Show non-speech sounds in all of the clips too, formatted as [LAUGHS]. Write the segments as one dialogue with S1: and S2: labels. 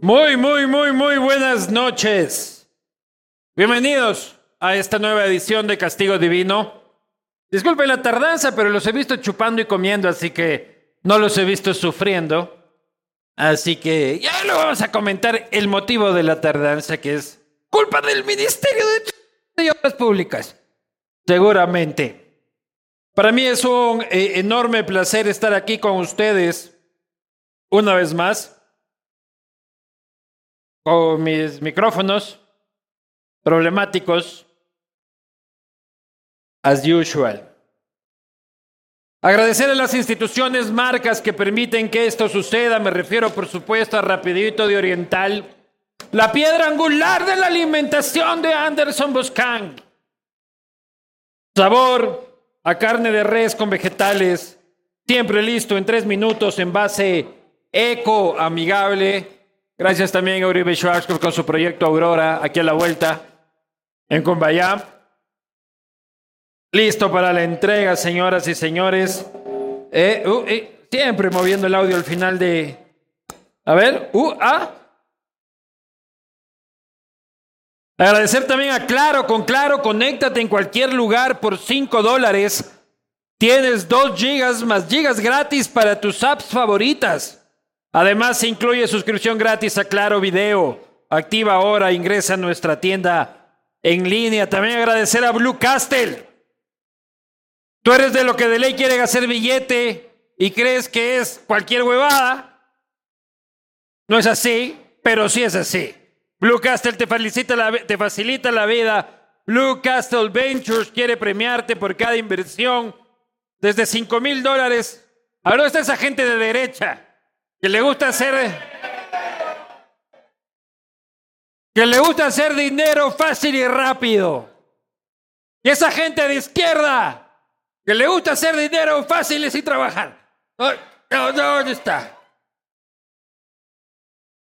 S1: Muy, muy, muy, muy buenas noches. Bienvenidos a esta nueva edición de Castigo Divino. Disculpen la tardanza, pero los he visto chupando y comiendo, así que no los he visto sufriendo. Así que ya lo vamos a comentar el motivo de la tardanza, que es culpa del Ministerio de Ch- y Obras Públicas. Seguramente. Para mí es un eh, enorme placer estar aquí con ustedes una vez más con mis micrófonos problemáticos as usual. Agradecer a las instituciones, marcas que permiten que esto suceda, me refiero por supuesto a Rapidito de Oriental, la piedra angular de la alimentación de Anderson Boscan. Sabor a carne de res con vegetales, siempre listo en tres minutos en base eco amigable. Gracias también a Uribe Schwarzkopf con su proyecto Aurora, aquí a la vuelta, en Cumbayá. Listo para la entrega, señoras y señores. Eh, uh, eh, siempre moviendo el audio al final de. A ver, uh, ah. Agradecer también a Claro, con Claro, conéctate en cualquier lugar por 5 dólares. Tienes 2 gigas más gigas gratis para tus apps favoritas. Además, se incluye suscripción gratis a Claro Video. Activa ahora, ingresa a nuestra tienda en línea. También agradecer a Blue Castle. Tú eres de lo que de ley quieren hacer billete y crees que es cualquier huevada. No es así, pero sí es así. Blue Castle te facilita la, te facilita la vida. Blue Castle Ventures quiere premiarte por cada inversión desde 5 mil dólares. Ahora ¿dónde está esa gente de derecha que le gusta hacer... Que le gusta hacer dinero fácil y rápido. Y esa gente de izquierda que le gusta hacer dinero fácil y sin trabajar. Ay, No, no, ¿dónde está?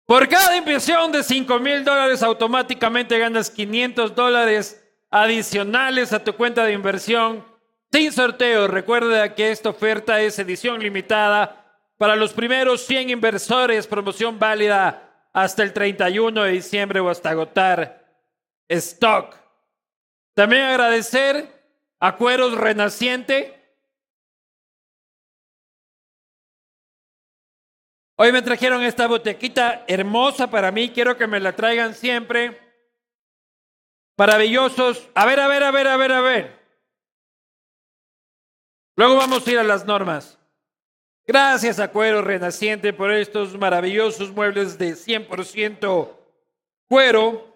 S1: Por cada inversión de 5 mil dólares automáticamente ganas 500 dólares adicionales a tu cuenta de inversión sin sorteo. Recuerda que esta oferta es edición limitada para los primeros 100 inversores, promoción válida hasta el 31 de diciembre o hasta agotar stock. También agradecer a Cueros Renaciente. Hoy me trajeron esta botequita hermosa para mí. Quiero que me la traigan siempre. Maravillosos. A ver, a ver, a ver, a ver, a ver. Luego vamos a ir a las normas. Gracias a Cuero Renaciente por estos maravillosos muebles de 100% cuero.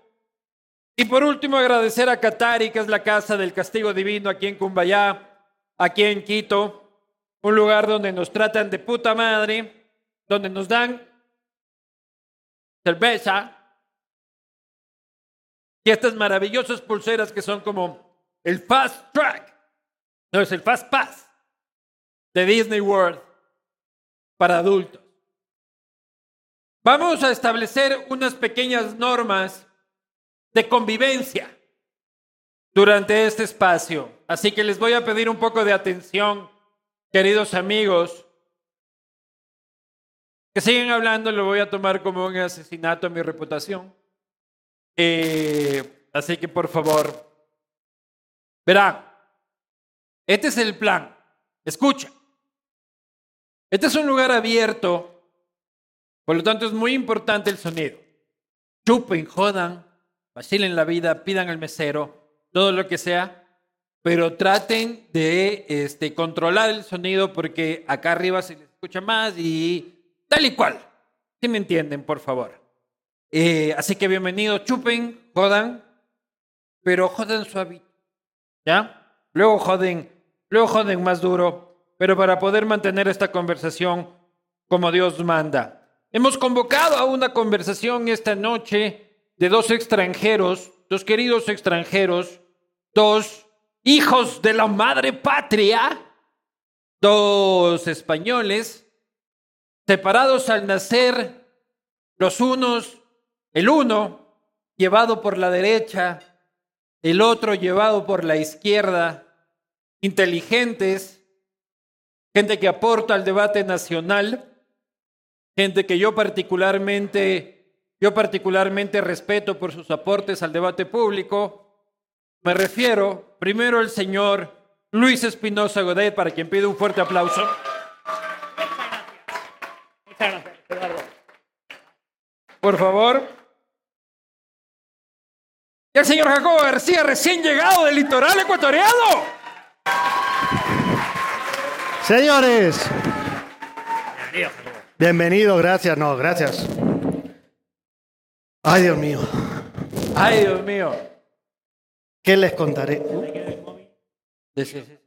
S1: Y por último, agradecer a Catari, que es la casa del castigo divino aquí en Cumbayá, aquí en Quito, un lugar donde nos tratan de puta madre, donde nos dan cerveza y estas maravillosas pulseras que son como el Fast Track, no es el Fast Pass de Disney World para adultos. Vamos a establecer unas pequeñas normas de convivencia durante este espacio. Así que les voy a pedir un poco de atención, queridos amigos. Que siguen hablando, lo voy a tomar como un asesinato a mi reputación. Eh, así que por favor, verán, este es el plan. Escucha. Este es un lugar abierto, por lo tanto es muy importante el sonido. Chupen, jodan, vacilen la vida, pidan al mesero, todo lo que sea, pero traten de este, controlar el sonido porque acá arriba se les escucha más y tal y cual. Si me entienden, por favor. Eh, así que bienvenidos, chupen, jodan, pero jodan suavito. ¿Ya? Luego joden, luego joden más duro, pero para poder mantener esta conversación como Dios manda. Hemos convocado a una conversación esta noche de dos extranjeros, dos queridos extranjeros, dos hijos de la madre patria, dos españoles, separados al nacer, los unos, el uno, llevado por la derecha, el otro llevado por la izquierda, inteligentes, gente que aporta al debate nacional, gente que yo particularmente, yo particularmente respeto por sus aportes al debate público. Me refiero primero al señor Luis Espinosa Godet, para quien pido un fuerte aplauso.
S2: Muchas gracias, Eduardo.
S1: Por favor. Y el señor Jacobo García, recién llegado del litoral ecuatoriano.
S3: Señores,
S2: Bienvenido, Jacobo.
S3: bienvenidos, gracias, no, gracias. Ay, Dios mío,
S1: Ay, Dios mío.
S3: ¿qué les contaré?
S1: Desde-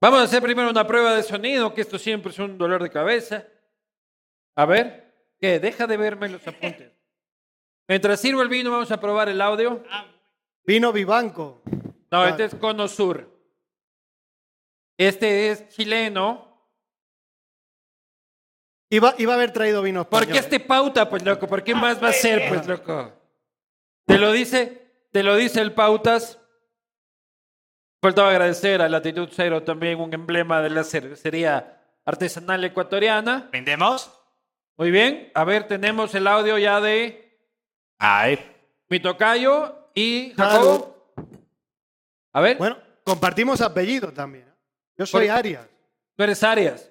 S1: Vamos a hacer primero una prueba de sonido, que esto siempre es un dolor de cabeza. A ver, ¿qué? Deja de verme los apuntes. Mientras sirvo el vino, vamos a probar el audio.
S3: Vino Vivanco.
S1: No, este es Cono Sur. Este es chileno.
S3: Iba, iba a haber traído vino español.
S1: Porque este pauta, pues loco, ¿por qué más va a ser, pues loco? Te lo dice, te lo dice el pautas. Faltaba agradecer a Latitud Cero también un emblema de la cervecería artesanal ecuatoriana.
S2: ¿Brindemos?
S1: Muy bien, a ver, tenemos el audio ya de
S2: Ay.
S1: mi tocayo y Jacobo. A ver,
S3: Bueno, compartimos apellido también. ¿eh? Yo soy
S1: este Por-
S3: Arias.
S1: tú eres Arias.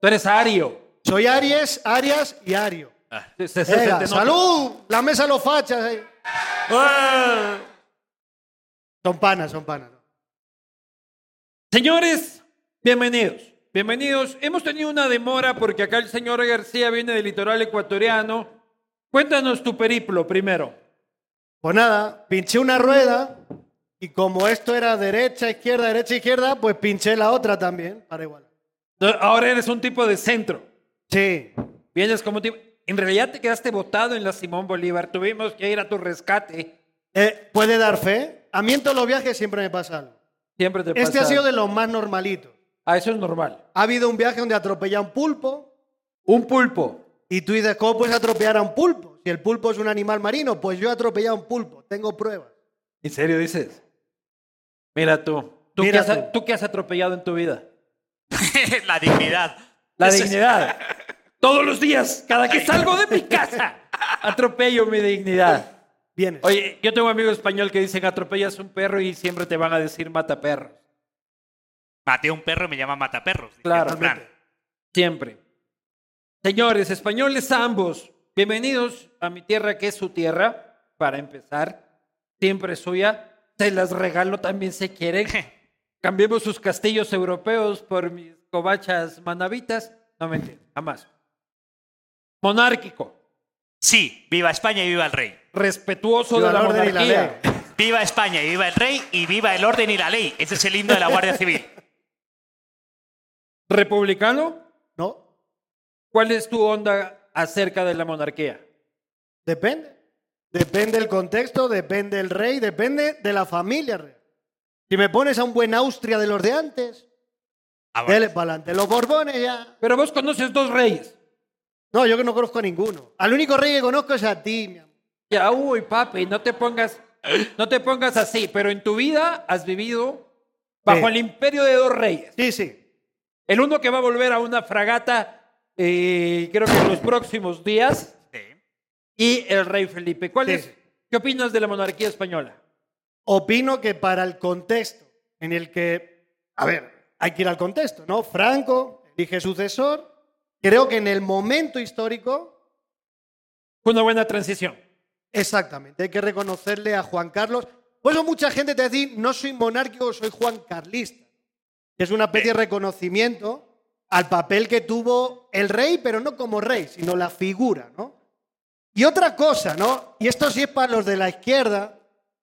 S1: Tú eres Ario.
S3: Soy Aries, Arias y Ario.
S1: Se- se- se- se
S3: Venga,
S1: te nota.
S3: ¡Salud! La mesa los fachas. eh.
S1: ¡Ah!
S3: Son panas, son panas.
S1: Señores, bienvenidos. Bienvenidos. Hemos tenido una demora porque acá el señor García viene del litoral ecuatoriano. Cuéntanos tu periplo primero.
S3: Pues nada, pinché una rueda y como esto era derecha, izquierda, derecha, izquierda, pues pinché la otra también para igualar.
S1: No, Ahora eres un tipo de centro.
S3: Sí,
S1: Vienes como tipo. En realidad te quedaste botado en la Simón Bolívar. Tuvimos que ir a tu rescate.
S3: Eh, ¿Puede dar fe? A mí en todos los viajes siempre me pasa algo.
S1: Siempre te pasa.
S3: Este ha sido de los más normalitos.
S1: Ah, eso es normal.
S3: Ha habido un viaje donde atropellan un pulpo
S1: Un pulpo.
S3: y tú dices, ¿cómo puedes atropellar a un pulpo? Si el pulpo es un animal marino, pues yo he atropellado a un pulpo, tengo pruebas.
S1: ¿En serio dices? Mira tú. ¿Tú,
S3: Mira
S1: qué, has,
S3: tú.
S1: tú qué has atropellado en tu vida?
S2: [LAUGHS] La dignidad.
S1: La
S2: Eso es-
S1: dignidad. Todos los días, cada que salgo de mi casa, [LAUGHS] atropello mi dignidad.
S3: Vienes.
S1: Oye, yo tengo un amigo español que dicen atropellas un perro y siempre te van a decir mata perros.
S2: Maté a un perro y me llama mataperros.
S1: Claro.
S2: En [LAUGHS]
S1: [LAUGHS]
S2: plan,
S1: Siempre. Señores, españoles ambos, bienvenidos a mi tierra que es su tierra, para empezar. Siempre es suya. Se las regalo también si [LAUGHS] quieren. Cambiemos sus castillos europeos por mis cobachas manavitas. No me entiendo, jamás. Monárquico,
S2: Sí, viva España y viva el rey.
S1: respetuoso
S3: Viva
S1: de la
S3: el orden y la
S1: monarquía.
S3: ley.
S2: Viva España y viva el rey y viva el orden y la ley. Ese es el himno de la Guardia Civil.
S1: Republicano,
S3: No,
S1: ¿cuál es tu onda acerca de la monarquía?
S3: depende. Depende el contexto, depende el rey, depende de la familia real. Si me pones a un buen Austria de los de antes,
S2: Ah, bueno.
S3: dele para adelante. Los Borbones ya.
S1: Pero vos conoces dos reyes.
S3: No, yo que no conozco a ninguno. Al único rey que conozco es a ti, mi amor.
S1: Ya, uy, papi, no te pongas, no te pongas así, pero en tu vida has vivido bajo
S3: Sí.
S1: el imperio de dos reyes.
S3: Sí, sí.
S1: El uno que va a volver a una fragata, eh, creo que en los próximos días,
S2: Sí.
S1: y el rey Felipe. ¿Cuál
S3: Sí.
S1: es? ¿Qué opinas de la monarquía española?
S3: Opino que para el contexto en el que, a ver, hay que ir al contexto, ¿no? Franco elige sucesor. Creo que en el momento histórico,
S1: Fue una buena transición.
S3: exactamente, hay que reconocerle a Juan Carlos. Por eso mucha gente te dice, no soy monárquico, soy Juan Carlista. Que es una especie de reconocimiento al papel que tuvo el rey, pero no como rey, sino la figura, ¿no? Y otra cosa, ¿no? Y esto sí es para los de la izquierda,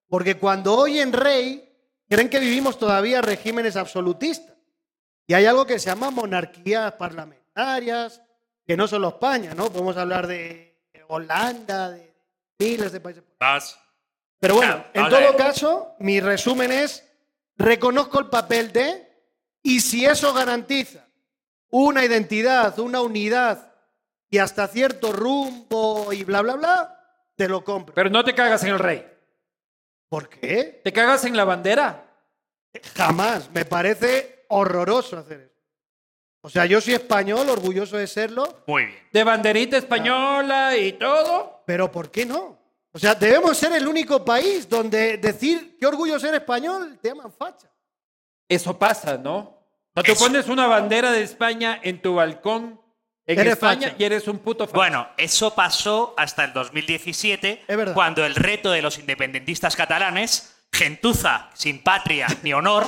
S3: porque cuando oyen rey, creen que vivimos todavía regímenes absolutistas. Y hay algo que se llama monarquías parlamentarias, que no solo España, ¿no? Podemos hablar de Holanda, de miles de países.
S2: Vas.
S3: Pero bueno,
S2: Ah,
S3: en
S2: vale.
S3: todo caso, mi resumen es, reconozco el papel de, y si eso garantiza una identidad, una unidad y hasta cierto rumbo y bla, bla, bla, te lo compro.
S1: Pero no te cagas en el rey.
S3: ¿Por qué?
S1: ¿Te cagas en la bandera?
S3: Jamás. Me parece horroroso hacer eso. O sea, yo soy español, orgulloso de serlo,
S2: Muy bien.
S1: ¿De banderita española y todo?
S3: pero ¿por qué no? O sea, debemos ser el único país donde decir qué orgullo ser español te llaman facha.
S1: Eso pasa, ¿no? O sea, tú
S2: Eso.
S1: pones una bandera de España en tu balcón en
S3: Eres
S1: España
S3: facha.
S1: y eres un puto facha.
S2: Bueno, eso pasó hasta el 2017,
S3: Es verdad.
S2: cuando el reto de los independentistas catalanes, gentuza, sin patria ni honor,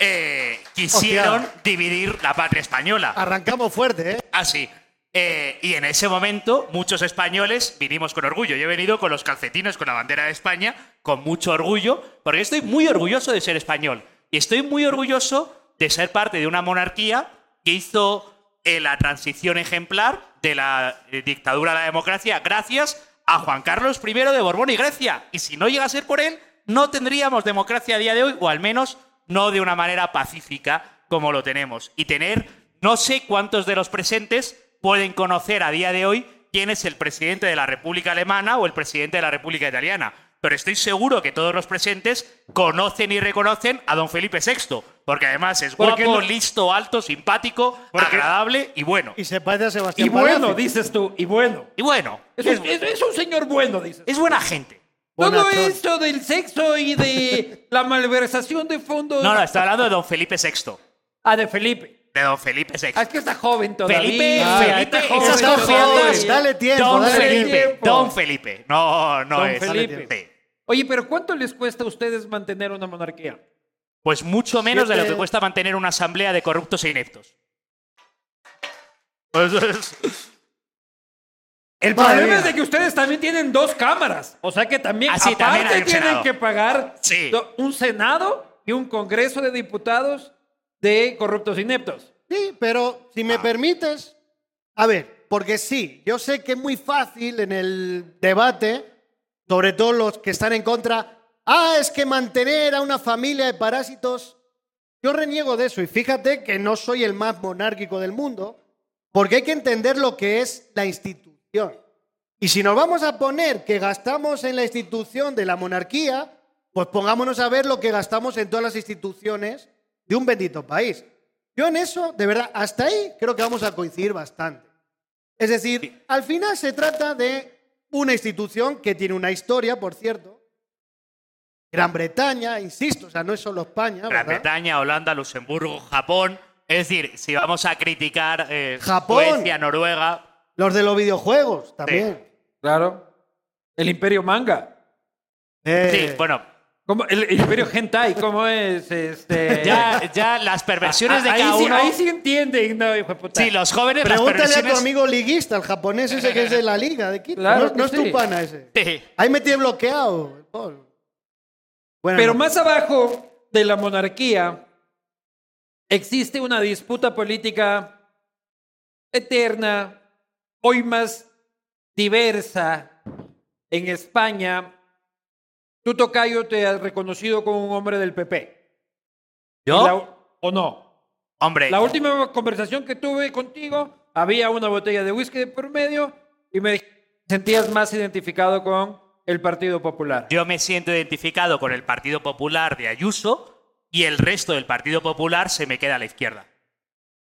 S2: eh, quisieron
S3: Hostia.
S2: dividir la patria española.
S3: Arrancamos fuerte, ¿eh?
S2: Así. Ah, Eh, y en ese momento, muchos españoles vinimos con orgullo. Yo he venido con los calcetines, con la bandera de España, con mucho orgullo, porque estoy muy orgulloso de ser español. Y estoy muy orgulloso de ser parte de una monarquía que hizo eh, la transición ejemplar de la eh, dictadura a la democracia gracias a Juan Carlos I de Borbón y Grecia. Y si no llega a ser por él, no tendríamos democracia a día de hoy, o al menos no de una manera pacífica como lo tenemos. Y tener, no sé cuántos de los presentes pueden conocer a día de hoy quién es el presidente de la República Alemana o el presidente de la República Italiana. Pero estoy seguro que todos los presentes conocen y reconocen a don Felipe VI, porque además es
S1: ¿Por qué
S2: guapo,
S1: no?
S2: listo, alto, simpático,
S1: Porque-
S2: agradable y bueno.
S3: Y se parece a Sebastián
S1: y bueno,
S3: Palacio.
S1: dices tú, y bueno.
S2: Y bueno,
S1: Es,
S2: es,
S1: un- es- es un señor bueno, dices.
S2: es buena gente.
S1: Todo
S3: Bonachón.
S1: esto del sexo
S2: [LAUGHS]
S1: y de la malversación de fondos.
S2: No, no, estoy hablando de don Felipe VI.
S1: Ah, de Felipe.
S2: De don Felipe VI.
S1: Ah, es que está joven todavía.
S2: Felipe,
S1: Ah,
S2: Felipe,
S1: está joven
S2: esas
S3: dale
S2: confianzas.
S3: tiempo, dale tiempo,
S2: Don
S1: dale
S2: Felipe,
S1: tiempo.
S2: Don Felipe. No, no
S1: Don
S2: es.
S1: Felipe.
S2: Sí.
S1: Oye, pero ¿cuánto les cuesta a ustedes mantener una monarquía?
S2: Pues mucho menos de lo
S3: Siete.
S2: que cuesta mantener una asamblea de corruptos e ineptos. [LAUGHS] Pues es-
S1: El
S3: Madre
S1: problema
S3: mía.
S1: es de que ustedes también tienen dos cámaras. O sea que también,
S2: Ah, sí,
S1: aparte
S2: también hay un
S1: tienen
S2: Senado.
S1: que pagar
S2: Sí.
S1: do- un Senado y un Congreso de Diputados de corruptos ineptos.
S3: Sí, pero si me permites, a ver, porque sí, yo sé que es muy fácil en el debate, sobre todo los que están en contra, ah, es que mantener a una familia de parásitos, yo reniego de eso y fíjate que no soy el más monárquico del mundo, porque hay que entender lo que es la institución. Y si nos vamos a poner que gastamos en la institución de la monarquía, pues pongámonos a ver lo que gastamos en todas las instituciones de un bendito país. Yo en eso, de verdad, hasta ahí creo que vamos a coincidir bastante. Es decir, al final se trata de una institución que tiene una historia, por cierto. Gran Bretaña, insisto, o sea, no es solo España,
S2: Gran
S3: ¿verdad?
S2: Bretaña, Holanda, Luxemburgo, Japón. Es decir, si vamos a criticar eh,
S3: Japón.
S2: Suecia, Noruega.
S3: Los de los videojuegos también.
S1: Claro. El imperio manga.
S3: Eh,
S2: Sí, bueno,
S1: ¿Cómo? El, el imperio hentai, ¿cómo es?
S2: [LAUGHS]
S1: Este...
S3: Eh.
S2: ya, ya las perversiones de
S1: ahí,
S2: cada
S1: sí,
S2: uno.
S1: ahí sí entienden, no, hijo de puta.
S2: Sí, los jóvenes, las
S3: Pregúntale a tu
S2: perversiones.
S3: amigo liguista, el japonés ese que es de la liga de Quito.
S1: Claro
S3: no
S1: que
S3: no es tu
S1: sí.
S3: pana ese.
S2: Sí.
S3: Ahí me tiene bloqueado. el Paul. Bueno,
S1: Pero
S3: no.
S1: más abajo de la monarquía existe una disputa política eterna, hoy más diversa en España. Tú, Tocayo, te has reconocido como un hombre del PP.
S2: ¿Yo?
S1: La u- ¿O no?
S2: Hombre,
S1: La última conversación que tuve contigo, había una botella de whisky de por medio y me dij- sentías más identificado con el Partido Popular.
S2: yo me siento identificado con el Partido Popular de Ayuso y el resto del Partido Popular se me queda a la izquierda.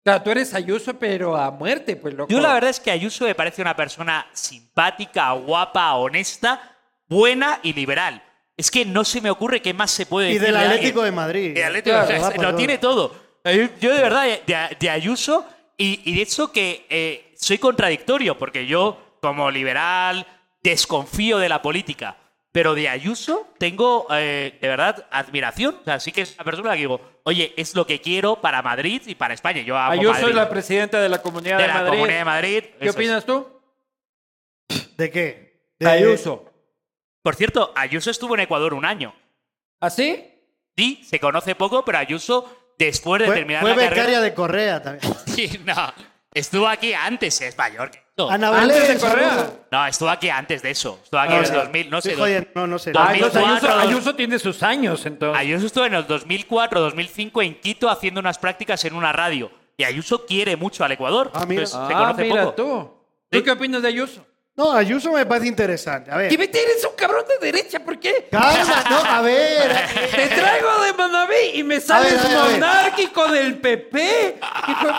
S1: O sea, tú eres Ayuso, pero a muerte, pues loco.
S2: Yo la verdad es que Ayuso me parece una persona simpática, guapa, honesta, buena y liberal. Es que no se me ocurre qué más se puede
S3: Y
S2: decir.
S3: del
S2: de alguien.
S3: Atlético de Madrid. Ah,
S2: El Atlético,
S1: Claro,
S2: o sea,
S3: va
S2: es-
S3: por
S2: lo
S3: todo.
S2: tiene todo. Eh, Yo de verdad, de, de Ayuso, y, y de hecho que eh, soy contradictorio, porque yo como liberal desconfío de la política, pero de Ayuso tengo eh, de verdad admiración. O sea, sí que es una persona que digo, oye, es lo que quiero para Madrid y para España. Yo amo
S1: Ayuso
S2: Madrid.
S1: es Ah, la presidenta de la Comunidad de,
S2: Ah, pues de la
S1: Madrid.
S2: Comunidad de Madrid.
S1: ¿Qué
S2: Eso es.
S1: opinas tú?
S3: ¿De qué? De
S1: Ayuso.
S2: Por cierto, Ayuso estuvo en Ecuador un año.
S3: ¿Ah,
S1: ¿Así?
S2: Sí, se conoce poco, pero Ayuso, después de
S3: Fue,
S2: terminar
S3: fue
S2: la carrera... Ah,
S3: becaria de Correa también.
S2: [LAUGHS] Sí, no. Estuvo aquí antes, es mayor que yo.
S3: Ana
S1: Antes
S3: Belén.
S1: de Correa.
S3: saludos.
S2: No, estuvo aquí antes de eso. Estuvo aquí
S3: Ah,
S2: en el
S3: o sea,
S2: 2000, no sé.
S3: dijo,
S2: dos-
S3: "Oye, no, no sé.
S1: Ah, entonces Ayuso,
S2: 2004.
S1: Ayuso tiene sus años, entonces.
S2: Ayuso estuvo en el 2004, 2005 en Quito haciendo unas prácticas en una radio. Y Ayuso quiere mucho al Ecuador.
S3: Ah, mira.
S2: Entonces, se
S1: Ah,
S2: conoce
S1: mira
S2: poco.
S1: tú.
S2: Sí.
S1: ¿Tú qué opinas de Ayuso?
S3: No, Ayuso me parece interesante. A
S1: Que
S3: ver.
S1: vete, eres un cabrón de derecha, ¿por qué?
S3: Calma, no, a ver.
S2: [LAUGHS]
S1: Te traigo de Manaví y me
S3: A
S1: sales
S3: ver, a ver, a ver.
S1: monárquico del PP. Yo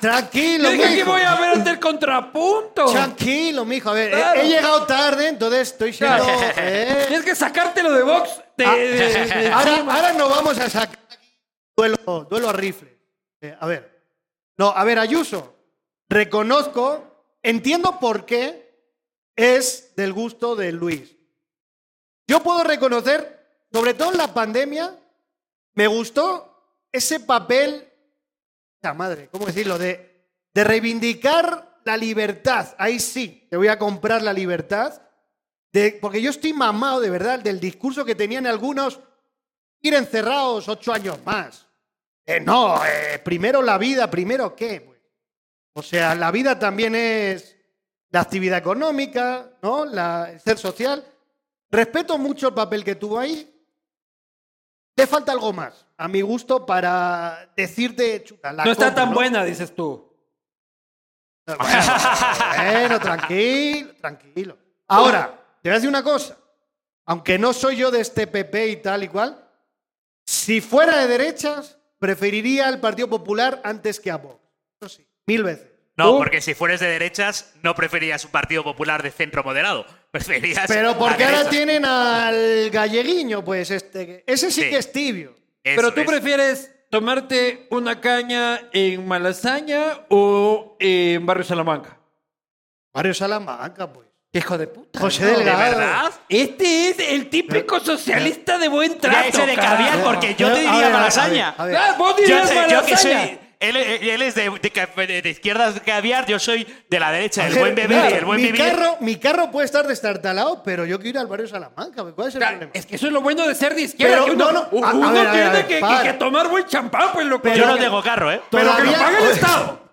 S3: Tranquilo,
S1: dije que
S3: mijo.
S1: voy a ver el contrapunto.
S3: Tranquilo, mijo. A ver, he-
S1: Claro.
S3: he, llegado tarde, entonces estoy siendo.
S1: Claro.
S3: [LAUGHS] eh.
S1: Tienes que sacártelo de box. de-
S3: Ah,
S1: de- de-
S3: ahora, ahora no vamos a sacar aquí duelo, duelo a rifle. Eh, a ver. No, a ver, Ayuso. Reconozco, entiendo por qué es del gusto de Luis. Yo puedo reconocer, sobre todo en la pandemia, me gustó ese papel, la madre, ¿cómo decirlo? De, de reivindicar la libertad. Ahí sí, te voy a comprar la libertad. De- porque yo estoy mamado, de verdad, del discurso que tenían algunos, ir encerrados ocho años más. Eh, no, eh, primero la vida, primero qué. pues? O sea, la vida también es la actividad económica, ¿no? La, el ser social. Respeto mucho el papel que tuvo ahí. Le falta algo más, a mi gusto, para decirte, chuta, [LAUGHS] la
S1: no está
S3: compro,
S1: tan buena, dices tú.
S3: [LAUGHS] bueno, tranquilo, tranquilo. Ahora, te voy a decir una cosa. Aunque no soy yo de este PP y tal y cual, si fuera de derechas, preferiría al Partido Popular antes que a Vox. Eso sí, mil veces.
S2: No,
S1: ¿Tú?
S2: porque si fueres de derechas, no preferirías un partido popular de centro moderado. [LAUGHS] Preferirías.
S3: Pero
S2: la
S3: porque ahora
S2: derecha.
S3: tienen al galleguiño, pues este. que- Ese sí,
S2: Sí.
S3: que es tibio.
S2: Eso
S1: Pero tú
S2: es.
S1: prefieres tomarte una caña en Malasaña o en Barrio Salamanca.
S3: Mario Salamanca, pues.
S1: ¡Qué Hijo de puta.
S3: José
S2: ¿De
S3: Delgado.
S2: verdad?
S1: Este es el típico socialista de buen trato.
S2: Ya ese de
S1: cara.
S2: caviar, porque yo te
S3: A ver, a
S2: diría
S3: ver, a ver,
S2: malasaña.
S3: a ver.
S1: Ah, vos
S2: Yo,
S1: dirías
S2: sé- yo que
S1: Malasaña.
S2: soy. Él, él es de, de ca- de izquierda caviar, yo soy de la derecha, el buen beber y
S3: Mira,
S2: el buen
S3: mi
S2: vivir.
S3: Carro, mi carro puede estar destartalado, pero yo quiero ir al barrio Salamanca. pues, ¿Cuál es el
S1: Claro,
S3: problema?
S1: Es que eso es lo bueno de ser de izquierda.
S3: Pero,
S1: que uno
S3: no, no, a- a
S1: uno
S3: ver, a ver,
S1: tiene
S3: a ver,
S1: que, que-
S3: para.
S1: que tomar buen champán, pues loco.
S2: Yo no tengo carro, ¿eh?
S1: Pero que lo
S3: Todavía-
S1: pague el Estado.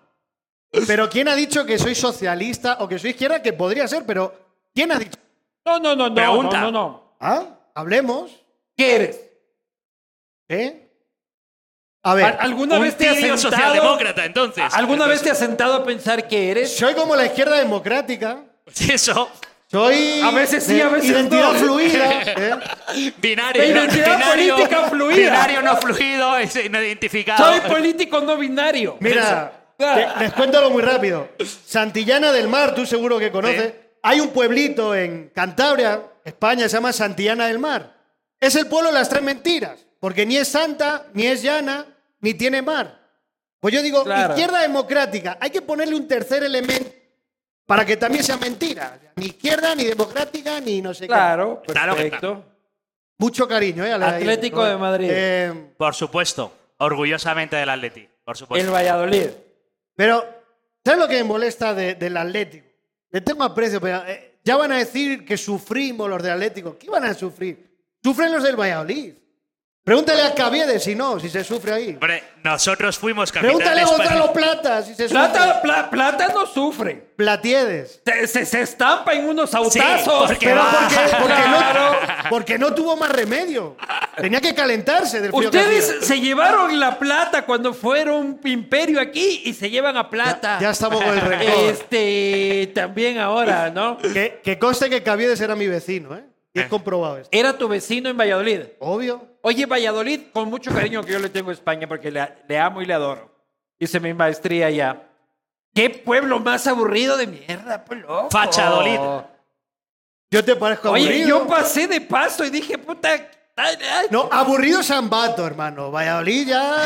S3: Pero ¿quién ha dicho que soy socialista o que soy izquierda? Que podría ser, pero ¿quién ha dicho?
S1: No, no, no, no.
S2: Pregunta.
S1: No, no, no.
S3: Ah, hablemos.
S1: ¿Qué eres?
S3: ¿Eh? A ver,
S1: ¿Al- ¿Alguna
S2: un
S1: vez te has
S2: tibio
S1: sentado?
S2: socialdemócrata, entonces. [LAUGHS]
S1: ¿Alguna vez te has sentado a pensar que eres?
S3: soy como la izquierda democrática.
S2: te Eso.
S3: Soy.
S1: A veces sí,
S3: de
S1: a veces
S3: Identidad
S1: no. [LAUGHS]
S3: fluida. ¿eh?
S2: Binario.
S1: La identidad
S2: binario-
S1: política fluida.
S2: Binario no fluido, es no identificado.
S1: Soy político no binario.
S3: Ah, Mira,
S1: Ah.
S3: te- les cuento algo muy rápido. Santillana del Mar, tú seguro que conoces.
S2: Sí.
S3: Hay un pueblito en Cantabria, España, se llama Santillana del Mar. Es el pueblo de las tres mentiras, porque ni es santa, ni es llana, ni tiene mar. Pues yo digo,
S1: Claro.
S3: izquierda democrática, hay que ponerle un tercer elemento para que también sea mentira. Ni izquierda, ni democrática, ni no sé
S1: Claro,
S2: Claro que
S1: perfecto.
S3: qué. Mucho cariño, ¿eh? a la-
S1: Atlético de Madrid.
S3: Eh,
S2: Por supuesto. Orgullosamente del Atleti. Por
S1: El
S2: supuesto.
S1: Valladolid.
S3: Pero, ¿sabes lo que me molesta de- del Atlético? Le tengo aprecio, pero eh, ya van a decir que sufrimos los del Atlético. ¿Qué van a sufrir? Sufren los del Valladolid. Pregúntale a Caviedes si no, si se sufre ahí.
S2: Hombre, nosotros fuimos capitán de
S3: Pregúntale a
S2: España.
S3: Gonzalo Plata si se sufre.
S1: Plata, pla- plata no sufre.
S3: Platiedes.
S1: Se, se- se estampa en unos autazos.
S2: porque
S3: Pero
S2: va.
S3: porque,
S1: [LAUGHS]
S3: porque,
S1: Claro.
S3: no, porque no tuvo más remedio. Tenía que calentarse del frío que
S1: Ustedes
S3: hacía.
S1: se llevaron la plata cuando fueron imperio aquí y se llevan a plata.
S3: Ya estamos con el récord.
S1: Este, también ahora, ¿no?
S3: Que, que conste que Caviedes era mi vecino, ¿eh? Y es comprobado esto.
S1: Era tu vecino en Valladolid.
S3: Obvio.
S1: Oye, Valladolid, con mucho cariño que yo le tengo a España porque le, le amo y le adoro. Hice mi maestría allá. ¿Qué pueblo más aburrido de mierda, pues loco?
S2: Fachadolid.
S3: Yo te parezco
S1: Oye,
S3: aburrido.
S1: yo pasé de paso y dije, puta. ay, ay.
S3: No, aburrido Sambato, hermano. Valladolid ya.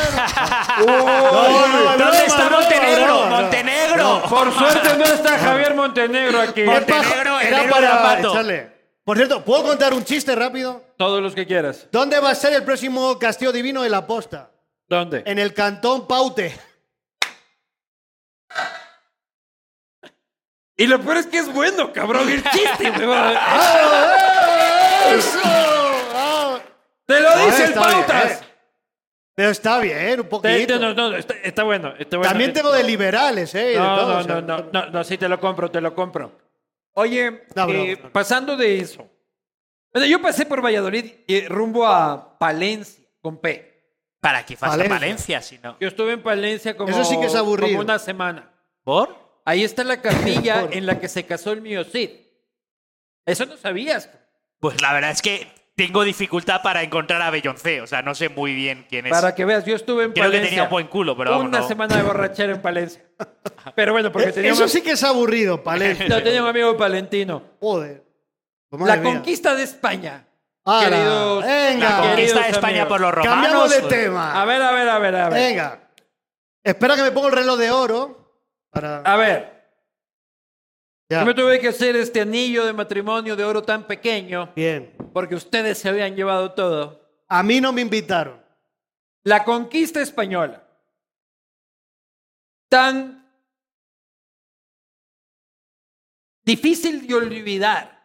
S1: [LAUGHS]
S2: ¿Dónde está Montenegro?
S3: Montenegro.
S2: ¡Montenegro!
S1: Por suerte no está Javier Montenegro aquí.
S2: Montenegro, el héroe de
S3: para
S2: Ambato.
S3: echarle. Por cierto, ¿puedo contar un chiste rápido?
S1: Todos los que quieras.
S3: ¿Dónde va a ser el próximo Castillo Divino de la Posta?
S1: ¿Dónde?
S3: En el Cantón Paute.
S1: Y lo peor es que es bueno, cabrón. El
S3: [LAUGHS]
S1: chiste, huevón.
S3: ¡Eso! [LAUGHS] Ah.
S1: Te lo
S3: No,
S1: dice el
S3: está bien,
S1: pautas.
S3: eh. Pero está bien, un
S1: Te-
S3: poquito.
S1: te- no, no, está, está bueno, está bueno.
S3: También tengo de liberales, ¿eh? y de
S1: No,
S3: todo,
S1: no,
S3: o sea,
S1: no, no, no, no, sí, te lo compro, te lo compro. Oye,
S3: No,
S1: eh,
S3: broma, broma.
S1: pasando de eso. Bueno, yo pasé por Valladolid eh, rumbo a Palencia con P.
S2: ¿Para qué falta
S3: Valencia.
S2: Valencia si no?
S1: Yo estuve en Palencia como,
S3: Eso sí que es aburrido.
S1: como una semana.
S2: ¿Por?
S1: Ahí está la capilla
S3: Por-
S1: en la que se casó el mío Cid. Eso no sabías.
S2: Pues la verdad es que tengo dificultad para encontrar a Beyoncé. O sea, no sé muy bien quién es.
S1: Para que veas, yo estuve en
S2: Creo que
S1: Palencia.
S2: tenía un buen culo, pero vamos,
S1: Una
S2: no.
S1: semana de borrachera en
S3: [LAUGHS]
S1: Palencia. Pero bueno, porque tenía,
S3: eh, Eso
S1: un,
S3: sí que es aburrido, Palencia.
S1: [LAUGHS] no, tenía un amigo palentino.
S3: Joder. Pues
S1: La
S3: madre mía.
S1: conquista de España.
S3: Ala,
S1: queridos-
S3: venga.
S2: la
S1: queridos
S2: conquista de España
S1: amigos.
S2: por los romanos.
S3: Cambiamos de
S2: o-
S3: tema.
S1: A ver, a ver, a ver, a ver.
S3: Ah. Venga. Espera que me ponga el reloj de oro. Para...
S1: A ver,
S3: Ya.
S1: yo me tuve que hacer este anillo de matrimonio de oro tan pequeño
S3: Bien.
S1: porque ustedes se habían llevado todo.
S3: A mí no me invitaron.
S1: La conquista española. Tan difícil de olvidar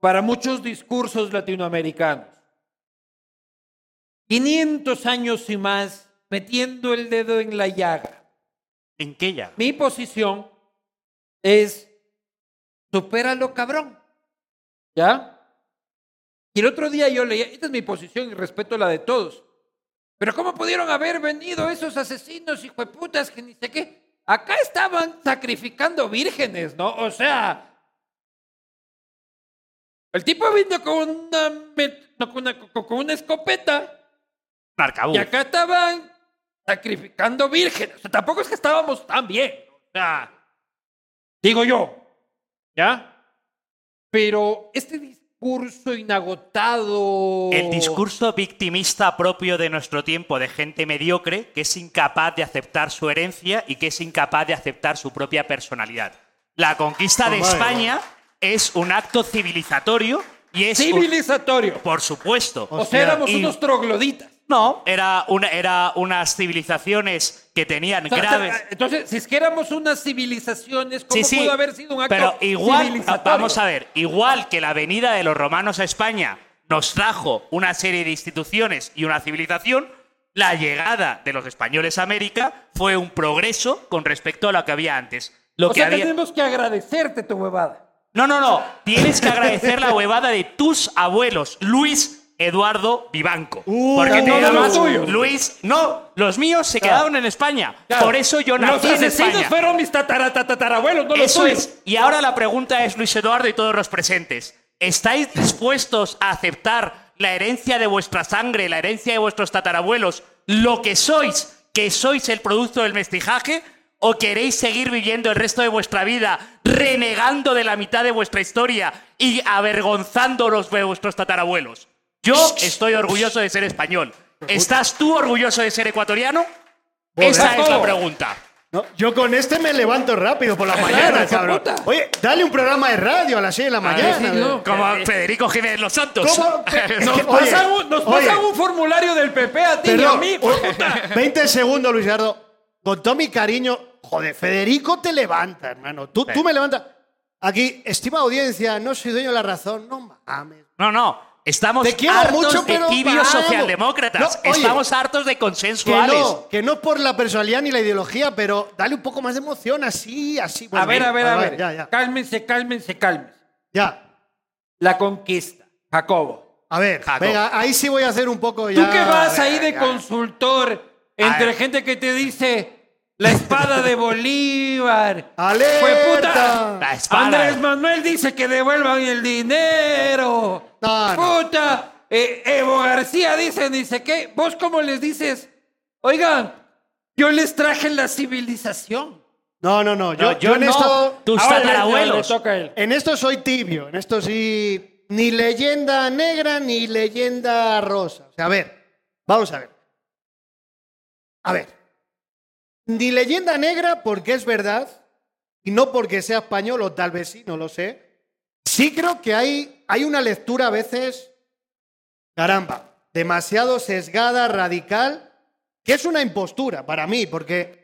S1: para muchos discursos latinoamericanos. 500 años y más metiendo el dedo en la llaga.
S2: ¿En qué ya?
S1: Mi posición es supéralo cabrón. ¿Ya? Y el otro día yo leía, esta es mi posición y respeto la de todos. Pero ¿cómo pudieron haber venido esos asesinos, hijo de putas, que ni sé qué? Acá estaban sacrificando vírgenes, ¿no? O sea, el tipo vino con una, met- no, con una, con- con una escopeta
S2: Marcabú.
S1: y acá estaban sacrificando vírgenes. O sea, tampoco es que estábamos tan bien. O sea, digo yo. ¿Ya? Pero este discurso inagotado.
S2: El discurso victimista propio de nuestro tiempo de gente mediocre que es incapaz de aceptar su herencia y que es incapaz de aceptar su propia personalidad. La conquista de
S3: Oh, madre
S2: España es un acto civilizatorio y es un-
S1: Civilizatorio.
S2: por supuesto.
S1: O sea, éramos
S2: y-
S1: unos trogloditas.
S2: No, era una era unas civilizaciones que tenían
S1: O sea,
S2: graves
S1: Entonces, si es que éramos unas civilizaciones, ¿cómo pudo haber sido un acto
S2: pero igual,
S1: civilizatorio?
S2: vamos a ver, igual que la venida de los romanos a España nos trajo una serie de instituciones y una civilización, la llegada de los españoles a América fue un progreso con respecto a lo que había antes. Lo
S1: O
S2: que
S1: sea,
S2: había-
S1: tenemos que agradecerte tu huevada.
S2: No, no, no. Tienes que agradecer la huevada de tus abuelos, Luis Eduardo Vivanco.
S3: Uh,
S2: porque
S1: no, no,
S2: teníamos-
S1: los tuyos.
S2: Luis, no, los míos se
S1: Claro.
S2: quedaron en España. Por eso yo
S1: Los
S2: nací en
S1: asesinos
S2: España.
S1: fueron mis tatara- tatarabuelos, no los
S2: Eso
S1: tuyos.
S2: es. Y ahora la pregunta es, Luis Eduardo y todos los presentes, ¿estáis dispuestos a aceptar la herencia de vuestra sangre, la herencia de vuestros tatarabuelos, lo que sois, que sois el producto del mestizaje? ¿O queréis seguir viviendo el resto de vuestra vida renegando de la mitad de vuestra historia y avergonzándolos de vuestros tatarabuelos? Yo estoy orgulloso de ser español. ¿Estás tú orgulloso de ser ecuatoriano? Esa es la
S1: Jacobo.
S2: pregunta.
S3: No, yo con este me levanto rápido por la mañana,
S1: hijo de
S3: cabrón.
S1: puta.
S3: Oye, dale un programa de radio a las 6 de la mañana.
S1: sí, no.
S2: Como Federico Jiménez Los Santos.
S3: Eh,
S2: [LAUGHS]
S3: ¿Cómo?
S1: Nos
S3: Oye,
S1: pasan un, nos
S3: oye.
S1: pasan un formulario del PP a ti y a
S3: Perdón,
S1: mí.
S3: o- 20 segundos, Luis Gerardo. Con todo mi cariño, joder, Federico te levanta, hermano. Tú, tú me levantas. Aquí, estimada audiencia, no soy dueño de la razón, no mames.
S2: No, no. Estamos
S3: Te quiero
S2: hartos
S3: mucho,
S2: de
S3: pero
S2: tibios
S3: vamos.
S2: socialdemócratas.
S3: No, oye.
S2: Estamos hartos de
S3: Que
S2: consensuales.
S3: no, que no por la personalidad ni la ideología, pero dale un poco más de emoción, así, así.
S1: A
S3: Bueno,
S1: ver,
S3: venga,
S1: a ver, a
S3: vale,
S1: ver.
S3: Ya, ya.
S1: Cálmense, cálmense, cálmense.
S3: ya.
S1: La conquista, Jacobo.
S3: A ver,
S2: Jaco.
S3: venga, ahí sí voy a hacer un poco ya.
S1: Tú que vas ahí de
S3: ya.
S1: consultor entre
S2: ver.
S1: gente que te dice la espada de Bolívar.
S3: ¡Alerta!
S1: ¡Fue puta!
S2: La espada.
S1: Andrés Manuel dice que devuelvan el dinero.
S3: No, no.
S1: ¡Puta! Eh, Evo García dice, dice qué. ¿Vos cómo les dices? Oigan, yo les traje la civilización.
S3: No, no, no. Yo,
S2: No,
S3: yo
S2: yo
S3: en
S2: no.
S3: esto.
S2: Tus
S1: Ahora le-
S2: tatarabuelos.
S1: le toca a él.
S3: En esto soy tibio. En esto sí. Ni leyenda negra ni leyenda rosa. O sea, a ver. Vamos a ver. A ver. Ni leyenda negra porque es verdad. Y no porque sea español o tal vez sí, no lo sé. Sí creo que hay, hay una lectura a veces. Caramba. Demasiado sesgada, radical. Que es una impostura para mí, porque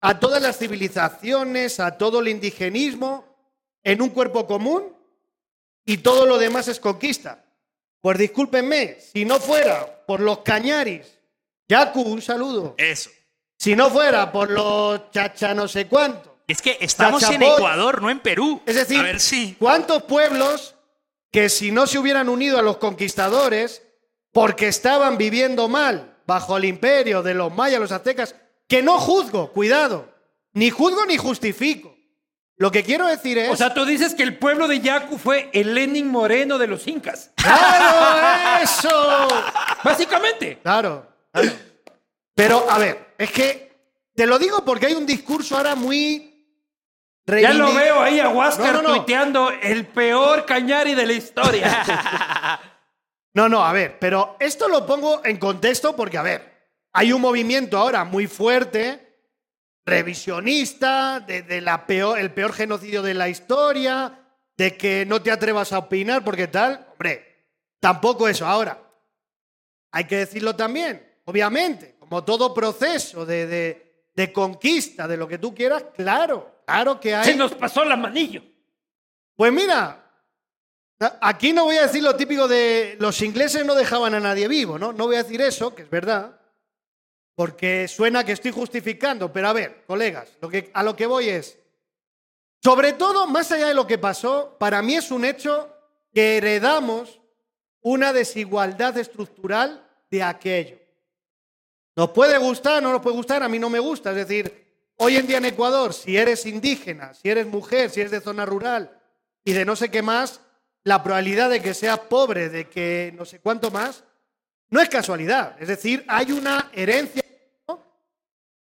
S3: a todas las civilizaciones, a todo el indigenismo, en un cuerpo común y todo lo demás es conquista. Pues discúlpenme, si no fuera por los cañaris, Yaku, un saludo.
S2: Eso.
S3: Si no fuera por los chacha no sé cuánto.
S2: Es que estamos en
S3: Chachapoy.
S2: Ecuador, no en Perú.
S3: Es decir,
S2: a ver si.
S3: ¿cuántos pueblos que si no se hubieran unido a los conquistadores porque estaban viviendo mal bajo el imperio de los mayas, los aztecas, que no juzgo, cuidado, Ni juzgo ni justifico. Lo que quiero decir es.
S1: O sea, tú dices que el pueblo de Yaku fue el Lenin Moreno de los incas.
S3: [LAUGHS]
S1: [LAUGHS]
S3: ¡Claro, eso!
S1: Básicamente.
S3: Claro, claro. Pero, a ver, es que te lo digo porque hay un discurso ahora muy.
S1: Ya
S3: reivindic-
S1: lo veo ahí a Huáscar
S3: No, no, no.
S1: tuiteando el peor cañari de la
S3: [LAUGHS]
S1: historia.
S3: No, no, a ver, pero esto lo pongo en contexto porque, a ver, hay un movimiento ahora muy fuerte, revisionista, de, de la peor, el peor genocidio de la historia, de que no te atrevas a opinar porque tal. Hombre, tampoco eso. Ahora, hay que decirlo también, obviamente, como todo proceso de, de- de conquista, de lo que tú quieras, claro, claro que hay.
S1: Se nos pasó la manillo.
S3: Pues mira, a- aquí no voy a decir lo típico de los ingleses no dejaban a nadie vivo, ¿no? No voy a decir eso, que es verdad, porque suena que estoy justificando, pero a ver, colegas, lo que, a lo que voy es, sobre todo, más allá de lo que pasó, para mí es un hecho que heredamos una desigualdad estructural de aquello. Nos puede gustar, no nos puede gustar, a mí no me gusta. Es decir, hoy en día en Ecuador, si eres indígena, si eres mujer, si eres de zona rural y de no sé qué más, la probabilidad de que seas pobre, de que no sé cuánto más, no es casualidad. Es decir, hay una herencia ¿no?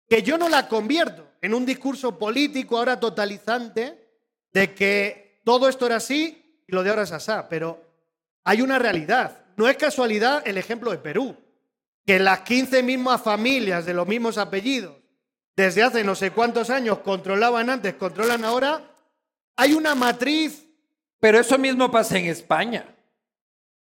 S3: que yo no la convierto en un discurso político ahora totalizante de que todo esto era así y lo de ahora es así. Pero hay una realidad. No es casualidad el ejemplo de Perú que las 15 mismas familias de los mismos apellidos, desde hace no sé cuántos años, controlaban antes, controlan ahora, hay una matriz.
S1: Pero eso mismo pasa en España.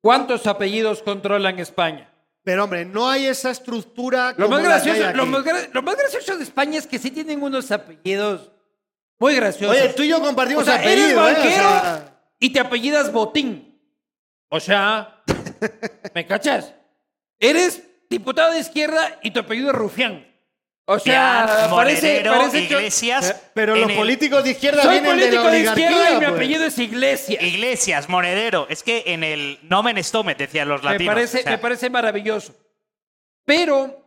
S1: ¿Cuántos apellidos controlan España?
S3: Pero hombre, no hay esa estructura.
S1: Lo
S3: como
S1: más,
S3: la que hay
S1: gracioso, lo,
S3: aquí.
S1: más, gra- lo más gracioso de España es que sí tienen unos apellidos muy graciosos.
S3: Oye, tú y yo
S1: o
S3: compartimos
S1: sea, eres
S3: apellido, ¿eh? O
S1: banquero
S3: sea,
S1: y te apellidas Botín. O
S3: [LAUGHS]
S1: sea, ¿me cachas? Eres diputado de izquierda y tu apellido es Rufián. O sea,
S2: Piar,
S1: parece,
S2: Morenero,
S1: parece que-
S2: Iglesias.
S3: eh, pero
S2: en
S3: los
S2: el-
S3: políticos de izquierda
S1: Soy
S3: vienen de la
S1: político de,
S3: oligarquía.
S1: izquierda y mi
S3: pues.
S1: apellido es Iglesias.
S2: Iglesias, Monedero. Es que en el nomen stomet decían los
S1: Me
S2: latinos.
S1: parece,
S2: o sea,
S1: me parece maravilloso. Pero,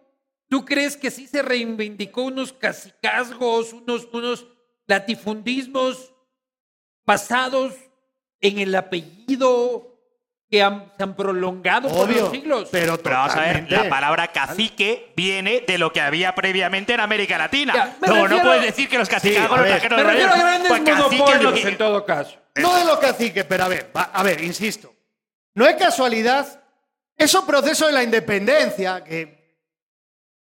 S1: ¿tú crees que sí se reivindicó unos cacicazgos, unos, unos latifundismos pasados en el apellido que han, se han prolongado por los
S3: Obvio,
S1: siglos?
S3: pero,
S2: Pero vamos a ver, la
S3: totalmente.
S2: palabra cacique viene de lo que había previamente en América Latina.
S1: Ya, me
S2: Luego
S1: refiero-
S2: no puedes decir que los cacicagos
S3: Sí, a
S2: los
S3: ver.
S2: trajeron
S1: Me
S2: de
S1: refiero a
S2: Reyes.
S1: grandes
S2: Pues cacique es lo
S1: monopolios
S2: que-
S1: en todo caso.
S3: No de los caciques, pero a ver, va- a ver, insisto. No es casualidad. Esos procesos de la independencia, que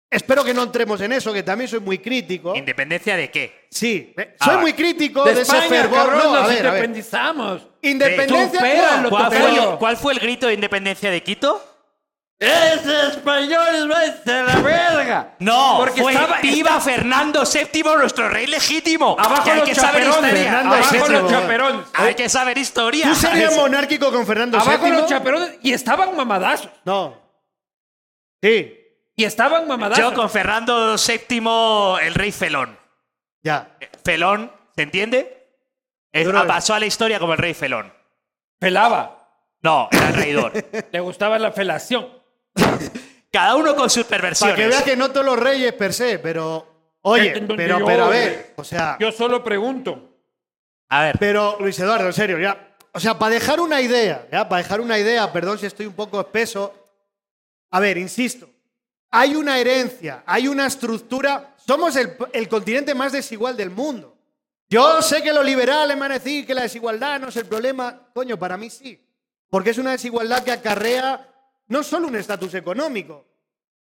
S3: espero que no entremos en eso, que también soy muy crítico.
S2: ¿Independencia de qué?
S3: Sí, eh,
S2: Ah,
S3: soy
S2: vale.
S3: muy crítico de,
S1: De
S3: ese
S1: España,
S3: fervor.
S1: cabrón,
S3: no, a
S1: nos
S3: ver, a ver.
S1: independizamos.
S3: Independencia.
S1: Supéralo,
S3: no,
S2: ¿Cuál
S1: Pero-
S2: fue, el, cuál fue el grito de independencia de Quito?
S1: ¡Es españoles, váyanse a la verga!
S2: No,
S1: Porque
S2: fue
S1: estaba,
S2: viva Fernando VII, nuestro rey legítimo. Que
S1: abajo
S2: hay
S1: los
S2: que saber
S1: chaperones.
S2: historia.
S3: Fernando
S2: Hay que
S1: abajo
S3: VII,
S1: los
S2: saber-
S1: chaperones.
S2: Hay que saber historia.
S3: ¿Tú serías monárquico con Fernando
S1: Abajo
S3: VII?
S1: los chaperones y estaban mamadazos.
S3: No. Sí,
S1: Y estaban mamadazos.
S2: Yo con Fernando VII, el rey felón.
S3: ya.
S2: Felón, ¿se entiende? Es- ah,
S3: Yo no-
S2: pasó a la historia como el rey felón.
S1: Pelaba.
S2: No, era traidor.
S3: [LAUGHS]
S1: Le gustaba la felación.
S2: Cada uno con sus
S3: Para que
S2: perversiones.
S3: veas que no todos los reyes per se, pero. Oye,
S1: Entendí
S3: pero,
S1: yo,
S3: pero a
S1: hombre.
S3: ver, o
S2: Ah.
S3: sea.
S1: Yo solo pregunto.
S2: A ver,
S3: Pero, Luis Eduardo, en serio, ya. O sea, para dejar una idea, ya, para dejar una idea, perdón si estoy un poco espeso. A ver, insisto, hay una herencia, hay una estructura. Somos el, el continente más desigual del mundo. Yo sé que los liberales van a decir que la desigualdad no es el problema. Coño, para mí sí. Porque es una desigualdad que acarrea no solo un estatus económico,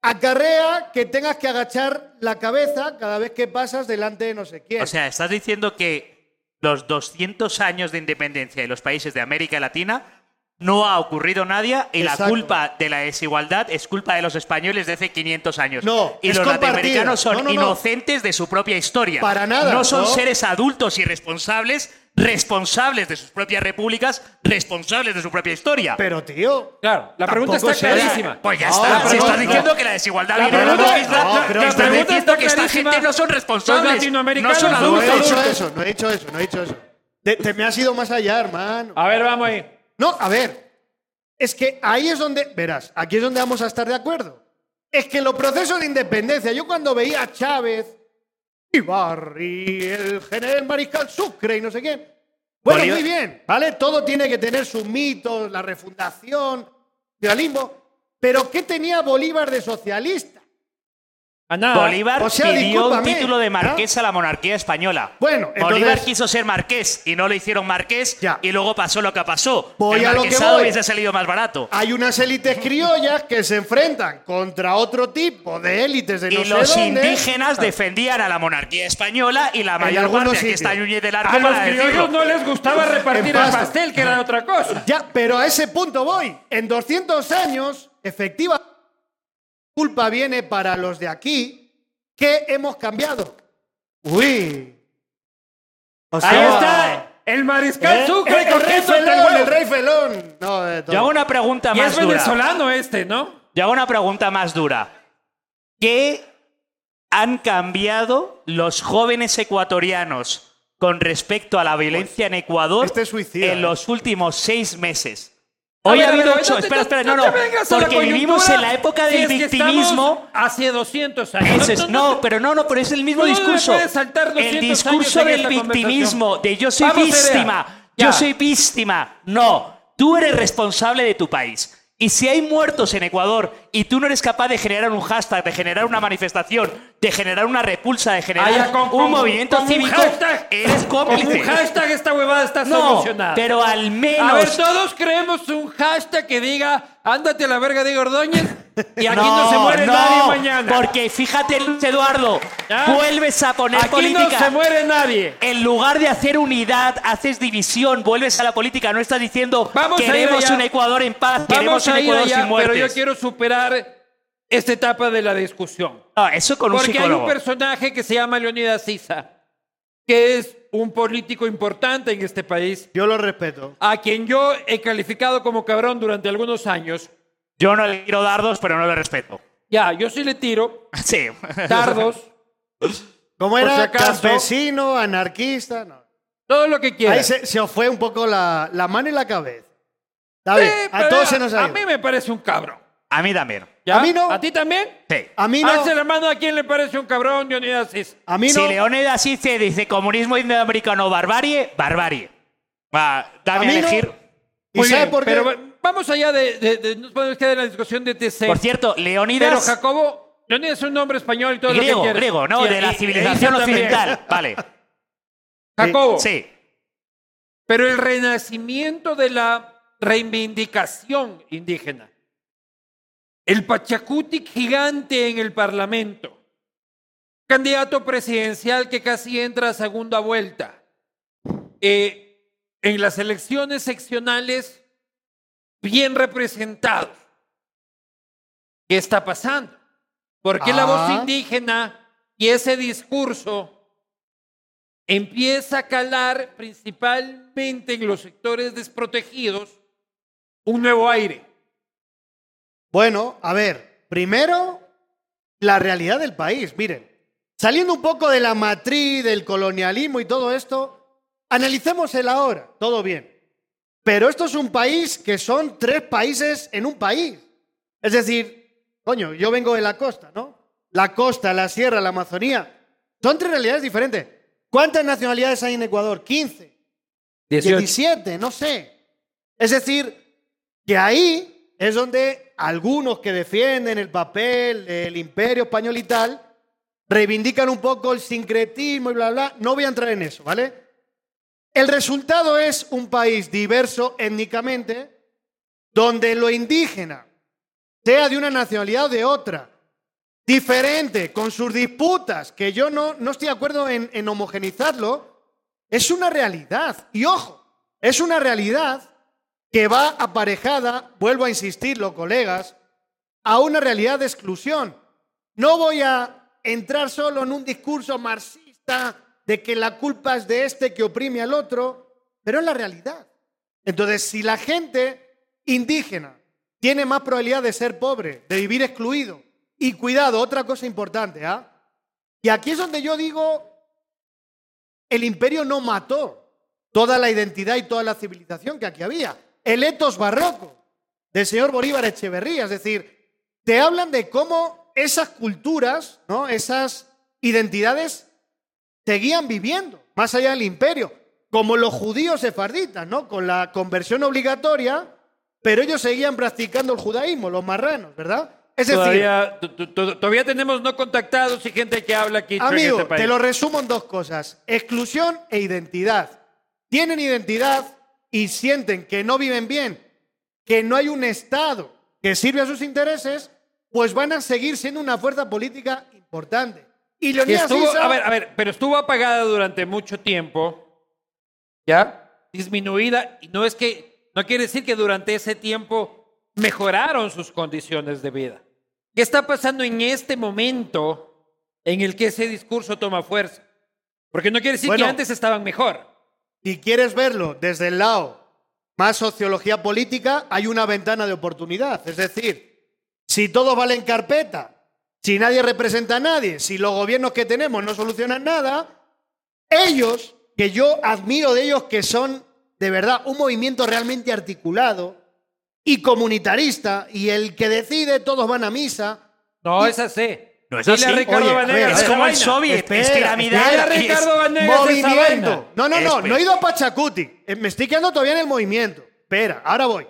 S3: acarrea que tengas que agachar la cabeza cada vez que pasas delante de no sé quién.
S2: o sea, estás diciendo que los 200 años de independencia de los países de América Latina no ha ocurrido nadie y la
S3: Exacto.
S2: culpa de la desigualdad es culpa de los españoles de hace 500 años.
S3: No,
S2: y
S3: es
S2: los
S3: compartida.
S2: latinoamericanos son
S3: No, no, no.
S2: inocentes de su propia historia.
S3: Para nada,
S2: No son
S3: ¿no?
S2: seres adultos y responsables, responsables de sus propias repúblicas, responsables de su propia historia.
S3: pero, tío,
S1: Claro, la
S3: Tampoco
S1: pregunta está
S3: será.
S1: clarísima. Ah,
S2: Pues ya
S3: No,
S2: está.
S3: la
S2: si
S3: pregunta-
S2: estás diciendo
S3: no.
S2: que la desigualdad
S1: La
S2: viene de
S1: pregunta-
S2: otra isla,
S3: no, pero
S2: que
S3: la
S2: estás
S1: pregunta
S2: diciendo
S1: está
S2: que esta
S1: clarísima.
S2: gente no son
S1: Los
S2: responsables. No
S1: latinoamericanos
S2: son
S1: son
S3: No
S2: adultos.
S3: he
S1: Adulto,
S3: dicho
S1: adulto.
S3: eso, no he dicho eso, no he dicho eso. Te, te me has ido más allá, hermano.
S1: A ver, vamos ahí.
S3: No, a ver. Es que ahí es donde, verás, aquí es donde vamos a estar de acuerdo. Es que los procesos de independencia, yo cuando veía a Chávez Ibarri, el general Mariscal Sucre y no sé quién. Bueno,
S2: Bolívar-
S3: muy bien, ¿vale? Todo tiene que tener sus mitos, la refundación, realismo. Pero ¿qué tenía Bolívar de socialista?
S1: A nada.
S2: Bolívar
S3: o sea,
S2: pidió un
S3: discúlpame,
S2: título de
S3: ¿no?
S2: marqués a la monarquía española.
S3: Bueno,
S2: Bolívar
S3: entonces-
S2: quiso ser marqués y no lo hicieron marqués
S3: Ya.
S2: y luego pasó lo que pasó.
S3: Voy
S2: El
S3: a lo que
S2: marquesado
S3: voy. Ah,
S2: hubiese salido más barato.
S3: Hay unas élites criollas que se enfrentan contra otro tipo de élites de no
S2: y
S3: sé
S2: los
S3: dónde. Ah.
S2: indígenas defendían a la monarquía española y la mayor
S3: algunos
S2: parte aquí
S3: sitios.
S2: está Núñez del Arco
S1: A Ah, los
S2: para decirlo.
S1: criollos no les gustaba repartir
S3: En
S1: el
S3: pasta.
S1: pastel, que era otra cosa.
S3: Ah, Ya, pero a ese punto voy. En 200 años, efectiva culpa viene para los de aquí que hemos cambiado. Uy. O
S1: Ahí
S3: sea,
S1: está el mariscal
S3: ¿eh?
S1: Sucre
S3: el,
S1: con
S3: rey
S1: queso tan
S3: felón,
S1: bueno.
S3: el rey felón. No, de todo.
S2: Yo hago una pregunta
S1: Y es
S2: más dura.
S1: venezolano este, ¿no?
S2: Yo hago una pregunta más dura. ¿Qué han cambiado los jóvenes ecuatorianos con respecto a la violencia en Ecuador
S3: Este es suicida,
S2: en
S3: ¿eh?
S2: los últimos seis meses?
S1: A
S2: Hoy
S1: ver,
S2: ha
S1: a ver,
S2: habido
S1: a ver,
S2: ocho.
S1: no te-
S2: espera, espera, no,
S1: no
S2: no.
S1: te vengas a la
S2: Porque vivimos
S1: coyuntura,
S2: en la época
S1: si
S2: del
S1: es que
S2: victimismo.
S1: estamos Hace 200 años.
S2: Ese es- no, pero no, no, pero es el mismo
S1: No
S2: discurso.
S1: me puedes saltar 200
S2: el
S1: años
S2: discurso
S1: en
S2: del
S1: esta
S2: victimismo,
S1: conversación.
S2: de yo soy
S1: Vamos, Nerea,
S2: víctima,
S1: ya.
S2: yo soy víctima. No, tú eres responsable de tu país. Y si hay muertos en Ecuador y tú no eres capaz de generar un hashtag, de generar una manifestación, de generar una repulsa, de
S1: Allá
S2: generar
S1: con- con-
S2: un movimiento
S1: con un
S2: cívico,
S1: hashtag.
S2: eres cómplice.
S1: Con un hashtag esta huevada está
S2: no,
S1: solucionada.
S2: pero al menos
S1: A ver, todos creemos un hashtag que diga ándate a la verga de Ordóñez y aquí no, se muere
S2: no,
S1: nadie mañana.
S2: Porque fíjate, Luis Eduardo,
S1: ¿Ya?
S2: vuelves a poner
S1: aquí
S2: política.
S1: no se muere nadie.
S2: En lugar de hacer unidad, haces división, vuelves a la política, no estás diciendo
S1: Vamos a ir
S2: queremos
S1: allá.
S2: un Ecuador en paz,
S1: Vamos
S2: queremos un
S1: a ir
S2: Ecuador
S1: allá,
S2: sin muertes.
S1: pero yo quiero superar esta etapa de la discusión.
S2: No, eso con un
S1: Porque hay un
S2: psicólogo.
S1: personaje que se llama Leonidas Sisa, que es un político importante en este país,
S3: Yo lo respeto.
S1: a quien yo he calificado como cabrón durante algunos años.
S2: Yo no le tiro dardos, pero no le respeto. [LAUGHS]
S1: Ya, yo sí le tiro
S2: Sí. [LAUGHS]
S3: [LAUGHS]
S1: dardos,
S3: Como
S1: Por
S3: era
S1: si acaso-
S3: campesino, anarquista. no.
S1: todo lo que quiera.
S3: Ahí se, se os fue un poco la, la mano y la cabeza. Está bien,
S1: Eh,
S3: a
S1: pero
S3: todos se nos ha
S1: A
S3: ido.
S1: mí me parece un cabrón.
S2: A mí también.
S1: ¿Ya?
S3: A mí no.
S1: ¿A ti también?
S2: Sí.
S3: A mí no.
S1: Alce la mano a quien le parece un cabrón, Leonidas Sisa.
S3: A mí no.
S2: Si Leónidas dice, dice comunismo indoamericano barbarie, barbarie. Va, dame a,
S3: A mí no.
S2: elegir.
S3: ¿Y sabe por qué?
S1: Pero va- vamos allá de, de- de- nos podemos quedar en la discusión de TC.
S2: Por cierto,
S1: pero
S2: Leónidas
S1: Jacobo, Leonidas es un nombre español y todo lo que
S2: griego,
S1: quieras.
S2: griego, no,
S1: Sí,
S2: de la
S1: y-
S2: civilización
S1: exactamente.
S2: occidental, vale.
S1: Jacobo,
S2: Sí.
S1: pero el renacimiento de la reivindicación indígena. El Pachacutic gigante en el Parlamento. Candidato presidencial que casi entra a segunda vuelta. Eh, en las elecciones seccionales, bien representados. ¿Qué está pasando? ¿Por qué la voz
S3: Ah.
S1: indígena y ese discurso empieza a calar principalmente en los sectores desprotegidos un nuevo aire?
S3: Bueno, a ver, primero, la realidad del país. Miren, saliendo un poco de la matriz, del colonialismo y todo esto, analicemos el ahora, todo bien. Pero esto es un país que son tres países en un país. Es decir, coño, yo vengo de la costa, ¿no? La costa, la sierra, la Amazonía. Son tres realidades diferentes. ¿Cuántas nacionalidades hay en Ecuador? 15. 17, no sé. Es decir, que ahí es donde algunos que defienden el papel del imperio español y tal, reivindican un poco el sincretismo y bla, bla. No voy a entrar en eso, ¿vale? El resultado es un país diverso étnicamente, donde lo indígena, sea de una nacionalidad o de otra, diferente, con sus disputas, que yo no, no estoy de acuerdo en, en homogenizarlo, es una realidad. Y ojo, es una realidad que va aparejada, vuelvo a insistirlo, colegas, a una realidad de exclusión. No voy a entrar solo en un discurso marxista de que la culpa es de este que oprime al otro, pero es la realidad. Entonces, si la gente indígena tiene más probabilidad de ser pobre, de vivir excluido, y cuidado, otra cosa importante, ¿ah? Y aquí es donde yo digo, el imperio no mató toda la identidad y toda la civilización que aquí había. El etos barroco del señor Bolívar Echeverría. Es decir, te hablan de cómo esas culturas, ¿no? esas identidades seguían viviendo, más allá del imperio, como los judíos sefarditas, ¿no? Con la conversión obligatoria, pero ellos seguían practicando el judaísmo, los marranos, ¿verdad? Es
S1: Todavía, tu- tu- tu- todavía tenemos no contactados y gente que habla aquí.
S3: decir,
S1: en
S3: amigo,
S1: este país.
S3: te lo resumo en dos cosas, exclusión e identidad. Tienen identidad y sienten que no viven bien, que no hay un Estado que sirve a sus intereses, pues van a seguir siendo una fuerza política importante. Y
S1: Que
S3: Leonidas
S1: estuvo-
S3: Issa-
S1: a ver, a ver, pero estuvo apagada durante mucho tiempo, ¿ya? Disminuida, y no es que, no quiere decir que durante ese tiempo mejoraron sus condiciones de vida. ¿Qué está pasando en este momento en el que ese discurso toma fuerza? Porque no quiere decir
S3: Bueno.
S1: que antes estaban mejor.
S3: Si quieres verlo desde el lado más sociología política, hay una ventana de oportunidad. Es decir, si todos valen carpeta, si nadie representa a nadie, si los gobiernos que tenemos no solucionan nada, ellos, que yo admiro de ellos que son de verdad un movimiento realmente articulado y comunitarista, y el que decide todos van a misa.
S1: No,
S3: Y-
S1: es así.
S2: No es
S1: Dile a
S2: así.
S1: Ricardo
S3: Oye,
S1: Vanegas
S3: a ver,
S2: Es
S1: esa
S2: como el
S1: vaina.
S2: soviet, es que la mirada...
S1: Dile a Ricardo Vanegas esa vaina.
S3: Movimiento. No, no, no,
S2: Espera.
S3: no he ido a Pachacuti. Eh, Me estoy quedando todavía en el movimiento. Espera, ahora voy.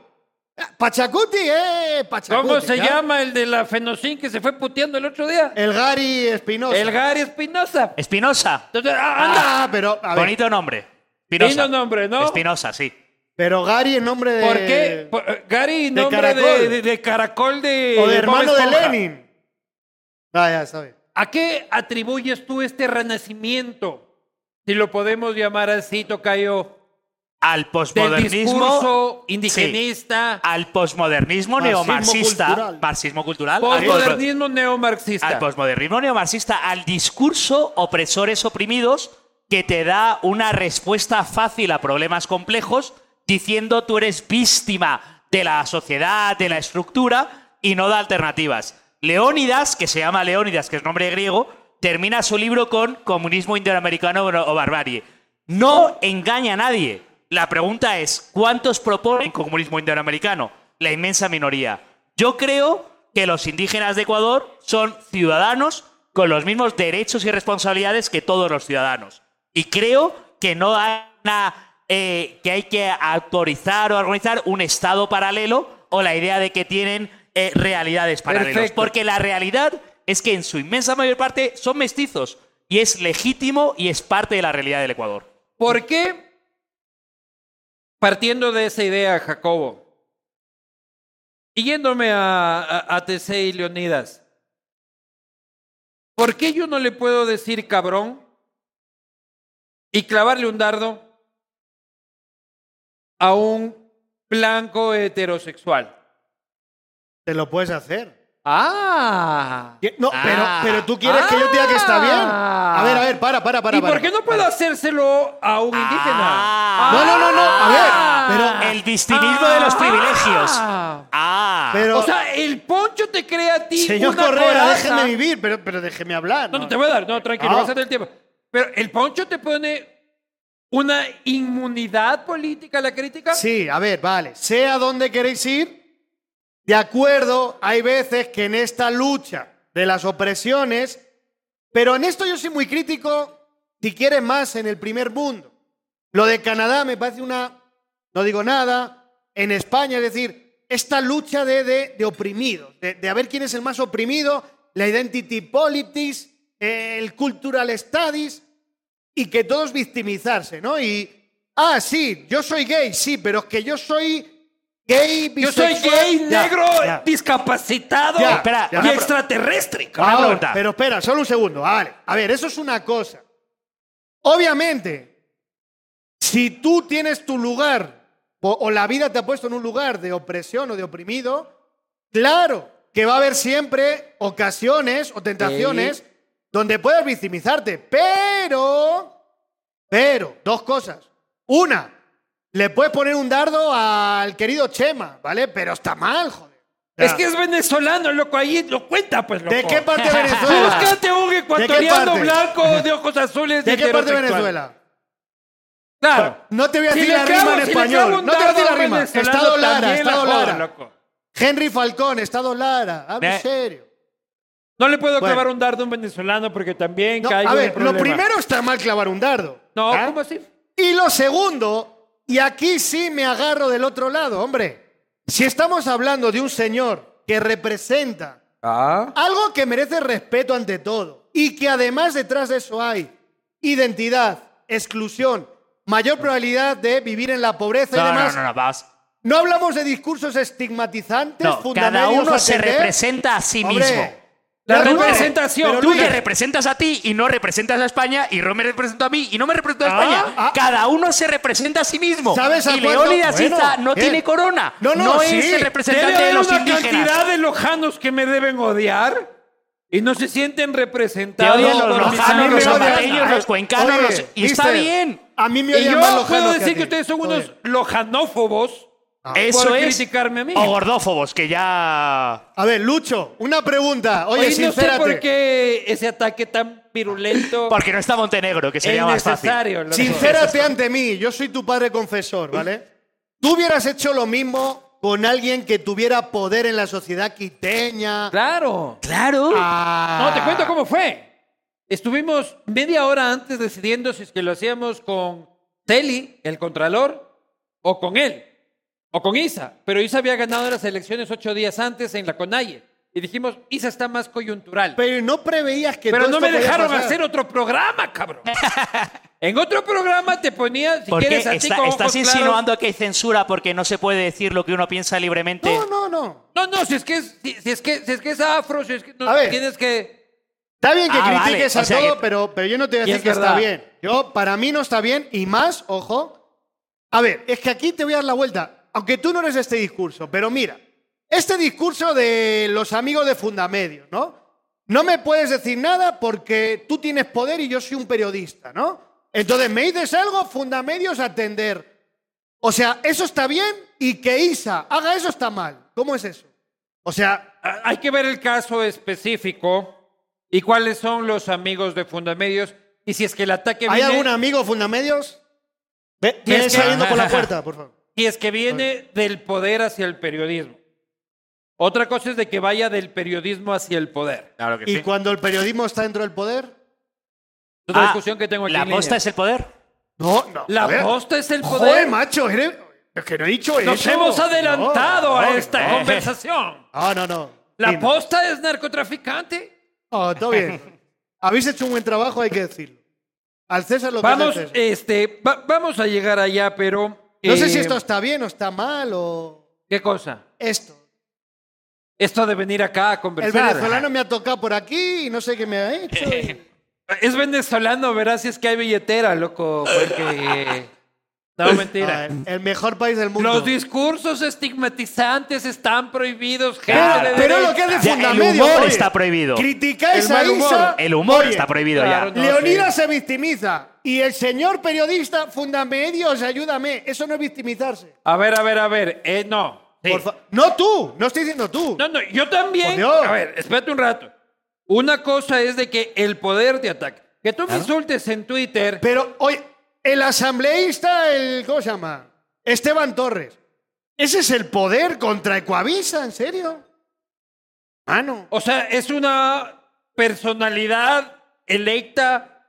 S3: Ah, Pachacuti, eh, Pachacuti.
S1: ¿Cómo se
S3: ¿ya?
S1: llama el de la Fenocin que se fue puteando el otro día?
S3: El Gary Espinosa.
S1: El Gary Espinosa.
S2: Espinosa.
S1: Entonces, ah, anda.
S3: Ah, pero, a ver,
S2: Bonito nombre. Espinosa.
S1: Lindo nombre, ¿no?
S2: Espinosa, sí.
S3: pero Gary en nombre de...
S1: ¿Por qué? Por- eh, Gary, nombre de
S3: Caracol.
S1: De, de caracol de.
S3: O de
S1: Bob
S3: hermano de
S1: Esponja.
S3: Lenin. Ah, ya, está bien.
S1: ¿A qué atribuyes tú este renacimiento? Si lo podemos llamar así, Tocayo.
S2: Al
S1: Del
S2: posmodernismo.
S1: discurso indigenista,
S3: Ah,
S2: Al posmodernismo
S3: Marxismo
S2: neomarxista.
S3: cultural.
S2: Marxismo
S3: ah,
S2: cultural. al posmo-
S1: posmodernismo
S3: pues,
S1: neomarxista.
S2: al posmodernismo neomarxista, al discurso opresores oprimidos que te da una respuesta fácil a problemas complejos diciendo tú eres víctima de la sociedad, de la estructura y no da alternativas. Leónidas, que se llama Leónidas, que es nombre griego, termina su libro con comunismo interamericano o barbarie. No engaña a nadie. La pregunta es, ¿cuántos proponen comunismo interamericano? La inmensa minoría. Yo creo que los indígenas de Ecuador son ciudadanos con los mismos derechos y responsabilidades que todos los ciudadanos. Y creo que no hay una, eh, que hay que autorizar o organizar un Estado paralelo o la idea de que tienen eh, realidades paralelas.
S1: Perfecto.
S2: Porque la realidad es que en su inmensa mayor parte son mestizos y es legítimo y es parte de la realidad del Ecuador.
S1: ¿Por qué? Partiendo de esa idea, Jacobo, y yéndome a, a, a TC y Leonidas, ¿por qué yo no le puedo decir cabrón y clavarle un dardo a un blanco heterosexual?
S3: Te lo puedes hacer.
S1: Ah.
S3: ¿Qué? No,
S2: Ah.
S3: pero, pero tú quieres que yo te diga que está bien.
S1: Ah.
S3: A ver, a ver, para, para, para.
S1: ¿Y por
S3: para.
S1: qué no puedo hacérselo a un indígena?
S2: Ah.
S3: No, no, no, no, a ver, pero-
S2: El victimismo de los privilegios. Ah,
S3: Pero,
S1: O sea, el poncho te crea a ti
S3: señor
S1: una
S3: Correa,
S1: coraza.
S3: déjeme vivir, pero, pero déjeme hablar.
S1: No, no te voy a dar, no, tranquilo,
S3: Ah.
S1: vas a tener tiempo. Pero el poncho te pone una inmunidad política a la crítica.
S3: Sí, a ver, vale. Sé a dónde queréis ir. De acuerdo, hay veces que en esta lucha de las opresiones, pero en esto yo soy muy crítico, si quieres más, en el primer mundo. Lo de Canadá me parece una, no digo nada, en España, es decir, esta lucha de, de, de oprimidos, de, de a ver quién es el más oprimido, la identity politics, el cultural studies, y que todos victimizarse, ¿no? Y, ah, sí, yo soy gay, sí, pero es que yo soy gay,
S1: Yo soy
S3: bisexual.
S1: gay,
S3: Ya,
S1: negro,
S3: ya.
S1: discapacitado
S3: Ya,
S2: espera,
S1: y
S2: una pro-
S1: extraterrestre.
S2: Una
S3: Ahora,
S2: pregunta.
S3: Pero espera, solo un segundo, vale. A ver, eso es una cosa. Obviamente, si tú tienes tu lugar o, o la vida te ha puesto en un lugar de opresión o de oprimido, claro que va a haber siempre ocasiones o tentaciones donde puedas victimizarte, pero, pero, dos cosas. Una, le puedes poner un dardo al querido Chema, ¿vale? Pero está mal, joder.
S1: Es
S3: Ya.
S1: que es venezolano, loco, ahí lo cuenta, pues, loco.
S3: ¿De qué parte de
S1: Tú
S3: Venezuela?
S1: [LAUGHS] Búscate un
S3: ¿De
S1: ecuatoriano
S3: qué parte?
S1: blanco de ojos azules.
S3: ¿De qué parte de
S1: heterosexual.
S3: Venezuela?
S1: Claro.
S3: No te voy a
S1: Si
S3: decir
S1: le
S3: la
S1: clavo-
S3: rima en
S1: si le clavo
S3: español.
S1: un
S3: No te voy a
S1: dardo
S3: decir la
S1: un
S3: rima.
S1: venezolano,
S3: Estado Lara,
S1: también la
S3: Estado
S1: jodo,
S3: Lara.
S1: loco.
S3: Henry Falcón, Estado Lara. Habla
S2: Ne-
S3: en serio.
S1: No le puedo
S3: Bueno.
S1: clavar un dardo a un venezolano porque también
S3: No,
S1: caigo
S3: a
S1: en
S3: ver, lo
S1: problema.
S3: primero está mal clavar un dardo.
S1: No,
S3: ¿ah?
S1: ¿cómo así?
S3: Y lo segundo, y aquí sí me agarro del otro lado, hombre. Si estamos hablando de un señor que representa
S1: Ah.
S3: algo que merece respeto ante todo y que además detrás de eso hay identidad, exclusión, mayor probabilidad de vivir en la pobreza
S2: No,
S3: y
S2: no,
S3: demás.
S2: no, no, vas.
S3: No hablamos de discursos estigmatizantes,
S2: No, cada
S3: fundamentales,
S2: uno se
S3: atender.
S2: representa a sí
S3: ¿eh? Hombre,
S2: mismo.
S1: La
S3: claro,
S1: representación.
S3: pero
S2: Tú
S3: Luis,
S2: te representas a ti y no representas a España y no me represento a mí y no me represento a
S3: Ah,
S2: España.
S3: ah.
S2: Cada uno se representa a sí mismo.
S3: ¿Sabes a
S2: y
S3: cuánto?
S2: Leónidas
S3: Bueno,
S2: Issa no
S3: bien.
S2: tiene corona.
S3: No, no, sí.
S2: es el
S1: Debe
S2: representante de
S1: haber
S2: los
S1: una
S2: indígenas.
S1: cantidad de lojanos que me deben odiar y no se sienten
S2: Te
S1: representados.
S2: odian
S3: No,
S2: los
S1: por mis
S2: lojanos, los
S1: amigos.
S3: odian.
S2: zapateños, los cuencanos,
S3: Oye,
S2: los... Y está
S3: mister,
S2: bien.
S3: A mí me
S1: Y
S3: odian más
S1: yo
S3: los
S1: puedo
S3: janos a
S1: decir
S3: ti.
S1: que ustedes son
S3: Oye, Ah,
S1: unos lojanófobos
S2: Eso
S1: por
S2: es.
S1: criticarme a mí.
S2: O gordófobos, que ya...
S3: A ver, Lucho, una pregunta. Oye,
S1: Oye, no sé
S3: sincérate.
S1: por qué ese ataque tan virulento
S2: Porque no está Montenegro, que
S1: e
S2: sería más fácil.
S1: innecesario. loco.
S3: Sincérate ante mí, yo soy tu padre confesor, ¿vale? Tú hubieras hecho lo mismo con alguien que tuviera poder en la sociedad quiteña.
S1: Claro.
S2: Claro.
S1: Ah. No,
S2: Ah.
S1: te cuento cómo fue. Estuvimos media hora antes decidiendo si es que lo hacíamos con Teli, el contralor, o con él, o con Isa. Pero Isa había ganado las elecciones ocho días antes en la Conalle. Y dijimos, Isa está más coyuntural.
S3: Pero no preveías que
S1: Pero
S3: todo
S1: no
S3: esto
S1: me
S3: podía
S1: dejaron
S3: pasar.
S1: hacer otro programa,
S3: [LAUGHS]
S1: cabrón. en otro programa te ponía, si
S2: Porque
S1: quieres, a ti
S2: está-
S1: con
S2: estás
S1: ojos claros.
S2: insinuando que hay censura porque no se puede decir lo que uno piensa libremente.
S3: No, no, no.
S1: No, no, si es que es, si, si es que, si es que es afro, si es que no
S3: A ver.
S1: tienes que.
S3: Está bien que
S2: Ah, vale,
S3: critiques
S2: o
S3: a
S2: sea
S3: todo,
S2: que-
S3: pero, pero yo no te voy a
S1: Y
S3: decir
S1: es
S3: que está
S1: verdad.
S3: bien. Yo, para mí no está bien, y más, ojo. A ver, es que aquí te voy a dar la vuelta. Aunque tú no eres de este discurso, pero mira, este discurso de los amigos de Fundamedios, ¿no? No me puedes decir nada porque tú tienes poder y yo soy un periodista, ¿no? Entonces me dices algo, Fundamedios atender. O sea, eso está bien y que Isa haga eso está mal. ¿Cómo es eso? O sea,
S1: Ah, Hay que ver el caso específico y cuáles son los amigos de Fundamedios y si es que el ataque
S3: ¿Hay
S1: viene,
S3: algún amigo Fundamedios? Ve,
S1: Sí, es
S3: ven
S1: que-
S3: saliendo por la puerta, por favor.
S1: si es que viene del poder hacia el periodismo. Otra cosa es de que vaya del periodismo hacia el poder.
S2: Claro que
S3: ¿Y cuando el periodismo está dentro del poder?
S1: Es otra
S2: Ah,
S1: discusión que tengo aquí.
S2: ¿La
S1: en línea.
S2: posta es el poder?
S3: No, no.
S1: La
S3: joder.
S1: posta es el poder.
S3: Joder, macho, eres- es que no he dicho eso.
S1: Nos hemos adelantado
S3: No, Eh.
S1: a
S3: no,
S1: esta
S2: no.
S1: conversación.
S3: No, no, no.
S1: La
S3: Sí, no.
S1: posta es narcotraficante.
S3: No, todo bien. Habéis hecho un buen trabajo, hay que decirlo. Al César lo que es del
S1: Vamos,
S3: César.
S1: este, va- vamos a llegar allá, pero
S3: No sé
S1: eh,
S3: si esto está bien o está mal o
S1: ¿Qué cosa?
S3: esto.
S1: Esto de venir acá a
S3: El
S1: conversar.
S3: venezolano me ha tocado por aquí y no sé qué me ha
S1: [LAUGHS]
S3: hecho. y-
S1: Es venezolano, verás si es que hay billetera, loco. Porque. eh, No, mentira.
S3: No, Ah, el- el mejor país del mundo.
S1: Los discursos estigmatizantes están prohibidos, gente.
S3: Pero,
S1: de
S3: pero
S1: derecha.
S3: lo que hace
S2: Ya, el
S3: Fundamedios.
S2: humor
S3: oye,
S2: está prohibido.
S3: Criticáis
S1: El
S3: a
S1: mal humor.
S3: Isa.
S2: El humor
S3: oye,
S2: está prohibido
S1: claro,
S2: ya.
S1: no,
S3: Leonidas
S1: sí.
S3: se victimiza. Y el señor periodista, Fundamedios, ayúdame. Eso no es victimizarse.
S1: A ver, a ver, a ver. Eh, no. Sí.
S3: Por fa- no tú, no estoy diciendo tú.
S1: No, no, yo también.
S3: Por Dios.
S1: A ver, espérate un rato. Una cosa es de que el poder te ataque. Que tú me insultes en Twitter.
S3: Pero, oye, el asambleísta, el, ¿cómo se llama? Esteban Torres. ¿Ese es el poder contra Ecoavisa? ¿En serio? Ah, Mano.
S1: O sea, es una personalidad electa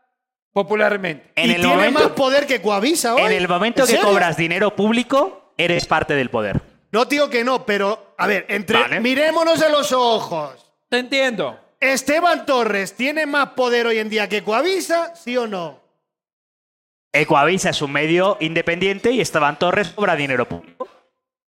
S1: popularmente.
S2: En
S3: y
S2: el
S3: tiene
S2: momento-
S3: más poder que Ecoavisa hoy.
S2: En el momento
S3: ¿En
S2: que
S3: serio?
S2: cobras dinero público, eres parte del poder.
S3: No digo que no, pero, a ver, entre,
S2: Vale.
S3: mirémonos a los ojos.
S1: Te entiendo.
S3: ¿Esteban Torres tiene más poder hoy en día que Coavisa, sí o no?
S2: Ecoavisa es un medio independiente y Esteban Torres cobra dinero público.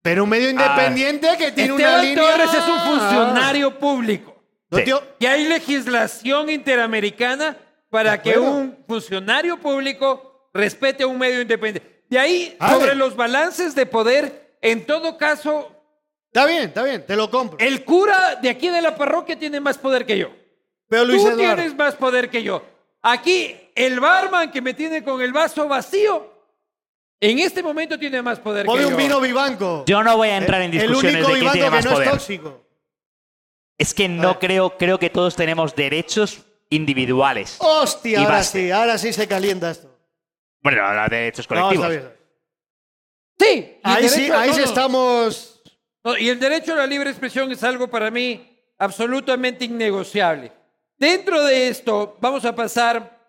S3: Pero un
S2: Ah.
S3: medio independiente que tiene una
S1: Esteban
S3: línea...
S1: Torres es un funcionario público.
S3: No,
S2: Sí.
S3: tío,
S1: Y hay legislación interamericana para
S3: De
S1: que
S3: acuerdo.
S1: un funcionario público respete a un medio independiente. De ahí,
S3: A ver.
S1: sobre los balances de poder, en todo caso,
S3: Está bien, está bien, te lo
S2: Eh,
S3: compro.
S1: el cura de aquí de la parroquia tiene más poder que yo.
S3: Pero Luis
S1: Tú
S3: Eduardo,
S1: tienes más poder que yo. Aquí, el barman que me tiene con el vaso vacío, en este momento tiene más poder que
S3: ponme
S1: yo.
S3: un vino vivanco.
S2: Yo no voy a entrar en
S3: El
S2: discusiones
S3: único
S2: de quién
S3: vivanco
S2: tiene
S3: que
S2: más
S3: no es
S2: poder.
S3: tóxico.
S2: Es que
S3: A ver.
S2: no creo, creo que todos tenemos derechos individuales.
S3: Hostia,
S2: Y
S3: ahora
S2: basta.
S3: sí, ahora sí se calienta esto.
S2: Bueno, ahora derechos
S3: No,
S2: colectivos.
S3: está bien.
S1: Sí. y el
S3: Ahí sí,
S1: derecho a
S3: ahí sí
S1: todo.
S3: estamos...
S1: No, y el derecho a la libre expresión es algo para mí absolutamente innegociable. Dentro de esto, vamos a pasar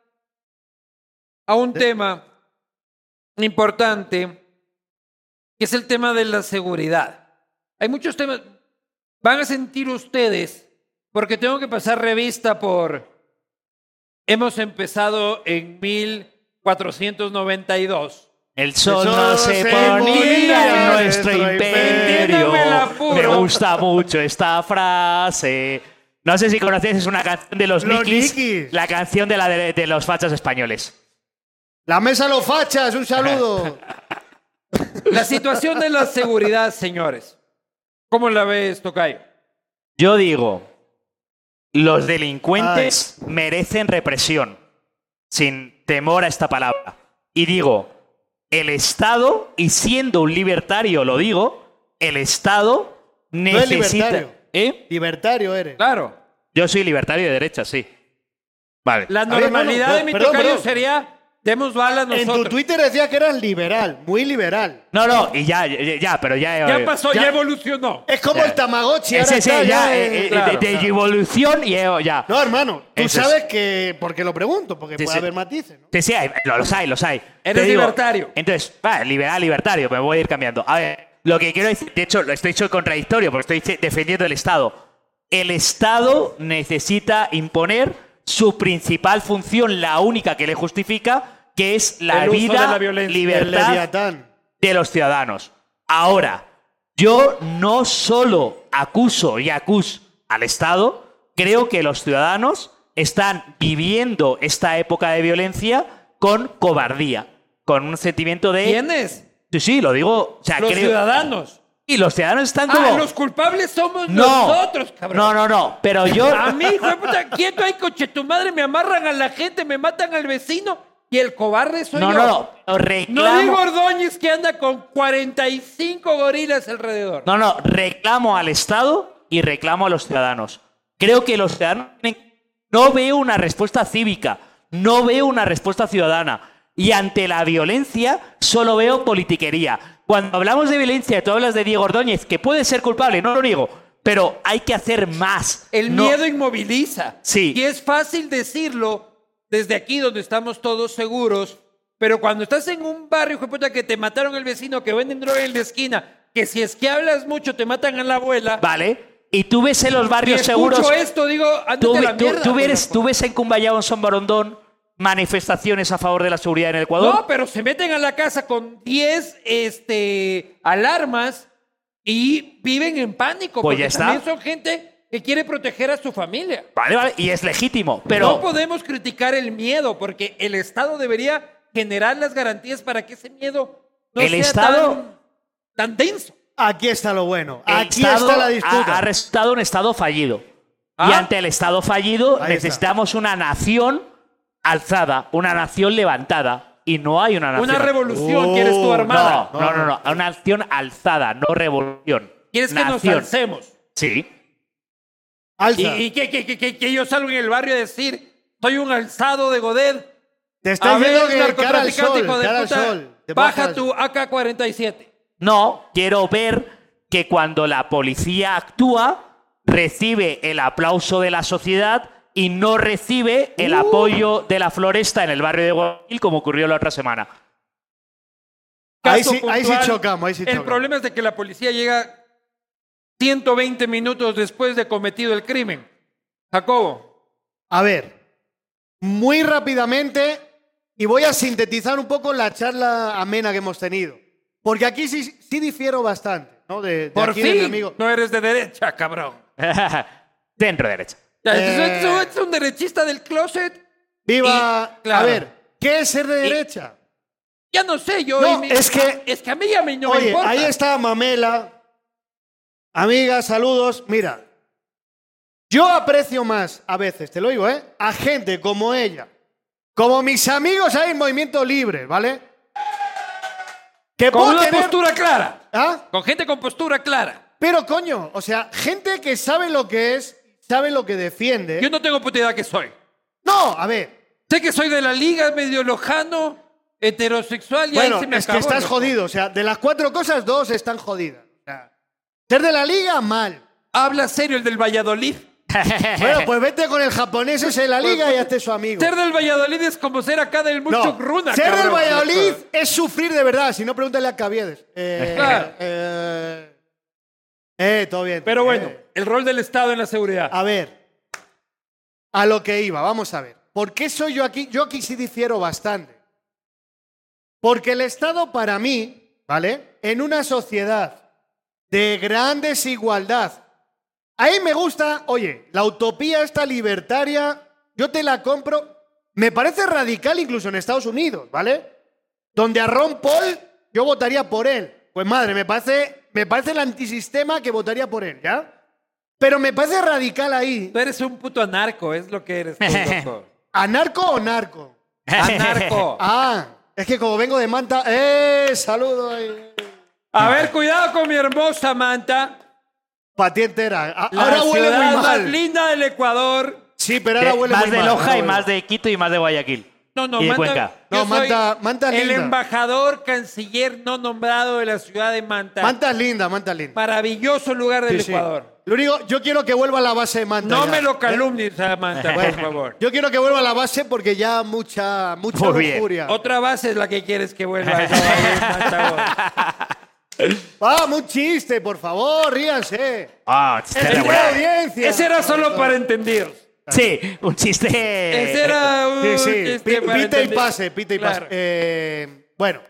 S1: a un tema importante, que es el tema de la seguridad. Hay muchos temas, van a sentir ustedes, porque tengo que pasar revista por, hemos empezado en 1492.
S2: El sol,
S3: El sol
S2: no se, ponía en nuestro imperio.
S1: Entiéndame el apuro.
S2: Me gusta mucho esta frase. No sé si conocéis, es una canción de los,
S3: Los
S2: Nikis,
S3: Nikis.
S2: La canción de, la de, de los fachas españoles.
S3: La mesa lo fachas,
S2: [LAUGHS]
S3: un saludo.
S1: La situación de la seguridad, señores. ¿Cómo la ves, Tocayo?
S2: Yo digo, los delincuentes merecen represión, sin temor a esta palabra. Y digo, el Estado, y siendo un libertario lo digo, el Estado
S3: es
S2: necesita...
S3: libertario.
S2: ¿Eh?
S3: Libertario eres.
S1: Claro.
S2: Yo soy libertario de derecha, sí. Vale.
S1: La
S3: ver,
S1: normalidad
S3: hermano,
S1: de mi
S3: perdón,
S1: Tocayo
S3: perdón.
S1: sería, demos balas
S3: En tu
S1: nosotros.
S3: Twitter decía que eras liberal, muy liberal.
S2: No, no, y ya, ya, ya, pero ya...
S1: ya pasó, ya,
S2: ya- ¿Eh?
S1: evolucionó.
S3: Es como
S2: Ya.
S3: el Tamagotchi. ahora
S2: Ese sí,
S3: está
S2: ya,
S3: en-
S2: eh, eh,
S1: claro,
S2: de, de
S1: claro.
S2: evolución y eh, ya.
S3: No, hermano, tú
S2: Ese es-
S3: sabes que. Porque lo pregunto, porque
S2: Sí,
S3: puede
S2: sí.
S3: haber matices, ¿no?
S2: Sí, sí, hay- lo- los hay, los hay.
S1: Eres
S2: Te digo,
S1: libertario.
S2: Entonces, va, liberal, libertario, me voy a ir cambiando. A ver, lo que quiero decir, de hecho, lo estoy hecho contradictorio porque estoy dic- defendiendo el Estado. El Estado necesita imponer su principal función, la única que le justifica, que es la
S1: El uso de
S2: vida,
S1: la violencia.
S3: El
S2: libertad
S3: Leviatán.
S2: de los ciudadanos. Ahora, yo no solo acuso y acus al Estado, creo que los ciudadanos están viviendo esta época de violencia con cobardía, con un sentimiento de...
S1: ¿Quiénes?
S2: Sí, sí, lo digo. O sea,
S1: Los
S2: creo-
S1: ciudadanos.
S2: Y los ciudadanos están como...
S1: Ah, los culpables somos
S2: no,
S1: nosotros, cabrón.
S2: no, no, no, pero yo...
S1: A mí, hijo de puta, quieto ahí, coche tu madre, me amarran a la gente, me matan al vecino y el cobarde soy
S2: no,
S1: yo.
S2: no, no, pero
S1: No
S2: reclamo-
S1: digo Ordóñez que anda con 45 gorilas alrededor.
S2: No, no, reclamo al Estado y reclamo a los ciudadanos. Creo que los ciudadanos tienen- no veo una respuesta cívica, no veo una respuesta ciudadana. Y ante la violencia solo veo politiquería. Cuando hablamos de violencia, tú hablas de Diego Ordóñez, que puede ser culpable, no lo niego, pero hay que hacer más.
S1: El
S2: No-
S1: miedo inmoviliza.
S2: Sí.
S1: Y es fácil decirlo desde aquí donde estamos todos seguros, pero cuando estás en un barrio, hijo de puta, que te mataron el vecino, que venden droga en la esquina, que si es que hablas mucho te matan a la abuela.
S2: Vale. Y tú ves en los
S1: y
S2: barrios
S1: escucho
S2: seguros.
S1: esto, digo, ándate
S2: Tú,
S1: a
S2: ve-
S1: la
S2: tú-
S1: mierda.
S2: tú ves,
S1: loco.
S2: tú ves en Cumbayá o en San Borondón manifestaciones a favor de la seguridad en el Ecuador.
S1: No, pero se meten a la casa con 10 este, alarmas y viven en pánico.
S2: Pues
S1: porque
S2: ya está.
S1: también son gente que quiere proteger a su familia.
S2: Vale, vale. Y es legítimo. Pero.
S1: no podemos criticar el miedo porque el Estado debería generar las garantías para que ese miedo no
S2: El
S1: sea
S2: Estado-
S1: tan, tan denso.
S3: Aquí está lo bueno.
S2: El
S3: Aquí
S2: Estado
S3: está la
S2: Ha, ha
S3: disputa.
S2: resultado un Estado fallido. Y
S1: Ah.
S2: ante el Estado fallido
S3: Ahí está.
S2: necesitamos una nación alzada, una nación levantada. Y no hay una nación.
S1: Una revolución
S3: Oh,
S1: quieres tu
S2: No,
S1: armada.
S2: no, no, no, Una nación alzada, no revolución.
S1: Quieres que nos
S2: Nación.
S1: alcemos.
S2: Sí.
S1: Y,
S3: Alza.
S1: y que, que- que- que- que yo salgo en el barrio a decir, soy un alzado de Godet.
S3: Te está
S1: a
S3: diciendo
S1: ver,
S3: que eh, cara al
S1: narcotraficante,
S3: sol,
S1: hijo de
S3: cara al
S1: puta,
S3: sol. Te
S1: baja
S3: bajas.
S1: tu AK-47.
S2: No, quiero ver que cuando la policía actúa, recibe el aplauso de la sociedad y no recibe
S1: Uh.
S2: el apoyo de la floresta en el barrio de Guadalquivir, como ocurrió la otra semana. [LAUGHS]
S3: Ahí
S1: Caso
S3: sí- ahí sí
S1: puntual.
S3: chocamos, ahí sí
S1: El
S3: chocamos.
S1: problema es de que la policía llega 120 minutos después de cometido el crimen. Jacobo,
S3: A ver, muy rápidamente, y voy a sintetizar un poco la charla amena que hemos tenido. Porque aquí sí, sí difiero bastante, ¿no? De, de
S1: por
S3: aquí de mi
S1: fin
S3: amigo.
S1: no eres de derecha, cabrón.
S2: Centro derecha.
S1: O sea, este es-
S3: Eh.
S1: este es un derechista del closet.
S3: Viva.
S1: y- claro.
S3: A ver, ¿qué es ser de derecha?
S1: Ya no sé, yo.
S3: No,
S1: y mi-
S3: es que-
S1: Es que a mí ya me, no me
S3: Oye,
S1: importa.
S3: ahí está Mamela. Amiga, saludos. Mira, yo aprecio más, a veces, te lo digo, ¿eh? A gente como ella, como mis amigos ahí en Movimiento Libre, ¿vale? Que
S1: Con
S3: puedo
S1: una
S3: tener-
S1: postura clara.
S3: ¿Ah?
S1: Con gente con postura clara.
S3: Pero coño, o sea, gente que sabe lo que es, sabe lo que defiende.
S1: Yo no tengo puta idea que soy.
S3: No, a ver.
S1: Sé que soy de la liga, medio lojano, heterosexual y
S3: Bueno,
S1: ahí se me
S3: es que
S1: acabó,
S3: estás
S1: loco.
S3: jodido. O sea, de las cuatro cosas, dos están jodidas. O sea, ser de la liga, mal.
S1: Habla serio el del Valladolid. [LAUGHS]
S3: Bueno,
S2: [LAUGHS]
S3: pues vete con el japonés ese de la liga y hazte su amigo.
S1: Pues, Ser del Valladolid es como ser acá del Mucho Runa.
S3: ser del
S1: cabrón.
S3: Valladolid es sufrir de verdad. Si no, pregúntale a Caviedes. Eh,
S1: Claro.
S3: eh, eh, todo bien.
S1: Pero bueno,
S3: Eh, Ah.
S1: el rol del Estado en la seguridad.
S3: a ver. A lo que iba, vamos a ver. ¿Por qué soy yo aquí? Yo aquí sí difiero bastante. Porque el Estado para mí, ¿vale? En una sociedad de gran desigualdad, ahí me gusta, oye, la utopía esta libertaria, yo te la compro, me parece radical incluso en Estados Unidos, ¿vale? Donde a Ron Paul yo votaría por él. Pues madre, me parece, me parece el antisistema que votaría por él, ¿ya? Pero me parece radical ahí.
S1: Tú eres un puto anarco, es lo
S3: [LAUGHS]
S1: que eres, tú, loco.
S3: ¿Anarco o narco?
S1: Anarco.
S3: Ah, es que como vengo de Manta... ¡Eh! Saludo. ahí.
S1: A ver, cuidado con mi hermosa manta.
S3: Patiente era. A-
S1: La
S3: Ahora huele
S1: ciudad
S3: muy
S1: más
S3: mal.
S1: linda del Ecuador.
S3: Sí, pero ahora huele
S2: Eh, más
S3: muy
S2: de
S3: mal.
S2: Loja
S3: ahora
S2: y
S3: huele-
S2: más de Quito y más de Guayaquil.
S1: No, no,
S2: y de
S1: manta.
S2: Cuenca.
S1: yo
S3: No,
S1: soy
S3: Manta- Manta
S1: El
S3: linda.
S1: embajador canciller no nombrado de la ciudad de Manta.
S3: Manta es linda, Manta es linda.
S1: Maravilloso lugar del
S3: Sí, sí.
S1: Ecuador.
S3: Lo único, yo quiero que vuelva a la base de Manta.
S1: No
S3: ya.
S1: me lo calumnies a Manta, por
S3: Bueno, [LAUGHS]
S1: favor.
S3: Yo quiero que vuelva a la base porque ya mucha, mucha
S2: Muy bien.
S3: lujuria.
S1: Otra base es la que quieres
S2: [LAUGHS]
S1: que vuelva. Yo ahí en Manta,
S3: Vamos, un chiste, por favor, ríanse.
S2: Ah, chiste
S1: güey.
S3: Ese
S2: regular.
S3: era audiencia.
S1: Ese era solo para entendidos.
S2: Sí, un chiste.
S1: Ese era un
S3: Sí, sí,
S1: chiste
S3: pi-
S1: para
S3: pita y
S1: entendidos.
S3: pase, pita y pase.
S1: Claro.
S3: Eh, bueno,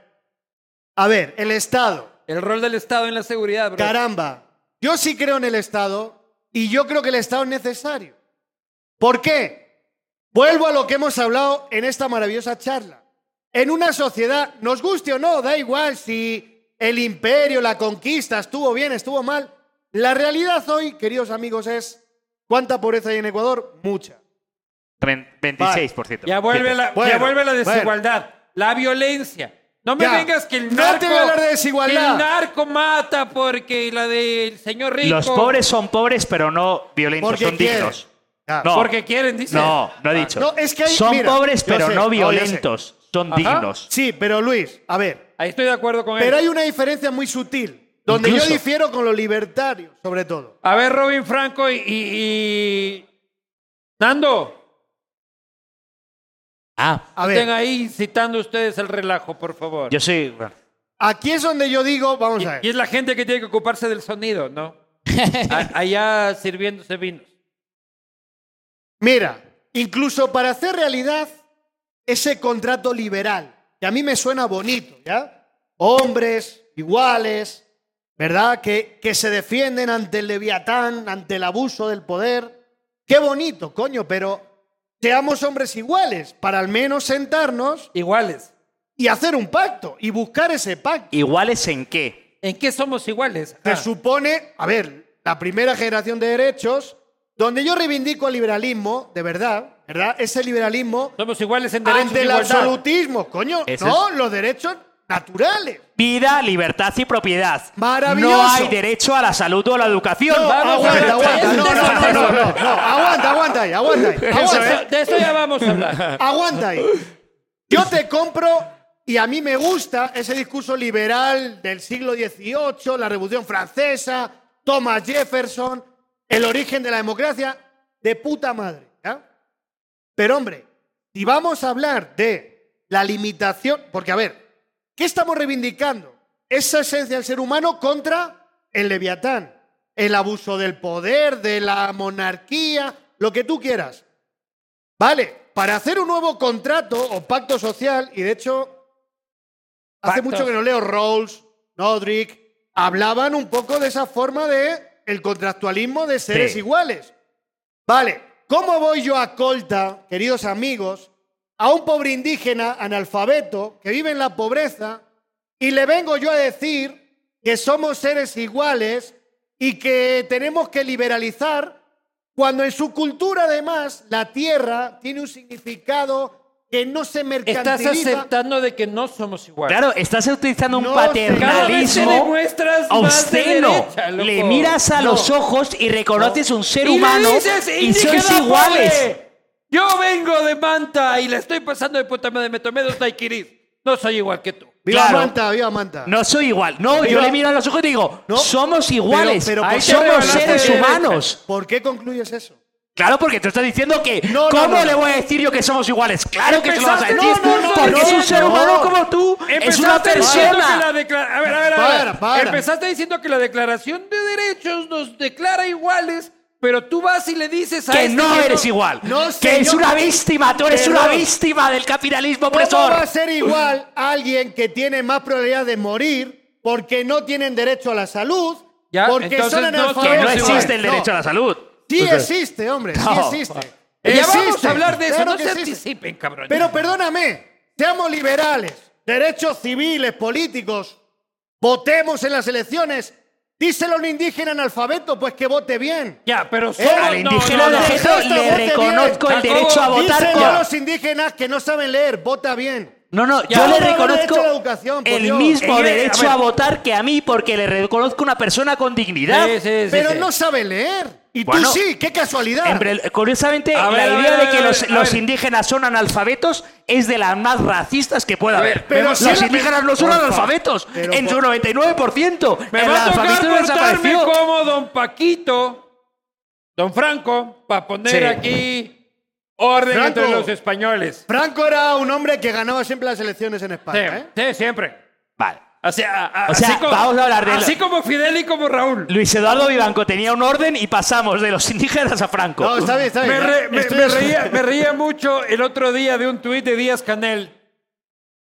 S3: a ver, el Estado.
S1: El rol del Estado en la seguridad, bro.
S3: Caramba, yo sí creo en el Estado y yo creo que el Estado es necesario. ¿Por qué? Vuelvo a lo que hemos hablado en esta maravillosa charla. En una sociedad, nos guste o no, da igual si el imperio, la conquista, estuvo bien, estuvo mal. La realidad hoy, queridos amigos, es ¿cuánta pobreza hay en Ecuador? Mucha.
S2: Tren- 26%.
S1: Ya vuelve la,
S3: Bueno,
S1: ya vuelve la
S3: bueno.
S1: desigualdad, la violencia. No me
S3: Ya.
S1: vengas que el
S3: No
S1: narco.
S3: te voy a hablar de desigualdad.
S1: que el narco mata porque la del señor rico.
S2: Los pobres son pobres, pero no violentos,
S3: Porque
S2: son dignos.
S3: quieren. Ya.
S2: No.
S1: Porque quieren, dice.
S2: No, no he dicho.
S3: No, es que hay-
S2: son
S3: mira,
S2: pobres,
S3: yo
S2: pero
S3: sé,
S2: no
S3: no, yo sé.
S2: violentos, son
S1: Ajá.
S2: dignos.
S3: Sí, pero Luis, a ver,
S1: Ahí estoy de acuerdo con él.
S3: Pero hay una diferencia muy sutil, donde
S2: Incluso.
S3: yo difiero con los libertarios, sobre todo.
S1: A ver, Robin Franco y. y- y- Nando,
S2: Ah,
S3: A
S1: estén
S3: ver,
S1: ahí citando ustedes el relajo, por favor.
S2: yo soy. bueno,
S3: aquí es donde yo digo, vamos
S1: y,
S3: a
S1: y
S3: ver.
S1: es la gente que tiene que ocuparse del
S2: [LAUGHS]
S1: sonido, ¿no? A- allá sirviéndose vinos.
S3: Mira, incluso para hacer realidad ese contrato liberal, que a mí me suena bonito, ¿ya? Hombres iguales, ¿verdad? Que, que se defienden ante el leviatán, ante el abuso del poder. Qué bonito, coño, pero seamos hombres iguales para al menos sentarnos
S1: Iguales.
S3: y hacer un pacto y buscar ese pacto.
S2: ¿Iguales en qué?
S1: ¿En qué somos iguales?
S3: Se
S1: Ah,
S3: supone, a ver, la primera generación de derechos, donde yo reivindico el liberalismo, de verdad, ¿verdad? Ese liberalismo
S1: Ah, Somos iguales en derechos
S3: ante
S1: y
S3: el
S1: igualdad.
S3: absolutismo, coño,
S2: Ese
S3: no, los derechos naturales.
S2: Vida, libertad y propiedad.
S3: Maravilloso.
S2: No hay derecho a la salud o a la educación.
S1: No, Vamos,
S3: aguanta,
S1: aguanta,
S3: aguanta, no,
S1: eso,
S3: no, no,
S1: eso,
S3: no, no, no, aguanta, aguanta ahí, aguanta ahí,
S1: Vamos,
S3: aguanta,
S1: de eso ya vamos
S2: [LAUGHS]
S1: a hablar.
S3: aguanta ahí. Yo te compro y a mí me gusta ese discurso liberal del siglo XVIII, la Revolución Francesa, Thomas Jefferson, el origen de la democracia, de puta madre. ¿ya? Pero hombre, si vamos a hablar de la limitación, porque a ver, ¿qué estamos reivindicando? Esa esencia del ser humano contra el leviatán, el abuso del poder, de la monarquía, lo que tú quieras. Vale, para hacer un nuevo contrato o pacto social, y de hecho, hace
S1: Pactos.
S3: mucho que no leo Rawls, Nodrick, hablaban un poco de esa forma de el contractualismo de seres
S2: Sí.
S3: iguales. Vale, ¿cómo voy yo a Colta, queridos amigos, a un pobre indígena analfabeto que vive en la pobreza y le vengo yo a decir que somos seres iguales y que tenemos que liberalizar cuando en su cultura además la tierra tiene un significado que no se
S1: Estás
S3: mercantiliza?
S1: aceptando de que no somos iguales.
S2: Claro, estás utilizando un
S3: No,
S1: Cada vez te
S2: paternalismo
S1: demuestras más de
S2: obsceno.
S1: derecha, loco.
S2: Le miras a
S1: No.
S2: los ojos y reconoces un ser
S1: Y le
S2: humano
S1: dices,
S2: y sois
S1: "Indígena
S2: iguales.
S1: pobre, Yo vengo de Manta y la estoy pasando de puta madre. Me tomé dos daiquiris. No soy igual que tú.
S3: Viva
S2: Claro.
S3: Manta, viva Manta.
S2: No soy igual. No, yo
S3: Pero-
S2: le miro a los ojos y digo,
S3: No.
S2: somos iguales.
S3: pero
S1: ¿por qué
S2: somos
S1: regalaste
S2: seres
S1: derechas?
S2: humanos.
S3: ¿Por qué concluyes eso?
S2: Claro, porque te estás diciendo que.
S3: No, no,
S2: ¿Cómo
S3: no.
S2: le voy a decir yo que somos iguales? Claro que te lo vas a
S1: Empezaste
S2: decir.
S1: diciendo eso,
S2: porque es
S1: no,
S2: un ser
S3: no.
S2: humano como tú. Es una
S1: Empezaste diciendo que la
S2: persona.
S1: declara- A ver, a ver, a ver.
S3: Para, para.
S1: Empezaste diciendo que la Declaración de Derechos nos declara iguales, pero tú vas y le dices a
S2: Que
S1: este
S2: no
S1: que
S2: eres igual.
S3: No,
S2: que es
S3: señor.
S2: una víctima. Tú eres
S3: Error.
S2: una víctima del capitalismo
S3: ¿Cómo va
S2: opresor.
S3: a ser igual alguien que tiene más probabilidad de morir porque no tienen derecho a la salud?
S1: Ya,
S3: porque son
S1: entonces no
S3: analfabetos.
S2: Que no
S1: somos iguales.
S2: existe el derecho a la salud.
S3: Sí existe, hombre,
S2: No.
S3: sí existe.
S1: Ya vamos
S3: Existe,
S1: a hablar de eso,
S3: claro
S1: no
S3: que
S1: se
S3: existe.
S1: anticipen, cabrón.
S3: Pero perdóname, seamos liberales, derechos civiles, políticos, votemos en las elecciones. Díselo a un indígena analfabeto, pues que vote bien.
S1: ya, pero
S3: Eh,
S1: solo-
S2: Al
S1: no,
S2: indígena
S1: no, no.
S2: de Geto
S3: Hasta vote
S2: le
S3: bien.
S2: reconozco el
S1: Jacobo,
S2: derecho a votar.
S3: Díselo
S2: con-
S3: a los indígenas que no saben leer, vota bien.
S2: No, no,
S1: Ya,
S2: yo
S1: no,
S2: le
S1: no,
S3: no,
S2: reconozco
S3: derecho a la educación, por
S2: el
S3: Dios.
S2: mismo
S1: Eh, eh,
S2: derecho
S1: a
S2: a,
S1: ver.
S2: votar que a mí porque le reconozco una persona con dignidad.
S1: Sí, sí, sí,
S3: Pero
S1: sí.
S3: no sabe leer. Y
S2: Bueno.
S3: tú sí, qué casualidad.
S2: Hombre, curiosamente,
S1: A ver,
S2: la
S1: a ver,
S2: idea
S1: a ver,
S2: de que
S1: a
S2: los,
S1: ver, a
S2: los
S1: ver.
S2: indígenas son analfabetos es de las más racistas que pueda
S1: A
S2: haber.
S1: ver, pero
S2: los
S3: si la-
S2: indígenas no son
S3: Por fa-
S2: analfabetos
S3: pero
S2: en su
S3: por-
S2: 99%.
S1: Me
S2: el
S1: va a tocar
S2: analfabetismo
S1: portarme
S2: desapareció.
S1: como don Paquito, don Franco, para poner
S2: Sí.
S1: aquí orden
S3: Franco.
S1: entre los españoles.
S3: Franco era un hombre que ganaba siempre las elecciones en
S1: Sí,
S3: España. ¿eh?
S1: sí, siempre.
S2: Vale.
S1: Así, a- a-
S2: O sea,
S1: así como,
S2: vamos a hablar de lo-
S1: Así como Fidel y como Raúl.
S2: Luis Eduardo Vivanco tenía un orden y pasamos de los indígenas a Franco.
S3: No, está bien, está bien. ¿eh?
S1: Me, re- me-
S3: Estoy-
S1: me reía,
S3: [LAUGHS]
S1: me reía mucho el otro día de un tuit de Díaz Canel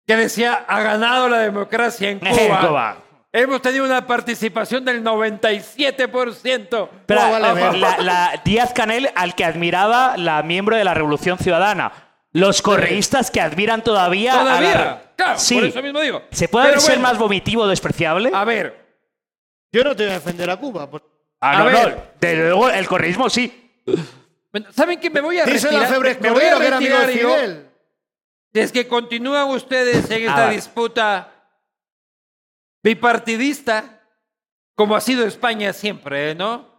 S1: que decía, ha ganado la democracia en
S2: En
S1: Cuba.
S2: Cuba.
S1: Hemos tenido una participación del 97%.
S2: Pero
S3: No, vale,
S2: a-
S3: vale.
S2: la, la Díaz Canel al que admiraba la miembro de la Revolución Ciudadana. Los correístas que admiran todavía. a la-
S1: Todavía. Claro,
S2: sí.
S1: por eso mismo digo.
S2: ¿Se puede
S1: Pero
S2: ser
S1: bueno,
S2: más vomitivo o despreciable?
S1: A ver,
S3: Yo no te voy a defender a Cuba. por-
S2: Ah, no,
S1: a ver.
S2: no. Desde luego, el correísmo sí.
S1: bueno, ¿saben qué? Me voy a
S3: Díselo a
S1: retirar.
S3: Febres
S1: me voy a
S3: Cordero, que era amigo de
S1: retirar yo.
S3: Fidel.
S1: Es que continúan ustedes en
S2: Ah,
S1: esta
S2: vale.
S1: disputa bipartidista, como ha sido España siempre, ¿eh? ¿no?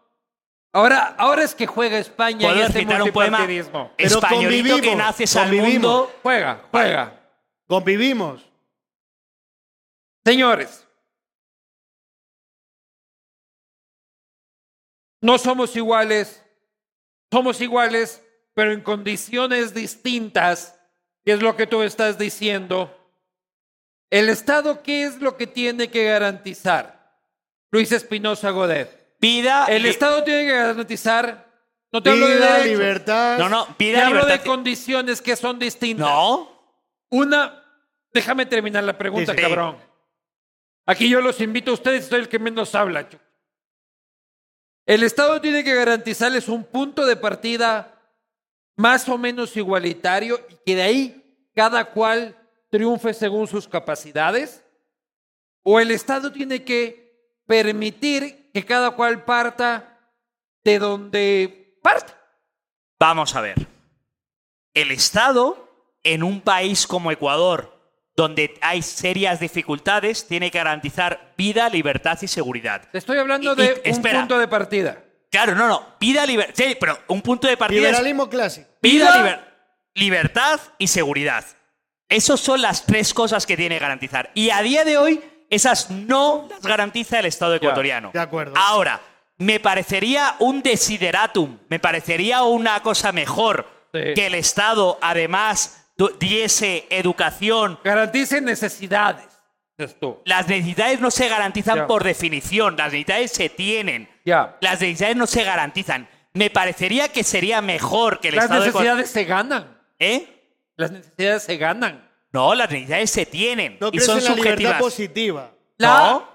S1: Ahora, ahora es que juega España en
S2: Puedo
S1: este
S2: recitar un poema
S1: multipartidismo.
S3: Pero
S2: españolito que
S3: convivimos,
S2: naces al
S3: convivimos.
S2: mundo.
S1: Juega, juega.
S3: Convivimos.
S1: Señores, no somos iguales, somos iguales, pero en condiciones distintas, que es lo que tú estás diciendo. El Estado, ¿qué es lo que tiene que garantizar? Luis Espinosa Godet.
S2: Vida.
S1: El
S2: li-
S1: Estado tiene que garantizar, no te hablo de
S3: Vida,
S1: derechos,
S3: libertad.
S2: No, no,
S1: te
S2: vida
S1: hablo de
S2: libertad.
S1: condiciones que son distintas.
S2: No.
S1: Una, déjame terminar la pregunta,
S2: Sí, sí.
S1: cabrón. Aquí yo los invito a ustedes, soy el que menos habla. chu- El Estado tiene que garantizarles un punto de partida más o menos igualitario y que de ahí cada cual triunfe según sus capacidades. O el Estado tiene que permitir que cada cual parta de donde parte.
S2: Vamos a ver. El Estado, en un país como Ecuador, donde hay serias dificultades, tiene que garantizar vida, libertad y seguridad.
S1: Te estoy hablando
S2: Y- y-
S1: de un
S2: espera.
S1: punto de partida.
S2: Claro, no, no. Vida, libertad. Sí, pero un punto de partida es
S3: Liberalismo clásico.
S2: vida,
S1: Vida.
S2: liber- libertad y seguridad. Esas son las tres cosas que tiene que garantizar. Y a día de hoy, esas no las garantiza el Estado ecuatoriano.
S3: de acuerdo.
S2: Ahora, me parecería un desideratum, me parecería una cosa mejor
S1: Sí.
S2: que el Estado, además, tu- diese educación.
S1: Garantice necesidades. dices tú.
S2: Las necesidades no se garantizan
S1: Ya.
S2: por definición, las necesidades se tienen.
S1: Ya.
S2: Las necesidades no se garantizan. Me parecería que sería mejor que el
S1: Las
S2: Estado... ecu-
S1: necesidades se ganan.
S2: ¿Eh?
S1: Las necesidades se ganan.
S2: No, las necesidades se tienen
S3: No
S2: y
S3: crees
S2: son
S3: en la
S2: subjetivas.
S3: libertad positiva.
S1: La
S2: No.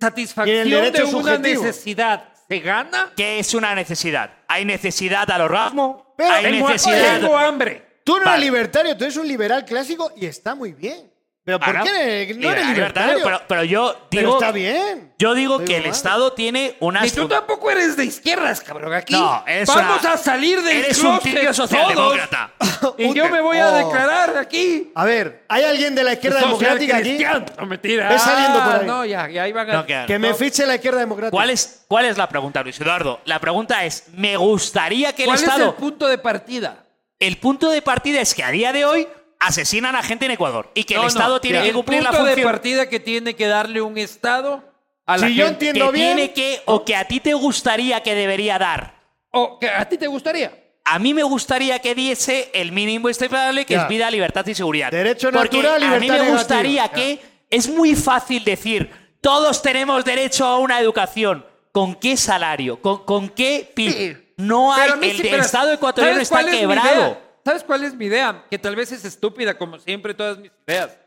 S1: satisfacción
S3: Y el
S1: de
S3: derecho
S1: una
S3: subjetivo.
S1: necesidad se gana.
S2: ¿Qué es una necesidad? ¿Hay necesidad al orgasmo?
S3: Pero
S2: ¿Hay
S1: Tengo,
S2: necesidad?
S1: Pues, tengo hambre.
S3: Tú no
S2: Vale.
S3: eres libertario, tú eres un liberal clásico y está muy bien. Pero ¿por
S2: Ah,
S3: qué eres- no eres
S2: Liberal,
S3: libertario?
S2: Pero, pero yo
S3: Pero
S2: digo,
S3: está bien.
S2: yo digo
S3: Pero
S2: que el
S3: vale.
S2: Estado tiene unas...
S1: Ni tú tampoco eres de izquierdas, cabrón. Aquí
S2: No, eres
S1: vamos
S2: una-
S1: a salir del
S2: Eres un
S1: closet
S2: tibio socialdemócrata.
S1: todos, Y yo me voy a
S3: Oh.
S1: declarar aquí.
S3: A ver, ¿hay alguien de la izquierda democrática aquí?
S1: cristiano. No, mentira.
S3: Ve saliendo por
S1: Ah,
S3: ahí.
S1: No, ya, ya iban a...
S2: No, que-
S3: Que me
S1: No.
S3: fiche la izquierda democrática.
S2: ¿Cuál es, ¿Cuál es la pregunta, Luis Eduardo? La pregunta es, me gustaría que el
S1: ¿Cuál es
S2: Estado...
S1: el punto de partida?
S2: el punto de partida es que a día de hoy asesinan a gente en Ecuador y que
S1: No,
S2: el
S1: no,
S2: Estado tiene
S1: el
S2: que cumplir la
S1: punto de
S2: función
S1: partida que tiene que darle un Estado a la
S3: Si yo
S1: gente.
S3: entiendo-
S2: que
S3: bien.
S2: tiene que o que a ti te gustaría que debería dar.
S1: O que a ti te gustaría.
S2: A mí me gustaría que diese el mínimo estipulable que
S3: Ya.
S2: es vida, libertad y seguridad.
S3: Derecho
S2: Porque A
S3: natural,
S2: mí
S3: libertad
S2: me
S3: negativa.
S2: gustaría
S3: Ya.
S2: que es muy fácil decir todos tenemos derecho a una educación. ¿Con qué salario? ¿Con, con qué PIB?
S1: Sí.
S2: No hay
S1: Pero a mí
S2: el
S1: sí,
S2: de-
S1: pero
S2: Estado ecuatoriano
S1: ¿sabes
S2: está
S1: cuál es mi
S2: quebrado.
S1: idea? ¿Sabes cuál es mi idea? Que tal vez es estúpida, como siempre, todas mis ideas.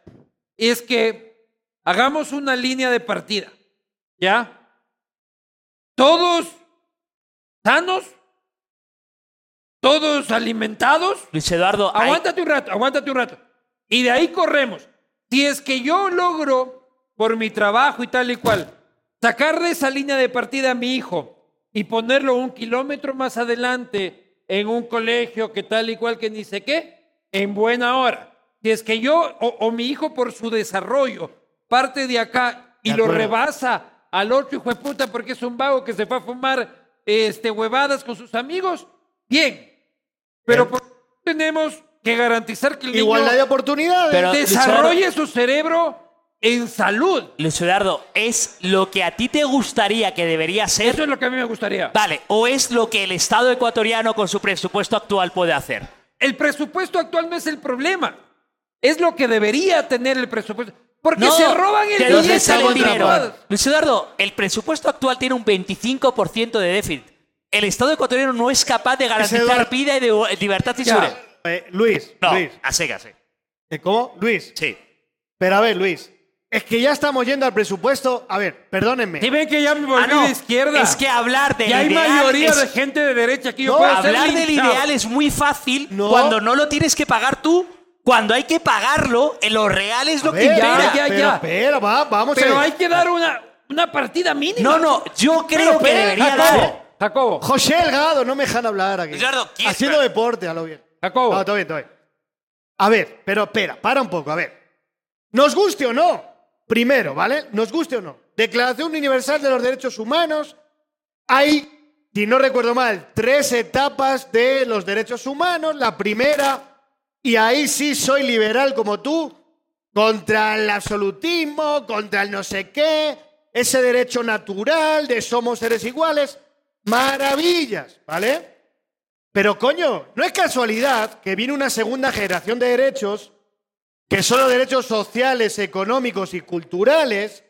S1: Es que hagamos una línea de partida. ¿Ya? Todos sanos, todos alimentados,
S2: Luis Eduardo, hay-
S1: Aguántate un rato, aguántate un rato. Y de ahí corremos. Si es que yo logro, por mi trabajo y tal y cual, sacar de esa línea de partida a mi hijo y ponerlo un kilómetro más adelante en un colegio que tal y cual que ni sé qué, en buena hora. Si es que yo o, o mi hijo por su desarrollo parte de acá y
S3: De
S1: lo
S3: acuerdo.
S1: rebasa al otro hijo de puta porque es un vago que se va a fumar este, huevadas con sus amigos, bien. Pero por- tenemos que garantizar que el
S3: Igualdad de
S1: niño
S3: oportunidades.
S2: Pero-
S1: desarrolle su cerebro en salud.
S2: Luis Eduardo, es lo que a ti te gustaría que debería ser.
S1: Eso es lo que a mí me gustaría.
S2: Vale, o es lo que el Estado ecuatoriano con su presupuesto actual puede hacer.
S1: El presupuesto actual no es el problema. Es lo que debería tener el presupuesto. Porque
S2: No,
S1: se roban el
S2: ¿de dónde
S1: billete
S2: sale
S1: de
S2: el dinero?
S1: todas.
S2: Luis Eduardo, el presupuesto actual tiene un 25% de déficit. El Estado ecuatoriano no es capaz de garantizar
S3: Eduardo-
S2: vida y de- libertad y
S1: Ya.
S2: seguridad.
S3: Eh, Luis,
S2: No,
S3: Luis.
S2: a secas, sí.
S3: Eh, ¿Cómo? Luis.
S2: Sí.
S3: Pero a ver, Luis. Es que ya estamos yendo al presupuesto. A ver, perdónenme.
S1: Si ven que ya me volví
S2: Ah, no,
S1: de izquierda.
S2: Es que hablar del
S1: ya hay
S2: ideal
S1: mayoría
S2: es-
S1: de gente de derecha aquí. Yo
S3: No,
S1: puedo ser
S2: hablar del
S1: linchado.
S2: ideal es muy fácil
S3: No.
S2: cuando no lo tienes que pagar tú. Cuando hay que pagarlo, en lo real es
S3: A
S2: lo que
S3: ver,
S2: impera.
S1: ya, ya,
S3: pero,
S1: ya.
S3: pero, va, vamos
S1: Pero
S3: a
S1: hay que dar una, una partida mínima.
S2: No, no, yo creo
S1: Pero,
S2: que
S1: pero,
S2: debería
S1: Jacobo,
S2: dar.
S1: Jacobo,
S3: José Elgado, no me dejan hablar aquí.
S2: Eduardo, ¿quién-
S3: Haciendo deporte, a lo bien.
S1: Jacobo.
S3: No, todo bien, todo bien. A ver, pero espera, para un poco, a ver. Nos guste o no, primero, ¿vale? Nos guste o no. Declaración Universal de los Derechos Humanos. Hay, si no recuerdo mal, tres etapas de los derechos humanos. La primera, y ahí sí soy liberal como tú, contra el absolutismo, contra el no sé qué, ese derecho natural de somos seres iguales. Maravillas, ¿vale? Pero coño, no es casualidad que viene una segunda generación de derechos, que son los derechos sociales, económicos y culturales.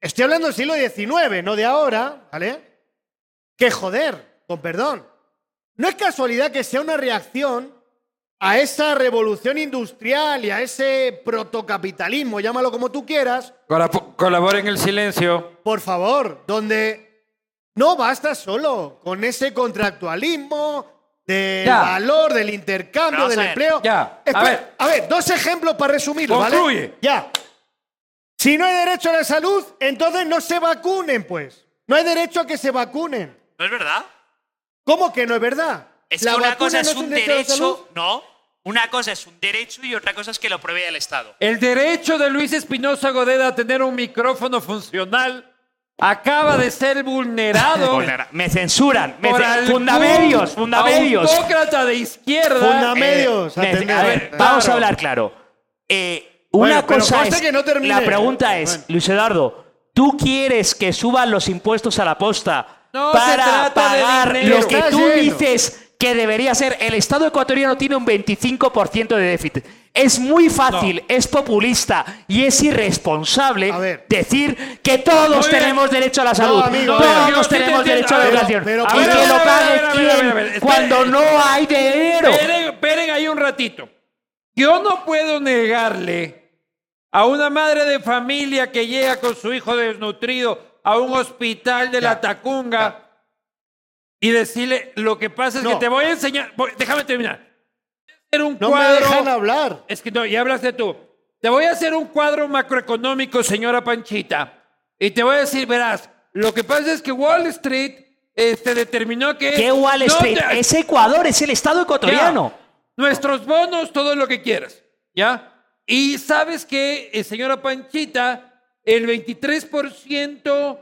S3: Estoy hablando del siglo XIX, no de ahora, ¿vale? Que joder, con perdón. No es casualidad que sea una reacción a esa revolución industrial y a ese protocapitalismo, llámalo como tú quieras,
S1: colab- colabora en el silencio.
S3: por favor, donde no basta solo con ese contractualismo del
S1: Ya.
S3: valor, del intercambio,
S2: Vamos
S3: del
S2: a ver.
S3: empleo.
S1: Ya.
S3: Espe-
S1: A ver.
S3: a ver, dos ejemplos para resumirlo, ¿vale?
S1: Concluye.
S3: Ya. Si no hay derecho a la salud, entonces no se vacunen, pues. No hay derecho a que se vacunen.
S2: ¿No es verdad?
S3: ¿Cómo que no es verdad?
S2: Es
S3: La
S2: que una
S3: vacuna
S2: cosa
S3: no
S2: es un
S3: a la salud.
S1: Eh,
S2: derecho, no. Una cosa es un derecho y otra cosa es que lo provea el Estado.
S1: El derecho de Luis Espinosa Godeda a tener un micrófono funcional acaba de ser vulnerado
S2: Me censuran. Me
S1: por
S2: cen-
S1: algún
S2: fundamedios, fundamedios.
S1: autócrata de izquierda.
S3: Fundamedios.
S2: Eh, me-
S3: atended.
S2: a ver,
S1: Claro.
S2: vamos a hablar claro. Eh,
S3: Bueno,
S2: una
S3: pero
S2: cosa
S3: conste
S2: es.
S3: que no termine.
S2: la pregunta es,
S3: Bueno.
S2: Luis Eduardo, ¿tú quieres que suban los impuestos a la posta
S1: No se
S2: para
S1: trata de
S2: pagar
S1: dinero.
S2: lo que
S3: Está
S2: tú
S3: lleno.
S2: dices que debería ser? El Estado ecuatoriano tiene un 25% de déficit. Es muy fácil, es populista y es irresponsable
S3: A ver.
S2: decir que todos
S1: Muy bien.
S2: tenemos derecho a la salud,
S3: amigo,
S1: pero- yo
S2: todos
S1: sí te
S2: tenemos
S1: entiendo.
S2: derecho a la
S1: A ver,
S2: educación
S3: pero-
S2: y
S3: a ver, a
S2: que
S3: ver,
S2: lo
S1: a ver,
S2: pague
S1: a ver, a ver, a ver,
S2: quien
S1: espere.
S2: cuando no hay dinero.
S1: Eh, Esperen, esperen ahí un ratito. Yo no puedo negarle a una madre de familia que llega con su hijo desnutrido a un hospital de la Tacunga y decirle, lo que pasa es
S3: No.
S1: que te voy a enseñar, voy- déjame terminar. Era un
S3: No me
S1: cuadro
S3: dejan hablar.
S1: es que no, ya hablaste tú. Te voy a hacer un cuadro macroeconómico, señora Panchita. Y te voy a decir, verás, lo que pasa es que Wall Street este, determinó que...
S2: ¿Qué Wall
S1: no
S2: Street?
S1: te-
S2: Es Ecuador, es el Estado ecuatoriano.
S1: ya. Nuestros bonos, todo lo que quieras. ¿Ya? Y sabes que, eh, señora Panchita, el 23%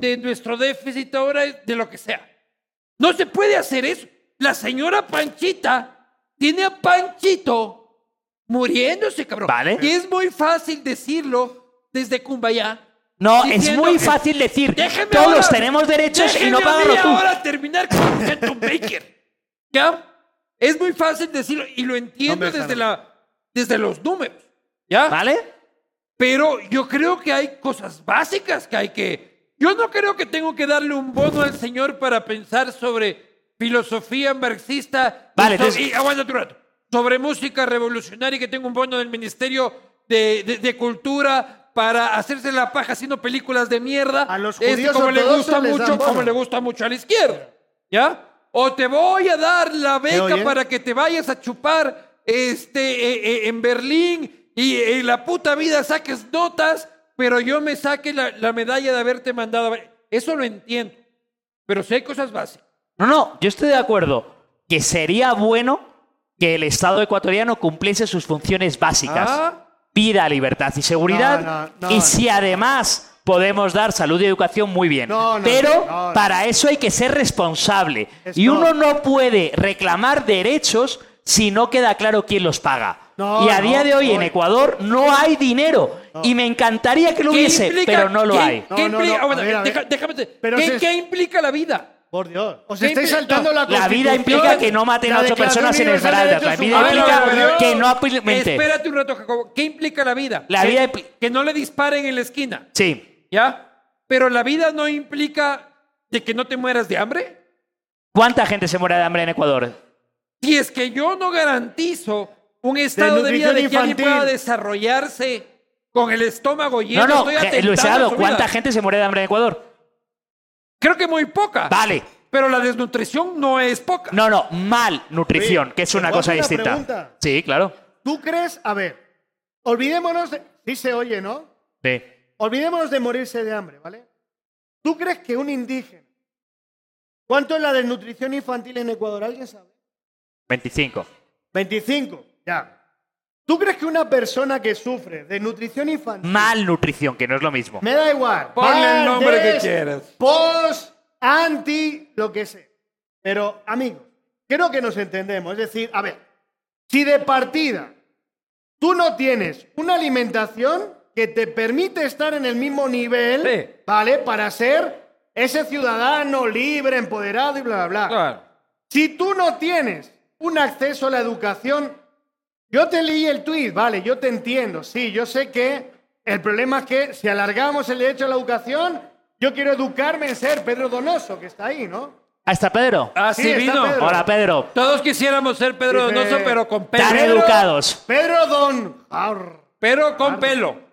S1: de nuestro déficit ahora es de lo que sea. No se puede hacer eso. La señora Panchita tiene a Panchito muriéndose, cabrón.
S2: Vale.
S1: Y es muy fácil decirlo desde Cumbayá.
S2: No, es
S1: diciendo
S2: muy
S1: que-
S2: fácil decir.
S1: Déjeme
S2: Todos
S1: ahora-
S2: tenemos derechos y no
S1: déjeme a mí
S2: pagarlo tú.
S1: ahora terminar con
S2: [LAUGHS]
S1: Kenton Baker. ¿Ya? Es muy fácil decirlo y lo entiendo
S3: No me
S1: desde,
S3: dejaron.
S1: la, desde los números. ¿Ya?
S2: ¿Vale?
S1: Pero yo creo que hay cosas básicas que hay que... Yo no creo que tengo que darle un bono al señor para pensar sobre filosofía marxista. y
S2: Vale,
S1: so-
S2: entonces-
S1: y aguántate un rato. Sobre música revolucionaria y que tengo un bono del Ministerio de, de- de Cultura para hacerse la paja haciendo películas de mierda.
S3: A los
S1: Este,
S3: judíos
S1: como le
S3: ortodoxos
S1: gusta
S3: les dan
S1: mucho, como
S3: bono.
S1: le gusta mucho a la izquierda. ¿Ya? O te voy a dar la beca
S3: oye?
S1: para que te vayas a chupar este, eh, eh, en Berlín y eh, la puta vida saques notas, pero yo me saque la, la medalla de haberte mandado. a- Eso lo entiendo. Pero si hay cosas básicas.
S2: No, no, yo estoy de acuerdo que sería bueno que el Estado ecuatoriano cumpliese sus funciones básicas.
S1: Ah.
S2: Vida, libertad y seguridad.
S3: No, no, no,
S2: y
S3: no.
S2: si además podemos dar salud y educación, muy bien.
S3: No, no,
S2: Pero
S3: no, no.
S2: para eso hay que ser responsable.
S3: Esto-
S2: Y uno no puede reclamar derechos si no queda claro quién los paga.
S3: No,
S2: y a
S3: no,
S2: día de hoy en
S3: no.
S2: Ecuador no hay dinero. Y me encantaría que lo
S1: ¿Qué
S2: hubiese,
S1: implica-
S2: pero no lo
S1: qué-
S2: hay.
S1: qué
S3: No, no,
S1: implica-
S3: no, a
S1: aguanta,
S3: ver, a ver.
S1: deja- déjame te-
S3: Pero
S1: ¿qué-
S3: se-
S1: ¿Qué implica la vida?
S3: Por Dios. Os
S1: ¿Qué
S3: estáis
S1: implica-
S3: saltando la
S2: La vida implica que no maten a ocho personas en Esmeraldas. La vida
S1: A ver,
S2: implica
S1: a ver, a ver.
S2: que no aprimente.
S1: Espérate un rato, Jacobo. ¿Qué implica la vida?
S2: La
S1: Que-
S2: vida impli-
S1: Que no le disparen en la esquina.
S2: Sí.
S1: ¿Ya? Pero la vida no implica de que no te mueras de hambre.
S2: ¿Cuánta gente se muere de hambre en Ecuador?
S1: Si es que yo no garantizo un estado de, vida
S3: nutrición
S1: de que alguien
S3: infantil.
S1: pueda desarrollarse con el estómago lleno,
S2: No, no,
S1: estoy
S2: eh, Luis
S1: atentando a
S2: Eduardo,
S1: su
S2: ¿cuánta
S1: vida.
S2: gente se muere de hambre en Ecuador?
S1: Creo que muy poca.
S2: Vale.
S1: Pero la desnutrición no es poca.
S2: No, no, mal nutrición,
S3: Oye,
S2: que es
S3: ¿te
S2: una
S3: puedo
S2: cosa
S3: hacer una
S2: distinta.
S3: pregunta?
S2: Sí, claro.
S3: ¿Tú crees? A ver, olvidémonos. De... Sí se oye, ¿no?
S2: Sí.
S3: Olvidémonos de morirse de hambre, ¿vale? ¿Tú crees que un indígena. ¿Cuánto es la desnutrición infantil en Ecuador? ¿Alguien sabe?
S2: 25.
S3: 25, ya. ¿Tú crees que una persona que sufre de nutrición infantil.
S2: Mal nutrición, que no es lo mismo.
S3: Me da igual.
S1: Ponle el nombre que
S3: Antes,
S1: quieras.
S3: Post, anti, lo que sea. Pero, amigos, creo que nos entendemos. Es decir, a ver, si de partida tú no tienes una alimentación que te permite estar en el mismo nivel,
S1: Sí.
S3: ¿vale? Para ser ese ciudadano libre, empoderado y bla, bla, bla.
S1: Claro.
S3: Si tú no tienes un acceso a la educación, yo te leí el tuit, vale, yo te entiendo, sí, yo sé que el problema es que si alargamos el derecho a la educación, yo quiero educarme en ser Pedro Donoso, que está ahí, ¿no?
S2: ¿Hasta Pedro?
S1: Así
S3: Sí, está
S1: vino.
S3: Pedro.
S2: Hola, Pedro.
S1: Todos quisiéramos ser Pedro
S3: Dice-
S1: Donoso, pero con pelo.
S2: Tan educados.
S3: Pedro Don... Arr.
S1: Pero con pelo.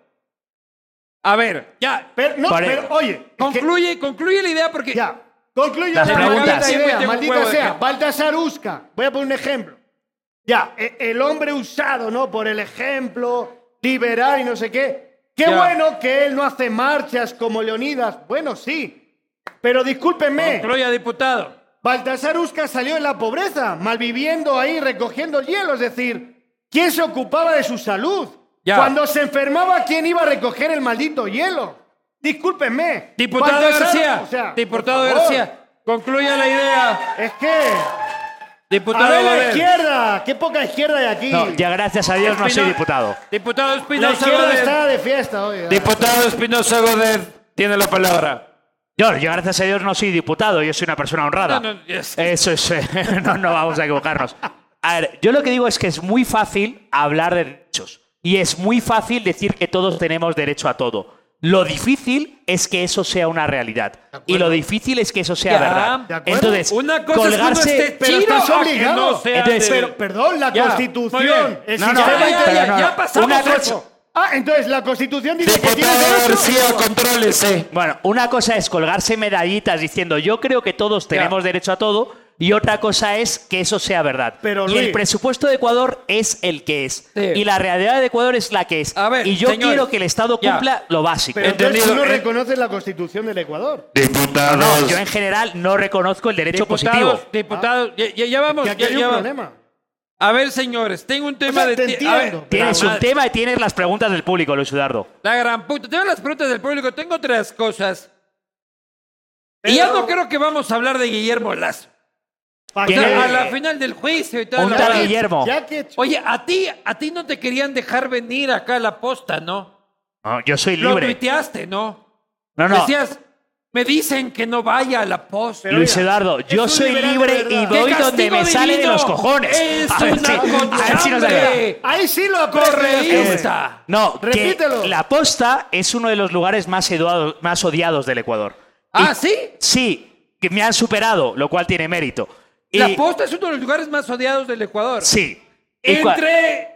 S1: A ver, ya.
S3: Pero, no,
S2: Por-
S3: pero, oye, es que-
S1: Concluye, concluye la idea porque.
S3: ya, concluyo
S2: Las
S3: la
S2: preguntas.
S3: maldita
S1: Siempre
S3: idea,
S1: tengo un
S3: maldita
S1: huevo de
S3: sea,
S1: gente.
S3: Baltasar Usca, voy a poner un ejemplo. Ya, e- el hombre usado, ¿no? Por el ejemplo, liberal y no sé qué. Qué
S1: Ya.
S3: bueno que él no hace marchas como Leonidas. Bueno, sí. Pero discúlpenme,
S2: Eh.
S1: Concluya, diputado.
S3: Baltasar Usca salió de la pobreza, malviviendo ahí, recogiendo el hielo. Es decir, ¿quién se ocupaba de su salud?
S1: Ya.
S3: Cuando se enfermaba, ¿quién iba a recoger el maldito hielo? Discúlpenme.
S1: Diputado
S3: Baltasar-
S1: García.
S3: o sea,
S1: diputado
S3: por favor.
S1: García. Concluya la idea.
S3: Es que.
S1: Diputado
S3: A ver la
S1: Babel.
S3: izquierda. Qué poca izquierda hay aquí.
S2: No, ya gracias a Dios no soy
S1: Espino-
S2: diputado.
S1: Diputado
S3: la
S1: Espinosa
S3: izquierda
S1: Godet.
S3: está de fiesta hoy. ¿eh?
S1: Diputado Espinosa Godet tiene la palabra.
S2: Yo, yo gracias a Dios no soy diputado, yo soy una persona honrada.
S1: No, no, yes.
S2: Eso es, eh, [LAUGHS] no, no vamos a equivocarnos. A ver, yo lo que digo es que es muy fácil hablar de derechos y es muy fácil decir que todos tenemos derecho a todo. Lo difícil es que eso sea una realidad. Y lo difícil es que eso sea
S1: Ya,
S3: de
S2: verdad.
S3: acuerdo.
S2: Entonces,
S1: Una cosa
S2: colgarse...
S1: es que
S3: pero
S1: uno esté chino
S3: estás
S1: a que
S3: obligado.
S1: no sea
S2: Entonces,
S1: de-
S3: Pero, perdón, la
S1: Ya, muy
S3: constitución.
S1: bien.
S3: El
S2: No, no,
S3: sistema
S1: ya, ya,
S3: inter-
S1: ya,
S2: no, no.
S1: ya pasamos
S2: Una cosa-
S1: eso.
S3: Ah, entonces la constitución dice que tiene derecho.
S1: contrólese.
S2: Bueno, una cosa es colgarse medallitas diciendo yo creo que todos tenemos derecho a todo y otra cosa es que eso sea verdad.
S3: Pero,
S2: y el
S3: Luis-
S2: presupuesto de Ecuador es el que es.
S1: Sí.
S2: Y la realidad de Ecuador es la que es.
S1: A ver,
S2: y yo
S1: señores,
S2: quiero que el Estado
S1: ya.
S2: cumpla lo básico.
S3: Pero entonces
S1: Entendido,
S3: tú no
S1: eh.
S3: reconoces la constitución del Ecuador.
S2: No, no, yo en general no reconozco el derecho
S1: Diputados,
S2: positivo.
S1: diputados, ya, ya- ya vamos.
S3: Que aquí
S1: Ya,
S3: hay
S1: ya
S3: un
S1: va-
S3: problema.
S1: A ver, señores, tengo un tema
S3: O sea,
S1: de
S3: te
S1: ti- a ver,
S3: entiendo.
S2: Tienes
S1: la
S2: un
S1: madre-
S2: tema y tienes las preguntas del público, Luis Udardo.
S1: La gran puta. Tengo las preguntas del público, tengo otras cosas. Y ya
S3: Pero-
S1: no creo que vamos a hablar de Guillermo Lazo.
S3: Pa'
S1: O sea,
S2: ¿Quién
S3: que-
S2: es?
S1: a la final del juicio y tal.
S2: eh, Un
S3: ya
S2: tal
S3: que-
S2: Guillermo.
S3: Ya que
S1: Oye, a ti, a ti no te querían dejar venir acá a la posta, ¿no?
S2: No, yo soy
S1: Lo
S2: libre.
S1: tuiteaste, ¿no?
S2: No, no.
S1: Decías, me dicen que no vaya a la posta.
S3: Pero
S2: Luis
S3: mira,
S2: Eduardo,
S3: es
S2: yo
S3: un
S2: soy
S3: liberal de
S2: libre
S3: verdad.
S2: y
S3: ¡Qué
S2: voy
S1: castigo
S2: donde me
S1: divino!
S2: salen los cojones.
S1: Es
S2: a ver
S1: una
S2: si, a ver si nos ayuda.
S1: cochambre.
S3: Ahí sí lo aprecias.
S1: Correísta.
S2: No, que
S3: Repítelo.
S2: la posta es uno de los lugares más, eduado- más odiados del Ecuador.
S1: Ah,
S2: Y-
S1: ¿sí?
S2: Sí, que me han superado, lo cual tiene mérito. Y-
S1: La posta es uno de los lugares más odiados del Ecuador.
S2: Sí. Y cua-
S1: Entre.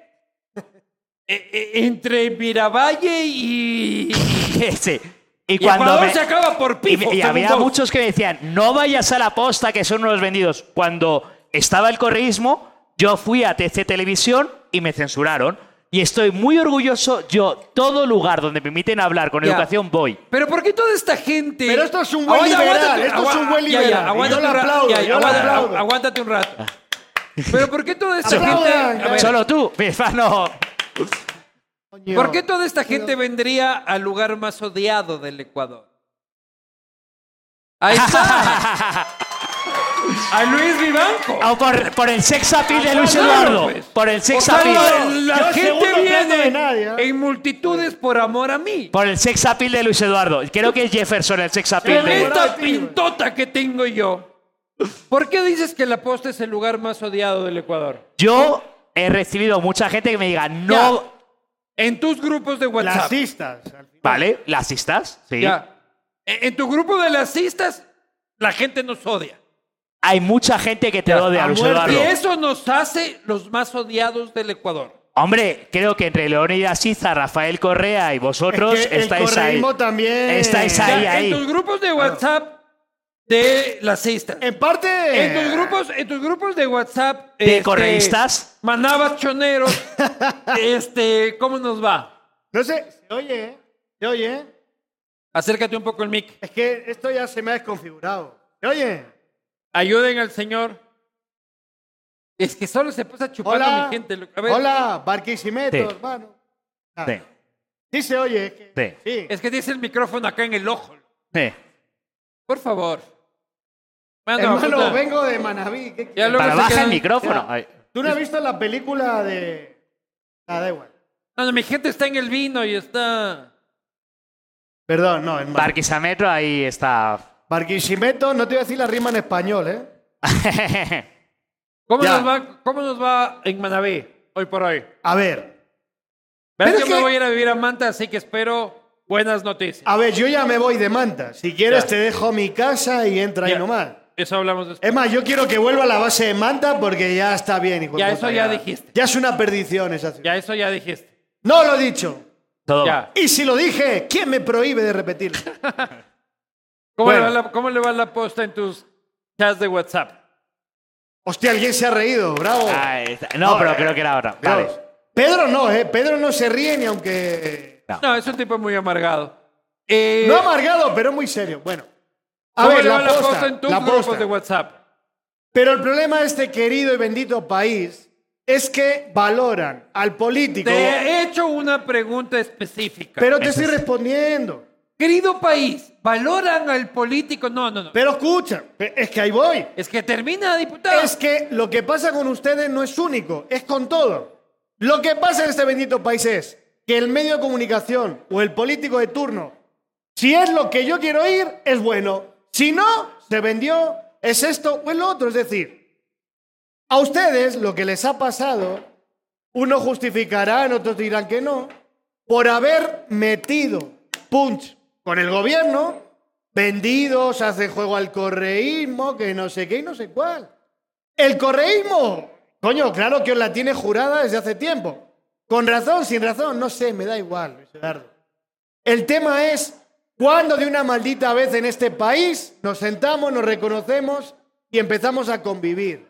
S1: e- e- Entre Miravalle y.
S2: [LAUGHS] sí. Y
S1: Y Ecuador
S2: cuando me-
S1: se acaba por
S2: y,
S1: pifo.
S2: y
S1: según
S2: había
S1: vos.
S2: muchos que me decían, no vayas a la posta, que son unos vendidos. Cuando estaba el correísmo, yo fui a TC Televisión y me censuraron. Y estoy muy orgulloso. Yo, todo lugar donde me permiten hablar con
S1: Ya.
S2: educación, voy.
S1: Pero ¿por qué toda esta gente.?
S3: Pero esto es un buen liberal,
S1: aguántate,
S3: esto es un buen
S1: ya, ya,
S3: liberal, y
S1: aguántate
S3: yo lo
S1: un ra-
S3: aplaudo,
S1: ya,
S3: yo lo
S1: aguanta-
S3: aplaudo.
S1: Aguántate un rato. Pero ¿por qué toda esta
S3: Aplaudan,
S1: gente. a
S3: ya.
S1: ver,
S2: Solo tú, [LAUGHS] mi hermano.
S3: Coño.
S1: ¿Por qué toda esta gente vendría al lugar más odiado del Ecuador? Ahí está.
S2: [LAUGHS]
S1: A Luis Vivanco.
S2: O por, por el sex appeal de Luis
S1: Ah, claro,
S2: Eduardo.
S1: pues.
S2: Por el sex
S1: O sea,
S2: appeal.
S1: la
S3: Yo segundo
S1: gente
S3: plato
S1: viene
S3: de nadie, ¿eh?
S1: en multitudes por amor a mí.
S2: Por el sex appeal de Luis Eduardo. Creo que es Jefferson el sex appeal
S1: Con
S3: Sí,
S2: de...
S3: ¿verdad?
S1: esta pintota que tengo yo. ¿Por qué dices que La Posta es el lugar más odiado del Ecuador?
S2: Yo he recibido mucha gente que me diga, no...
S1: Ya. En tus grupos de WhatsApp.
S3: Clasistas. al final.
S2: ¿Vale? ¿Las cistas? Sí.
S1: Ya. En en tu grupo de lacistas, la gente nos odia.
S2: Hay mucha gente que te
S1: Ya,
S2: odia,
S3: a
S2: Luis
S3: muerte.
S2: Eduardo.
S1: Y eso nos hace los más odiados del Ecuador.
S2: Hombre, creo que entre Leonidas Iza, Rafael Correa y vosotros
S3: Es que el
S2: estáis ahí.
S3: correísmo también.
S2: Estáis
S1: Ya,
S2: ahí,
S1: en
S2: ahí.
S1: tus grupos de WhatsApp de lacistas.
S2: Eh.
S3: En parte.
S1: En tus grupos, en tus grupos de WhatsApp. este,
S2: ¿De correístas? [LAUGHS]
S1: Manabas choneros. este, ¿cómo nos va?
S3: No sé. Se oye, ¿eh? Se oye. ¿eh?
S1: Acércate un poco el mic.
S3: Es que esto ya se me ha desconfigurado. ¿Se oye?
S1: Ayuden al señor. Es que solo se pasa chupando
S3: Hola.
S1: a mi gente. loco. A ver,
S3: Hola, Barquisimeto,
S2: Sí.
S3: hermano. Ah,
S2: Sí,
S3: sí se oye. es que-
S2: Sí.
S3: sí.
S1: Es que dice el micrófono acá en el ojo.
S2: sí.
S1: Por favor. Mano,
S3: Hermano,
S1: puta.
S3: vengo de Manabí. ¿qué
S1: Ya
S3: quieres?
S1: luego
S2: Para
S1: se
S2: baja
S1: quedan-
S2: el micrófono. Ay.
S3: ¿Tú no has visto la película de.? Ah, da igual.
S1: No, no, mi gente está en el vino y está.
S3: Perdón, no, en Mar-
S2: Barquisametro, ahí está. [LAUGHS]
S3: Barquisimeto, no te iba a decir la rima en español, ¿eh?
S1: ¿Cómo,
S3: Ya.
S1: nos va, ¿Cómo nos va en Manabé hoy por hoy?
S3: A ver,
S1: Verás
S3: Pero
S1: que
S3: es
S1: me
S3: que-
S1: voy a ir a vivir a Manta, así que espero buenas noticias.
S3: a ver, yo ya me voy de manta. Si quieres, te dejo mi casa y entra
S1: Ya.
S3: ahí nomás.
S1: Eso hablamos después.
S3: Es más, yo quiero que vuelva a la base de manta porque ya está bien. hijo de
S1: Ya,
S3: puta,
S1: eso ya dijiste.
S3: Ya es una perdición esa ciudad.
S1: Ya eso ya dijiste.
S3: No lo he dicho.
S2: Todo.
S1: Ya.
S3: Y si lo dije, ¿quién me prohíbe
S1: [LAUGHS]
S3: de repetirlo?
S1: ¿Cómo, le
S3: Bueno.
S1: va la, cómo le va la posta en tus chats de WhatsApp?
S3: Hostia, alguien se ha reído, bravo. [LAUGHS]
S2: Ahí está. Ah, No, pero
S3: eh.
S2: creo que era ahora.
S3: Bravo.
S2: Vale.
S3: Pedro no, ¿eh? Pedro no se ríe ni aunque...
S2: No.
S1: No, es un tipo muy amargado. Eh,
S3: No amargado, pero muy serio. Bueno. A
S1: ¿Cómo
S3: ver,
S1: le
S3: la
S1: va la
S3: posta,
S1: posta en tus
S3: la
S1: grupos
S3: posta.
S1: de WhatsApp?
S3: Pero el problema de este querido y bendito país es que valoran al político.
S1: Te he hecho una pregunta específica.
S3: Pero te estoy respondiendo.
S1: Querido país, ¿valoran al político? No, no, no.
S3: Pero escucha, es que ahí voy.
S1: es que termina, diputado.
S3: Es que lo que pasa con ustedes no es único, es con todo. Lo que pasa en este bendito país es que el medio de comunicación o el político de turno, si es lo que yo quiero oír, es bueno. Si no, se vendió, es esto o es lo otro. Es decir, a ustedes lo que les ha pasado, unos justificarán, otros dirán que no, por haber metido punch con el gobierno, vendidos, hace juego al correísmo, que no sé qué y no sé cuál. El correísmo. Coño, claro que os la tiene jurada desde hace tiempo. Con razón, sin razón, no sé, me da igual, Luis Eduardo. El tema es cuándo de una maldita vez en este país nos sentamos, nos reconocemos y empezamos a convivir.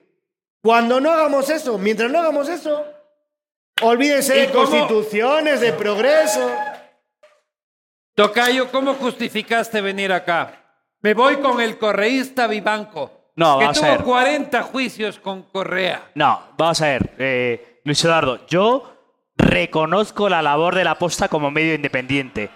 S3: Cuando no hagamos eso, mientras no hagamos eso, olvídense
S1: ¿Y
S3: de
S1: cómo?
S3: constituciones, de progreso.
S1: Tocayo, ¿cómo justificaste venir acá? Me voy con el correísta Vivanco.
S2: No,
S1: que
S2: vamos a
S1: tuvo
S2: ver.
S1: 40 juicios con Correa.
S2: No, vamos a ver, eh, Luis Eduardo, yo reconozco la labor de la posta como medio independiente.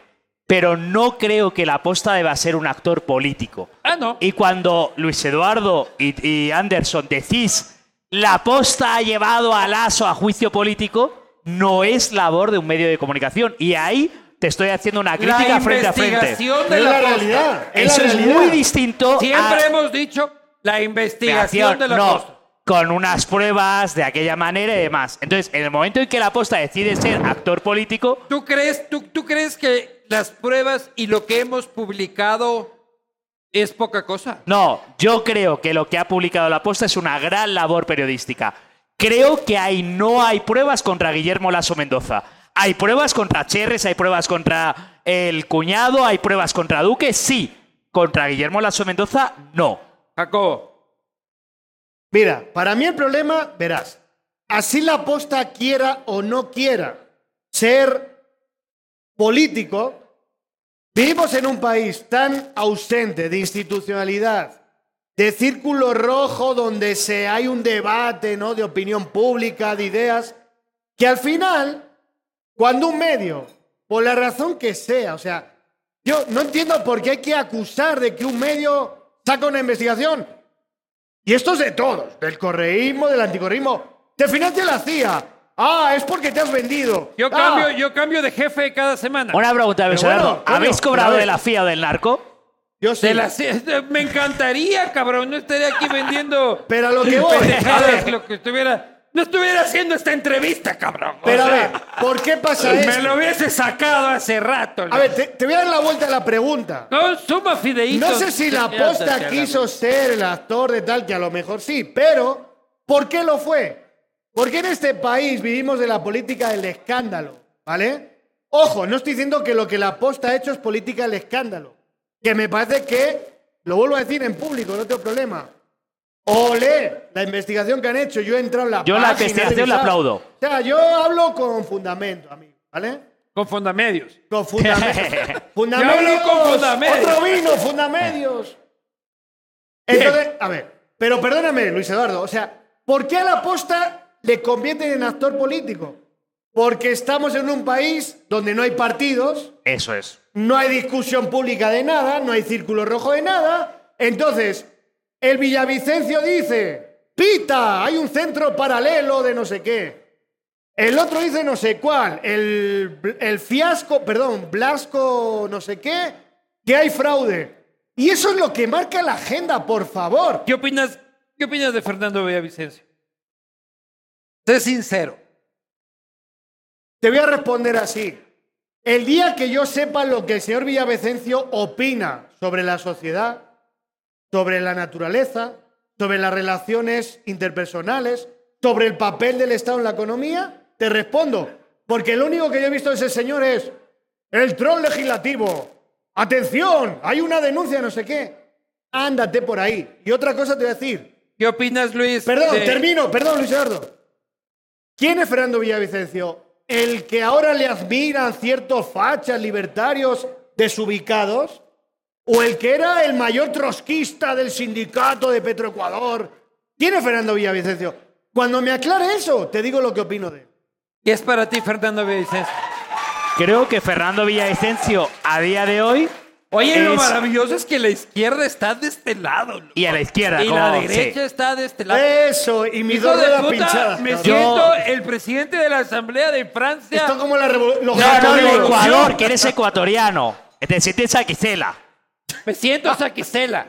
S2: pero no creo que la aposta deba ser un actor político.
S1: Ah, no.
S2: Y cuando Luis Eduardo y, y Anderson decís la aposta ha llevado a Lazo a juicio político, no es labor de un medio de comunicación. Y ahí te estoy haciendo una crítica
S1: la
S2: frente a frente.
S1: investigación
S3: No
S1: de
S3: es
S1: la,
S3: la
S1: posta.
S3: realidad. Es
S2: Eso
S3: la
S2: es
S3: realidad.
S2: muy distinto. a-
S1: Siempre hemos dicho la investigación de la
S2: no,
S1: posta.
S2: con unas pruebas de aquella manera y demás. Entonces, en el momento en que la posta decide ser actor político,
S1: ¿Tú crees, tú, tú crees que las pruebas y lo que hemos publicado es poca cosa?
S2: no, yo creo que lo que ha publicado la posta es una gran labor periodística. Creo que ahí no hay pruebas contra Guillermo Lasso Mendoza. Hay pruebas contra Cherres, hay pruebas contra el cuñado, hay pruebas contra Duque, sí. Contra Guillermo Lasso Mendoza, no.
S1: Jacobo,
S3: Mira, para mí el problema, verás, así la posta quiera o no quiera ser político, vivimos en un país tan ausente de institucionalidad, de círculo rojo donde se hay un debate, ¿no? de opinión pública, de ideas, que al final cuando un medio, por la razón que sea, o sea, yo no entiendo por qué hay que acusar de que un medio saca una investigación. Y esto es de todos, del correísmo, del anticorreísmo. Te financia la CIA. Ah, es porque te has vendido.
S1: yo
S3: Ah,
S1: cambio, yo cambio de jefe cada semana.
S2: Una pregunta, Luis
S3: bueno,
S2: Eduardo,
S3: coño,
S2: ¿Habéis
S3: pero
S2: cobrado
S3: a ver.
S2: de la FIA o del narco?
S3: yo sí.
S1: De la sie- me encantaría, cabrón. No estaría aquí vendiendo
S3: Pero a lo
S1: [LAUGHS]
S3: que voy. a
S1: pendejadas,
S3: ver,
S1: lo que estuviera. No estuviera haciendo esta entrevista, cabrón. O
S3: pero a
S1: sea,
S3: ver, ¿por qué pasa
S1: me
S3: esto?
S1: lo hubiese sacado hace rato.
S3: A ver, te, te voy a dar la vuelta a la pregunta.
S1: no, suma fideitos.
S3: No sé si la
S1: Ya, ya,
S3: posta
S1: ya,
S3: quiso ser el actor de tal, que a lo mejor sí, pero ¿por qué lo fue? Porque en este país vivimos de la política del escándalo, ¿vale? Ojo, no estoy diciendo que lo que la posta ha hecho es política del escándalo, que me parece que, lo vuelvo a decir en público, no tengo problema. Ole, la investigación que han hecho, yo he entrado en la
S2: Yo la
S3: página, he
S2: investigación la
S3: revisado.
S2: aplaudo.
S3: O sea, yo hablo con fundamento, amigo, ¿vale?
S1: Con Fondamedios.
S3: Con fundamentos.
S1: Yo [LAUGHS]
S3: fundamentos.
S1: hablo con fundamentos.
S3: Otro vino, fundamentos. Entonces, a ver, pero perdóname, Luis Eduardo, o sea, ¿por qué a la posta le convierten en actor político? Porque estamos en un país donde no hay partidos,
S2: Eso es.
S3: no hay discusión pública de nada, no hay círculo rojo de nada. Entonces, el Villavicencio dice, pita, hay un centro paralelo de no sé qué. El otro dice no sé cuál, el, el fiasco, perdón, Blasco no sé qué, que hay fraude. Y eso es lo que marca la agenda, por favor.
S1: ¿Qué opinas, ¿Qué opinas de Fernando Villavicencio? Sé sincero.
S3: Te voy a responder así. El día que yo sepa lo que el señor Villavicencio opina sobre la sociedad, sobre la naturaleza, sobre las relaciones interpersonales, sobre el papel del Estado en la economía, te respondo. Porque lo único que yo he visto de ese señor es el troll legislativo. Atención, hay una denuncia, no sé qué. Ándate por ahí. Y otra cosa te voy a decir.
S1: ¿Qué opinas, Luis?
S3: Perdón,
S1: de-
S3: termino, perdón, Luis Eduardo. ¿Quién es Fernando Villavicencio? ¿El que ahora le admiran ciertos fachas libertarios desubicados? ¿O el que era el mayor trotskista del sindicato de Petroecuador? ¿Quién es Fernando Villavicencio? Cuando me aclare eso, te digo lo que opino de él.
S1: ¿Qué es para ti, Fernando Villavicencio?
S2: Creo que Fernando Villavicencio a día de hoy
S1: Oye, lo
S2: Es-
S1: maravilloso es que la izquierda está de este lado. loco.
S2: y a la izquierda.
S1: Y
S2: como-
S1: la
S2: sí.
S1: derecha está de este lado.
S3: Eh, Eso, y mi
S1: Hijo
S3: dos
S1: de
S3: ruedas
S1: puta,
S3: pinchadas.
S1: me
S3: cabrón.
S1: siento el presidente de la Asamblea de Francia.
S3: Esto como la revo-
S2: No,
S3: los gatos
S2: no,
S3: de
S2: de
S3: revolución.
S2: Ecuador, que eres ecuatoriano. Te sientes a Quisela.
S1: Me
S3: Ah.
S1: siento Saquicela.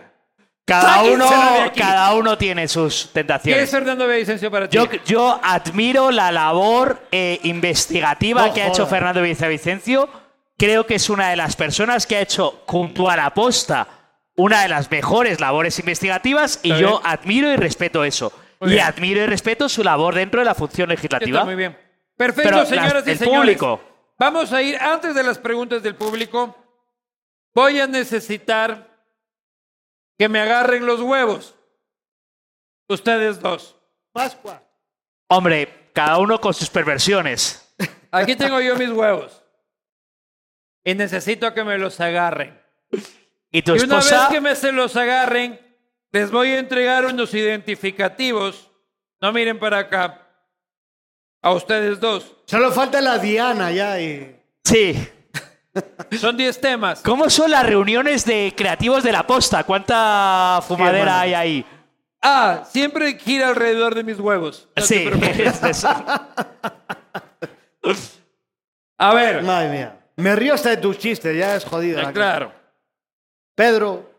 S2: Cada
S1: Sáquensela
S2: uno,
S1: de aquí.
S2: cada uno tiene sus
S1: ¿Qué es
S2: tentaciones.
S1: Fernando Villavicencio para ti?
S2: Yo, yo admiro la labor eh, investigativa
S3: No
S2: que ha hecho
S3: jodas.
S2: Fernando Villavicencio. Creo que es una de las personas que ha hecho, junto a la posta, una de las mejores labores investigativas y
S1: Está
S2: yo
S1: bien.
S2: admiro y respeto eso.
S1: Muy
S2: y
S1: bien.
S2: admiro y respeto su labor dentro de la función legislativa.
S1: Está muy bien. Perfecto,
S2: Pero las-
S1: señoras y
S2: el
S1: señores.
S2: público.
S1: Vamos a ir, antes de las preguntas del público, voy a necesitar que me agarren los huevos. Ustedes dos.
S3: Pascua.
S2: Hombre, cada uno con sus perversiones.
S1: Aquí tengo yo mis huevos. Y necesito que me los agarren.
S2: Y tu
S1: y una
S2: esposa.
S1: vez que me se los agarren, les voy a entregar unos identificativos. No miren para acá. A ustedes dos.
S3: Solo falta la Diana ya y...
S2: Sí.
S1: Son 10 temas.
S2: ¿Cómo son las reuniones de creativos de la posta? ¿Cuánta fumadera
S3: hermano.
S2: hay ahí?
S1: Ah, siempre gira alrededor de mis huevos. No te
S2: sí,
S3: [LAUGHS]
S1: preocupes.
S2: es eso.
S1: A ver,
S3: Madre mía. Me río hasta de tus chistes, ya es jodido.
S1: ah,
S3: la
S1: claro.
S3: cosa. Pedro,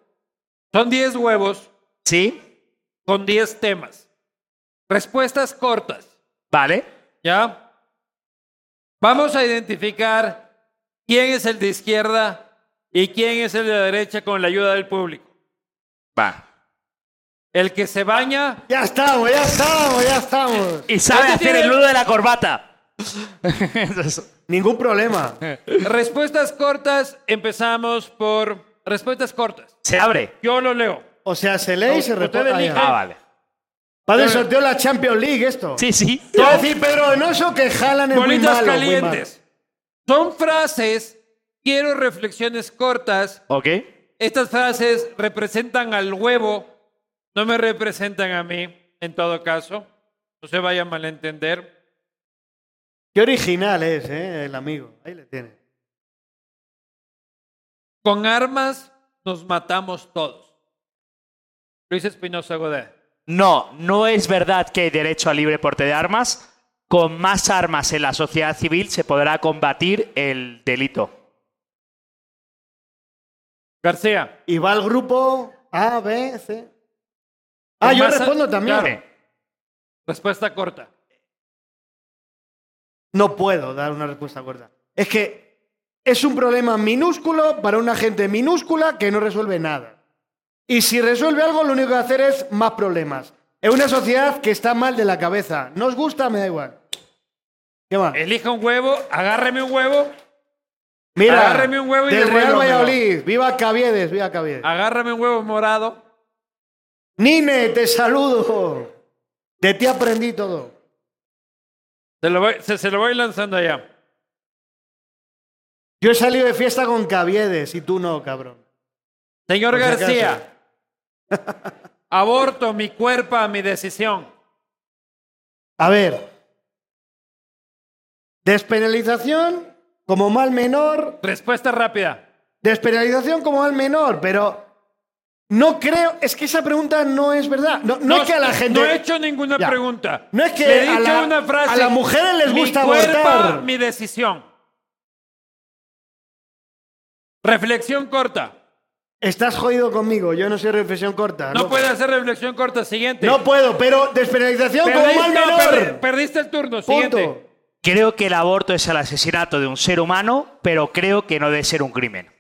S1: Son 10 huevos
S2: [LAUGHS] ¿Sí?
S1: con 10 temas. Respuestas cortas.
S2: Vale.
S1: ¿Ya? Vamos a identificar quién es el de izquierda y quién es el de derecha con la ayuda del público.
S2: Va.
S1: El que se
S3: [LAUGHS]
S1: baña,
S3: ya estamos, ya estamos, ya estamos.
S2: Y sabe
S1: Este
S2: hacer
S1: tiene-
S2: el nudo de la corbata. [LAUGHS] Es eso.
S1: [LAUGHS]
S3: Ningún problema.
S1: respuestas cortas, empezamos por respuestas cortas.
S2: Se abre.
S1: Yo lo leo.
S3: O sea, se lee y se
S1: Usted
S3: responde. Ah,
S1: elige.
S2: Ah,
S3: ya.
S2: vale.
S3: Padre, sorteó la Champions League esto.
S2: Sí, sí.
S3: Te voy a decir, Pedro Enoso, que jalan en muy
S1: Bolitas
S3: malo, muy malo.
S1: calientes. Son frases, quiero reflexiones cortas.
S2: Ok.
S1: Estas frases representan al huevo, no me representan a mí, en todo caso. No se vaya a malentender.
S3: Qué original es, ¿eh? El amigo. Ahí le tiene.
S1: Con armas nos matamos todos. Luis Espinosa Godet.
S2: No, no es verdad que hay derecho al libre porte de armas. Con más armas en la sociedad civil se podrá combatir el delito.
S1: García.
S3: Y va el grupo A, B, C. Ah, yo
S1: Tomasa-
S3: respondo también.
S1: Claro. Respuesta corta.
S3: No puedo dar una respuesta corta. Es que es un problema minúsculo para una gente minúscula que no resuelve nada. Y si resuelve algo, lo único que hacer es más problemas. Es una sociedad que está mal de la cabeza. ¿Nos gusta? Me da igual. ¿Qué más?
S1: Elija un huevo, agárreme un huevo,
S3: Mira,
S1: agárreme un huevo y
S3: del Real
S1: devuélvamelo.
S3: Valladolid. Viva Caviedes, viva Caviedes.
S1: agárrame un huevo morado.
S3: Nine, te saludo. De ti aprendí todo.
S1: Se lo voy- se- se lo voy lanzando allá.
S3: Yo he salido de fiesta con Caviedes y tú no, cabrón.
S1: Señor
S3: Por si acaso.
S1: García, [LAUGHS] aborto mi cuerpo a mi decisión.
S3: A ver. Despenalización como mal menor.
S1: Respuesta rápida.
S3: Despenalización como mal menor, pero no creo. Es que esa pregunta no es verdad. No, no es que a la gente.
S1: No he hecho ninguna
S3: Ya.
S1: pregunta.
S3: No es que
S1: Le he
S3: a
S1: dicho
S3: la-
S1: una frase.
S3: a las mujeres les gusta
S1: mi cuerpo,
S3: abortar.
S1: mi decisión. Reflexión corta.
S3: Estás jodido conmigo. Yo Ah, no soy reflexión corta.
S1: No puede hacer reflexión corta. Siguiente.
S3: No puedo, pero despenalización como
S1: perdiste,
S3: mal
S1: no,
S3: menor.
S1: perdi- perdiste el turno.
S3: Punto.
S1: Siguiente.
S2: Creo que el aborto es el asesinato de un ser humano, pero creo que no debe ser un crimen.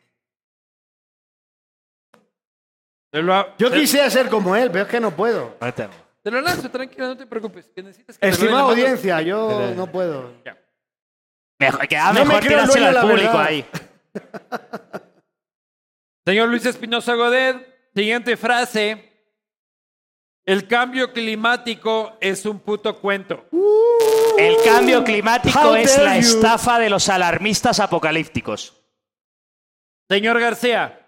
S1: Te lo,
S3: Yo
S1: te-
S3: quisiera ser como él, pero es que no puedo.
S1: te lo lanzo, tranquila, no te preocupes. Que necesitas que te lo den
S3: Estimada
S1: la mano.
S3: audiencia, yo no puedo.
S1: Ya.
S2: Mejor, queda
S3: No me
S2: mejor
S3: creo el
S2: tirárselo
S3: dueño
S2: al
S3: de la
S2: público
S3: verdad.
S2: ahí.
S1: Señor Luis Espinosa Godet, siguiente frase. El cambio climático es un puto cuento.
S2: El cambio climático
S3: Uh, How
S2: es la
S3: dare you.
S2: estafa de los alarmistas apocalípticos.
S1: Señor García,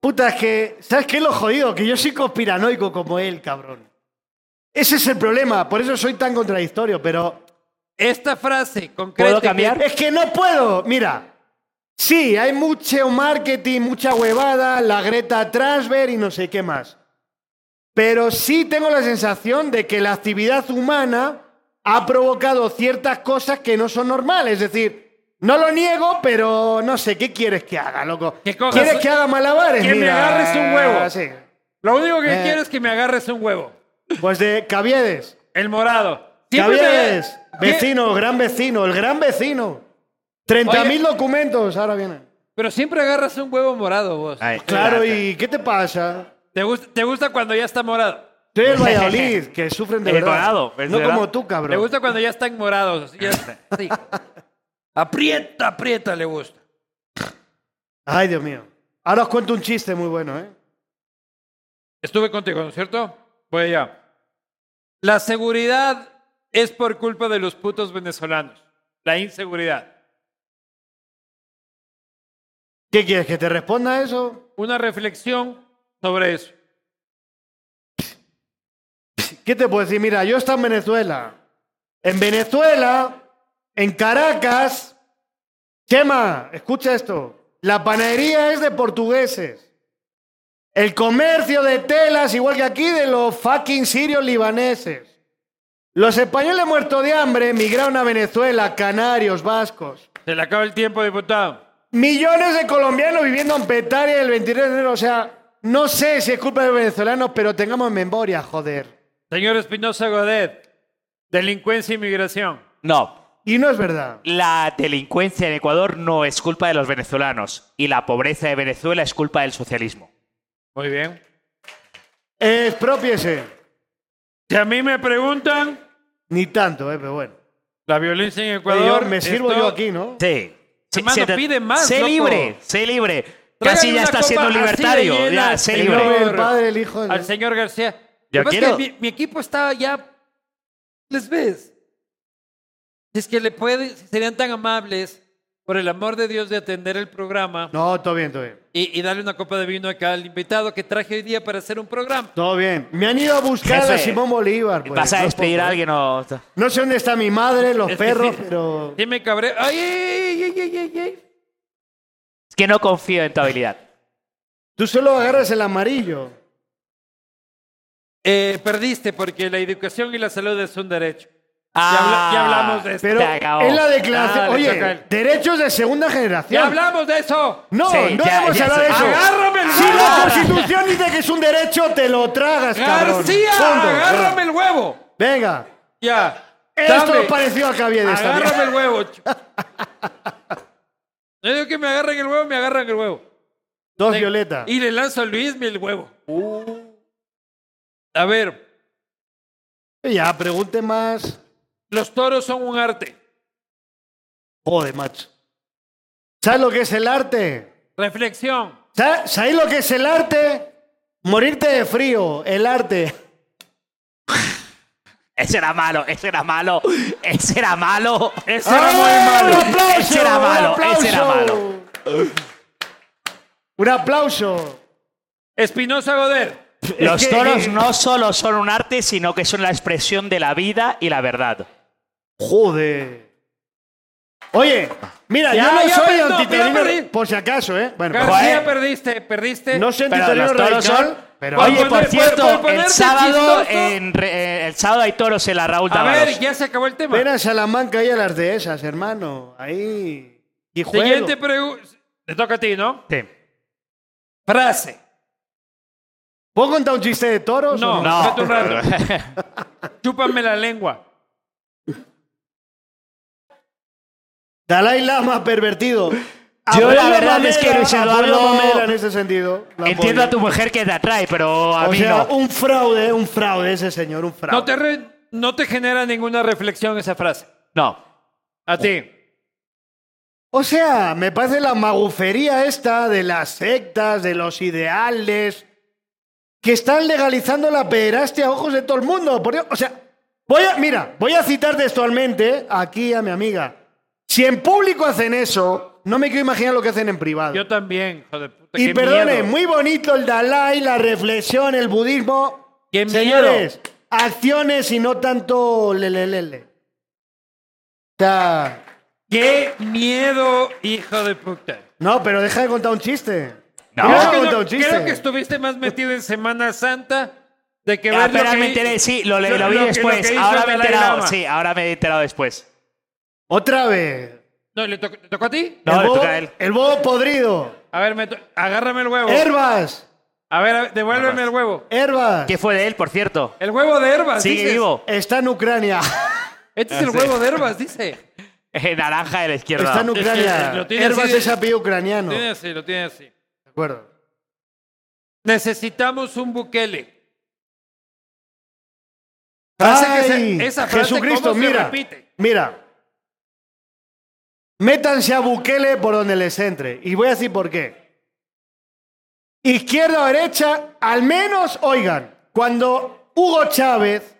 S3: Puta, es que, ¿sabes qué es lo jodido? Que yo soy conspiranoico como él, cabrón. Ese es el problema, por eso soy tan contradictorio, pero
S1: esta frase concreta.
S2: ¿Puedo cambiar?
S3: es que no puedo. Mira, sí, hay mucho marketing, mucha huevada, la Greta Transfer y no sé qué más. Pero sí tengo la sensación de que la actividad humana ha provocado ciertas cosas que no son normales. Es decir, no lo niego, pero no sé, ¿qué quieres que haga, loco?
S1: Que cojas-
S3: ¿Quieres que haga malabares?
S1: que me
S3: Mira,
S1: agarres un huevo.
S3: sí.
S1: Lo único que
S3: Eh.
S1: quiero es que me agarres un huevo.
S3: Pues de Caviedes.
S1: El morado.
S2: pues
S1: Siempre me-
S3: Caviedes,
S1: Sie-
S3: vecino, gran vecino, el gran vecino. 30.000
S1: Oye.
S3: documentos ahora vienen.
S1: Pero siempre agarras un huevo morado vos.
S2: Ahí.
S3: Claro, ¿y qué te pasa?
S1: ¿Te gusta, ¿Te gusta cuando ya está morado?
S3: Soy el Valladolid, que sufren de
S2: El
S3: verdad.
S2: dorado, el
S3: no
S2: dorado.
S3: como tú,
S1: Le
S3: cabrón.
S1: gusta cuando ya están morados. así ya está.
S3: [LAUGHS]
S1: Sí. Aprieta, aprieta, le gusta.
S3: Ay, Dios mío. Ahora os cuento un chiste muy bueno, ¿eh?
S1: Estuve contigo, ¿no es cierto? Voy allá. La seguridad es por culpa de los putos venezolanos. La inseguridad.
S3: ¿Qué quieres, que te responda a eso?
S1: Una reflexión sobre eso.
S3: ¿Qué te puedo decir? Mira, yo estaba en Venezuela. En Venezuela, en Caracas, Chema, escucha esto. La panadería es de portugueses. El comercio de telas, igual que aquí, de los fucking sirios libaneses. Los españoles muertos de hambre emigraron a Venezuela, canarios, vascos.
S1: Se le acaba el tiempo, diputado.
S3: Millones de colombianos viviendo en Petaria el 23 de enero. O sea, no sé si es culpa de los venezolanos, pero tengamos memoria, joder.
S1: Señor Espinosa Godet, delincuencia e y migración.
S2: No.
S3: Y no es verdad.
S2: La delincuencia en Ecuador no es culpa de los venezolanos y la pobreza de Venezuela es culpa del socialismo.
S1: Muy bien.
S3: Expropiese.
S1: Si a mí me preguntan,
S3: Ni tanto, eh, pero bueno.
S1: la violencia en
S3: Oye,
S1: Ecuador.
S3: yo me sirvo
S1: esto-
S3: yo aquí, ¿no?
S2: Sí. Sí,
S1: Hermano,
S2: te-
S1: pide más,
S2: Sé
S1: loco.
S2: libre, sé libre.
S1: Tráigale
S2: Casi ya
S1: una
S2: está
S1: copa
S2: siendo
S1: así de
S2: libertario.
S1: llena
S2: Ya,
S1: al
S2: sé
S3: El
S1: señor.
S2: libre.
S3: nombre del Padre, el Hijo, el-
S1: Al señor García.
S2: Yo
S1: Lo que pasa
S2: quiero-
S1: es que mi, mi equipo está ya. ¿Les ves? Si es que le pueden, si serían tan amables, por el amor de Dios, de atender el programa
S3: No, todo bien, todo bien.
S1: y, y darle una copa de vino a cada invitado que traje hoy día para hacer un programa.
S3: Todo bien. Me han ido a buscar a
S2: Jefe,
S3: Simón Bolívar. pues,
S2: ¿Vas a
S3: no
S2: despedir
S3: puedo.
S2: a alguien o.?
S3: No sé dónde está mi madre, los
S1: Es que
S3: perros,
S1: sí.
S3: pero.
S1: Sí, me cabré. ¡Ay, ay, ay, ay, ay, ay!
S2: Es que no confío en tu habilidad.
S3: Tú solo agarras el amarillo.
S1: Eh, perdiste porque la educación y la salud es un derecho.
S2: Ah,
S1: habla- ya hablamos de esto.
S3: Pero
S2: Se acabó.
S3: es la declaración.
S1: Ah, le
S3: Oye,
S1: toca a él.
S3: derechos de segunda generación.
S1: ¡Ya hablamos de eso!
S3: No,
S2: Sí,
S3: no
S2: ya-
S3: hemos
S2: ya
S3: hablado de
S2: se-
S3: eso.
S1: ¡Agárrame el
S3: Si
S1: huevo!
S3: la constitución dice que es un derecho, te lo tragas, cabrón.
S1: ¡García!
S3: Punto.
S1: ¡Agárrame el huevo!
S3: Venga.
S1: Ya.
S3: Esto
S1: Dame.
S3: es parecido al que había de esta.
S1: Agárrame el huevo. ch- No digo que me agarren el huevo, me agarran el huevo.
S3: Dos
S1: Le-
S3: violetas.
S1: Y le lanzo a Luis el huevo.
S3: Uh.
S1: A ver,
S3: Ya, pregunte más.
S1: los toros son un arte.
S3: Joder, macho. ¿Sabes lo que es el arte?
S1: Reflexión.
S3: ¿Sa- ¿Sabéis lo que es el arte? Morirte de frío, el arte.
S2: Ese era malo, ese era malo, ese era malo.
S1: Ese era muy
S3: ¡Ah,
S1: malo.
S3: Un aplauso,
S2: Ese era
S3: un
S2: malo, ese era
S3: aplauso!
S2: malo.
S3: Un aplauso.
S1: Espinosa Goder.
S2: Los
S3: que-
S2: toros no solo son un arte, sino que son la expresión de la vida y la verdad.
S3: Joder. Oye, mira,
S1: Ya,
S3: yo no
S1: ya
S3: soy
S1: perdí, no,
S3: antiterrorista,
S1: pero perdí.
S3: por si acaso, ¿eh? Bueno,
S1: García,
S2: Joder.
S1: perdiste, perdiste.
S3: no soy
S2: Pero los
S3: antiterrorista
S2: toros son.
S3: radical, pero...
S1: Oye,
S2: Oye,
S1: por
S2: por
S1: por-
S2: cierto,
S1: por
S2: el
S1: ponerte
S2: sábado,
S1: chistoso.
S2: en re- eh, el sábado hay toros en la Raúl
S1: A ver,
S2: Tavares.
S1: ya se acabó el tema.
S3: Ven a Salamanca y a las dehesas, hermano. Ahí. Y
S1: Siguiente pregunta. Te toca a ti, ¿no? Frase.
S3: ¿Puedo contar un chiste de toros?
S1: No,
S3: o
S2: No.
S1: espérate un rato.
S3: [LAUGHS]
S1: Chúpame la lengua.
S3: Dalai Lama pervertido.
S2: Yo la
S3: Apoyo
S2: verdad es que
S3: Mamela,
S2: Luis
S3: apoyo
S2: Eduardo-
S3: Mamela en ese sentido. La
S2: Entiendo a
S3: apoyo.
S2: tu mujer que te atrae, pero a
S3: O
S2: mí
S3: sea,
S2: no.
S3: un fraude, un fraude ese señor, un fraude.
S1: No te, re- no te genera ninguna reflexión esa frase.
S2: No.
S1: A ti.
S3: O sea, me parece la magufería esta de las sectas, de los ideales, que están legalizando la pederastia a ojos de todo el mundo. por Dios. o sea, voy a, mira, voy a citar textualmente aquí a mi amiga. Si en público hacen eso, no me quiero imaginar lo que hacen en privado.
S1: Yo también, hijo de puta.
S3: y
S1: qué
S3: perdone,
S1: miedo.
S3: muy bonito el Dalai, la reflexión, el budismo.
S1: Qué miedo.
S3: Señores, acciones y no tanto lelelele. O sea,
S1: Qué miedo, hijo de puta.
S3: no, pero deja de contar un chiste.
S2: No.
S3: Deja de
S1: creo, que
S3: contar
S1: no-
S3: un chiste.
S1: creo que estuviste más metido en Semana Santa de que
S2: Ah,
S1: ver lo
S2: espera,
S1: que
S2: me
S1: hi-
S2: enteré, sí, lo, le- lo vi
S1: que- que
S2: después.
S1: hizo
S2: ahora me he
S1: Dalai
S2: enterado,
S1: Lama.
S2: sí, ahora me he enterado después.
S3: Otra vez.
S1: No, ¿le tocó, te tocó a ti?
S2: No,
S3: el,
S2: le
S3: bobo,
S2: toca a él.
S3: el bobo podrido.
S1: A ver, me to- agárrame el huevo.
S3: Herbas.
S1: a ver, a ver, devuélveme el huevo.
S3: Herbas.
S2: ¿Qué fue de él, por cierto?
S1: El huevo de Herbas,
S2: Sigue
S1: dices.
S2: vivo. Ah,
S3: Está en Ucrania.
S1: Este es el huevo de Herbas, dice.
S2: Eh, naranja de la izquierda.
S3: Está en
S1: Es que
S3: Ucrania.
S1: lo tiene
S3: Herbas
S1: así de-
S3: es apellido ucraniano.
S1: Lo tiene
S3: De
S1: así, lo tiene así.
S3: acuerdo.
S1: Necesitamos un Bukele. Frase que se-
S3: Ay,
S1: esa frase,
S3: Jesucristo,
S1: ¿cómo se
S3: mira,
S1: repite?
S3: mira. Métanse a Bukele por donde les entre. Y voy a decir por qué. Izquierda o derecha, al menos, oigan, cuando Hugo Chávez,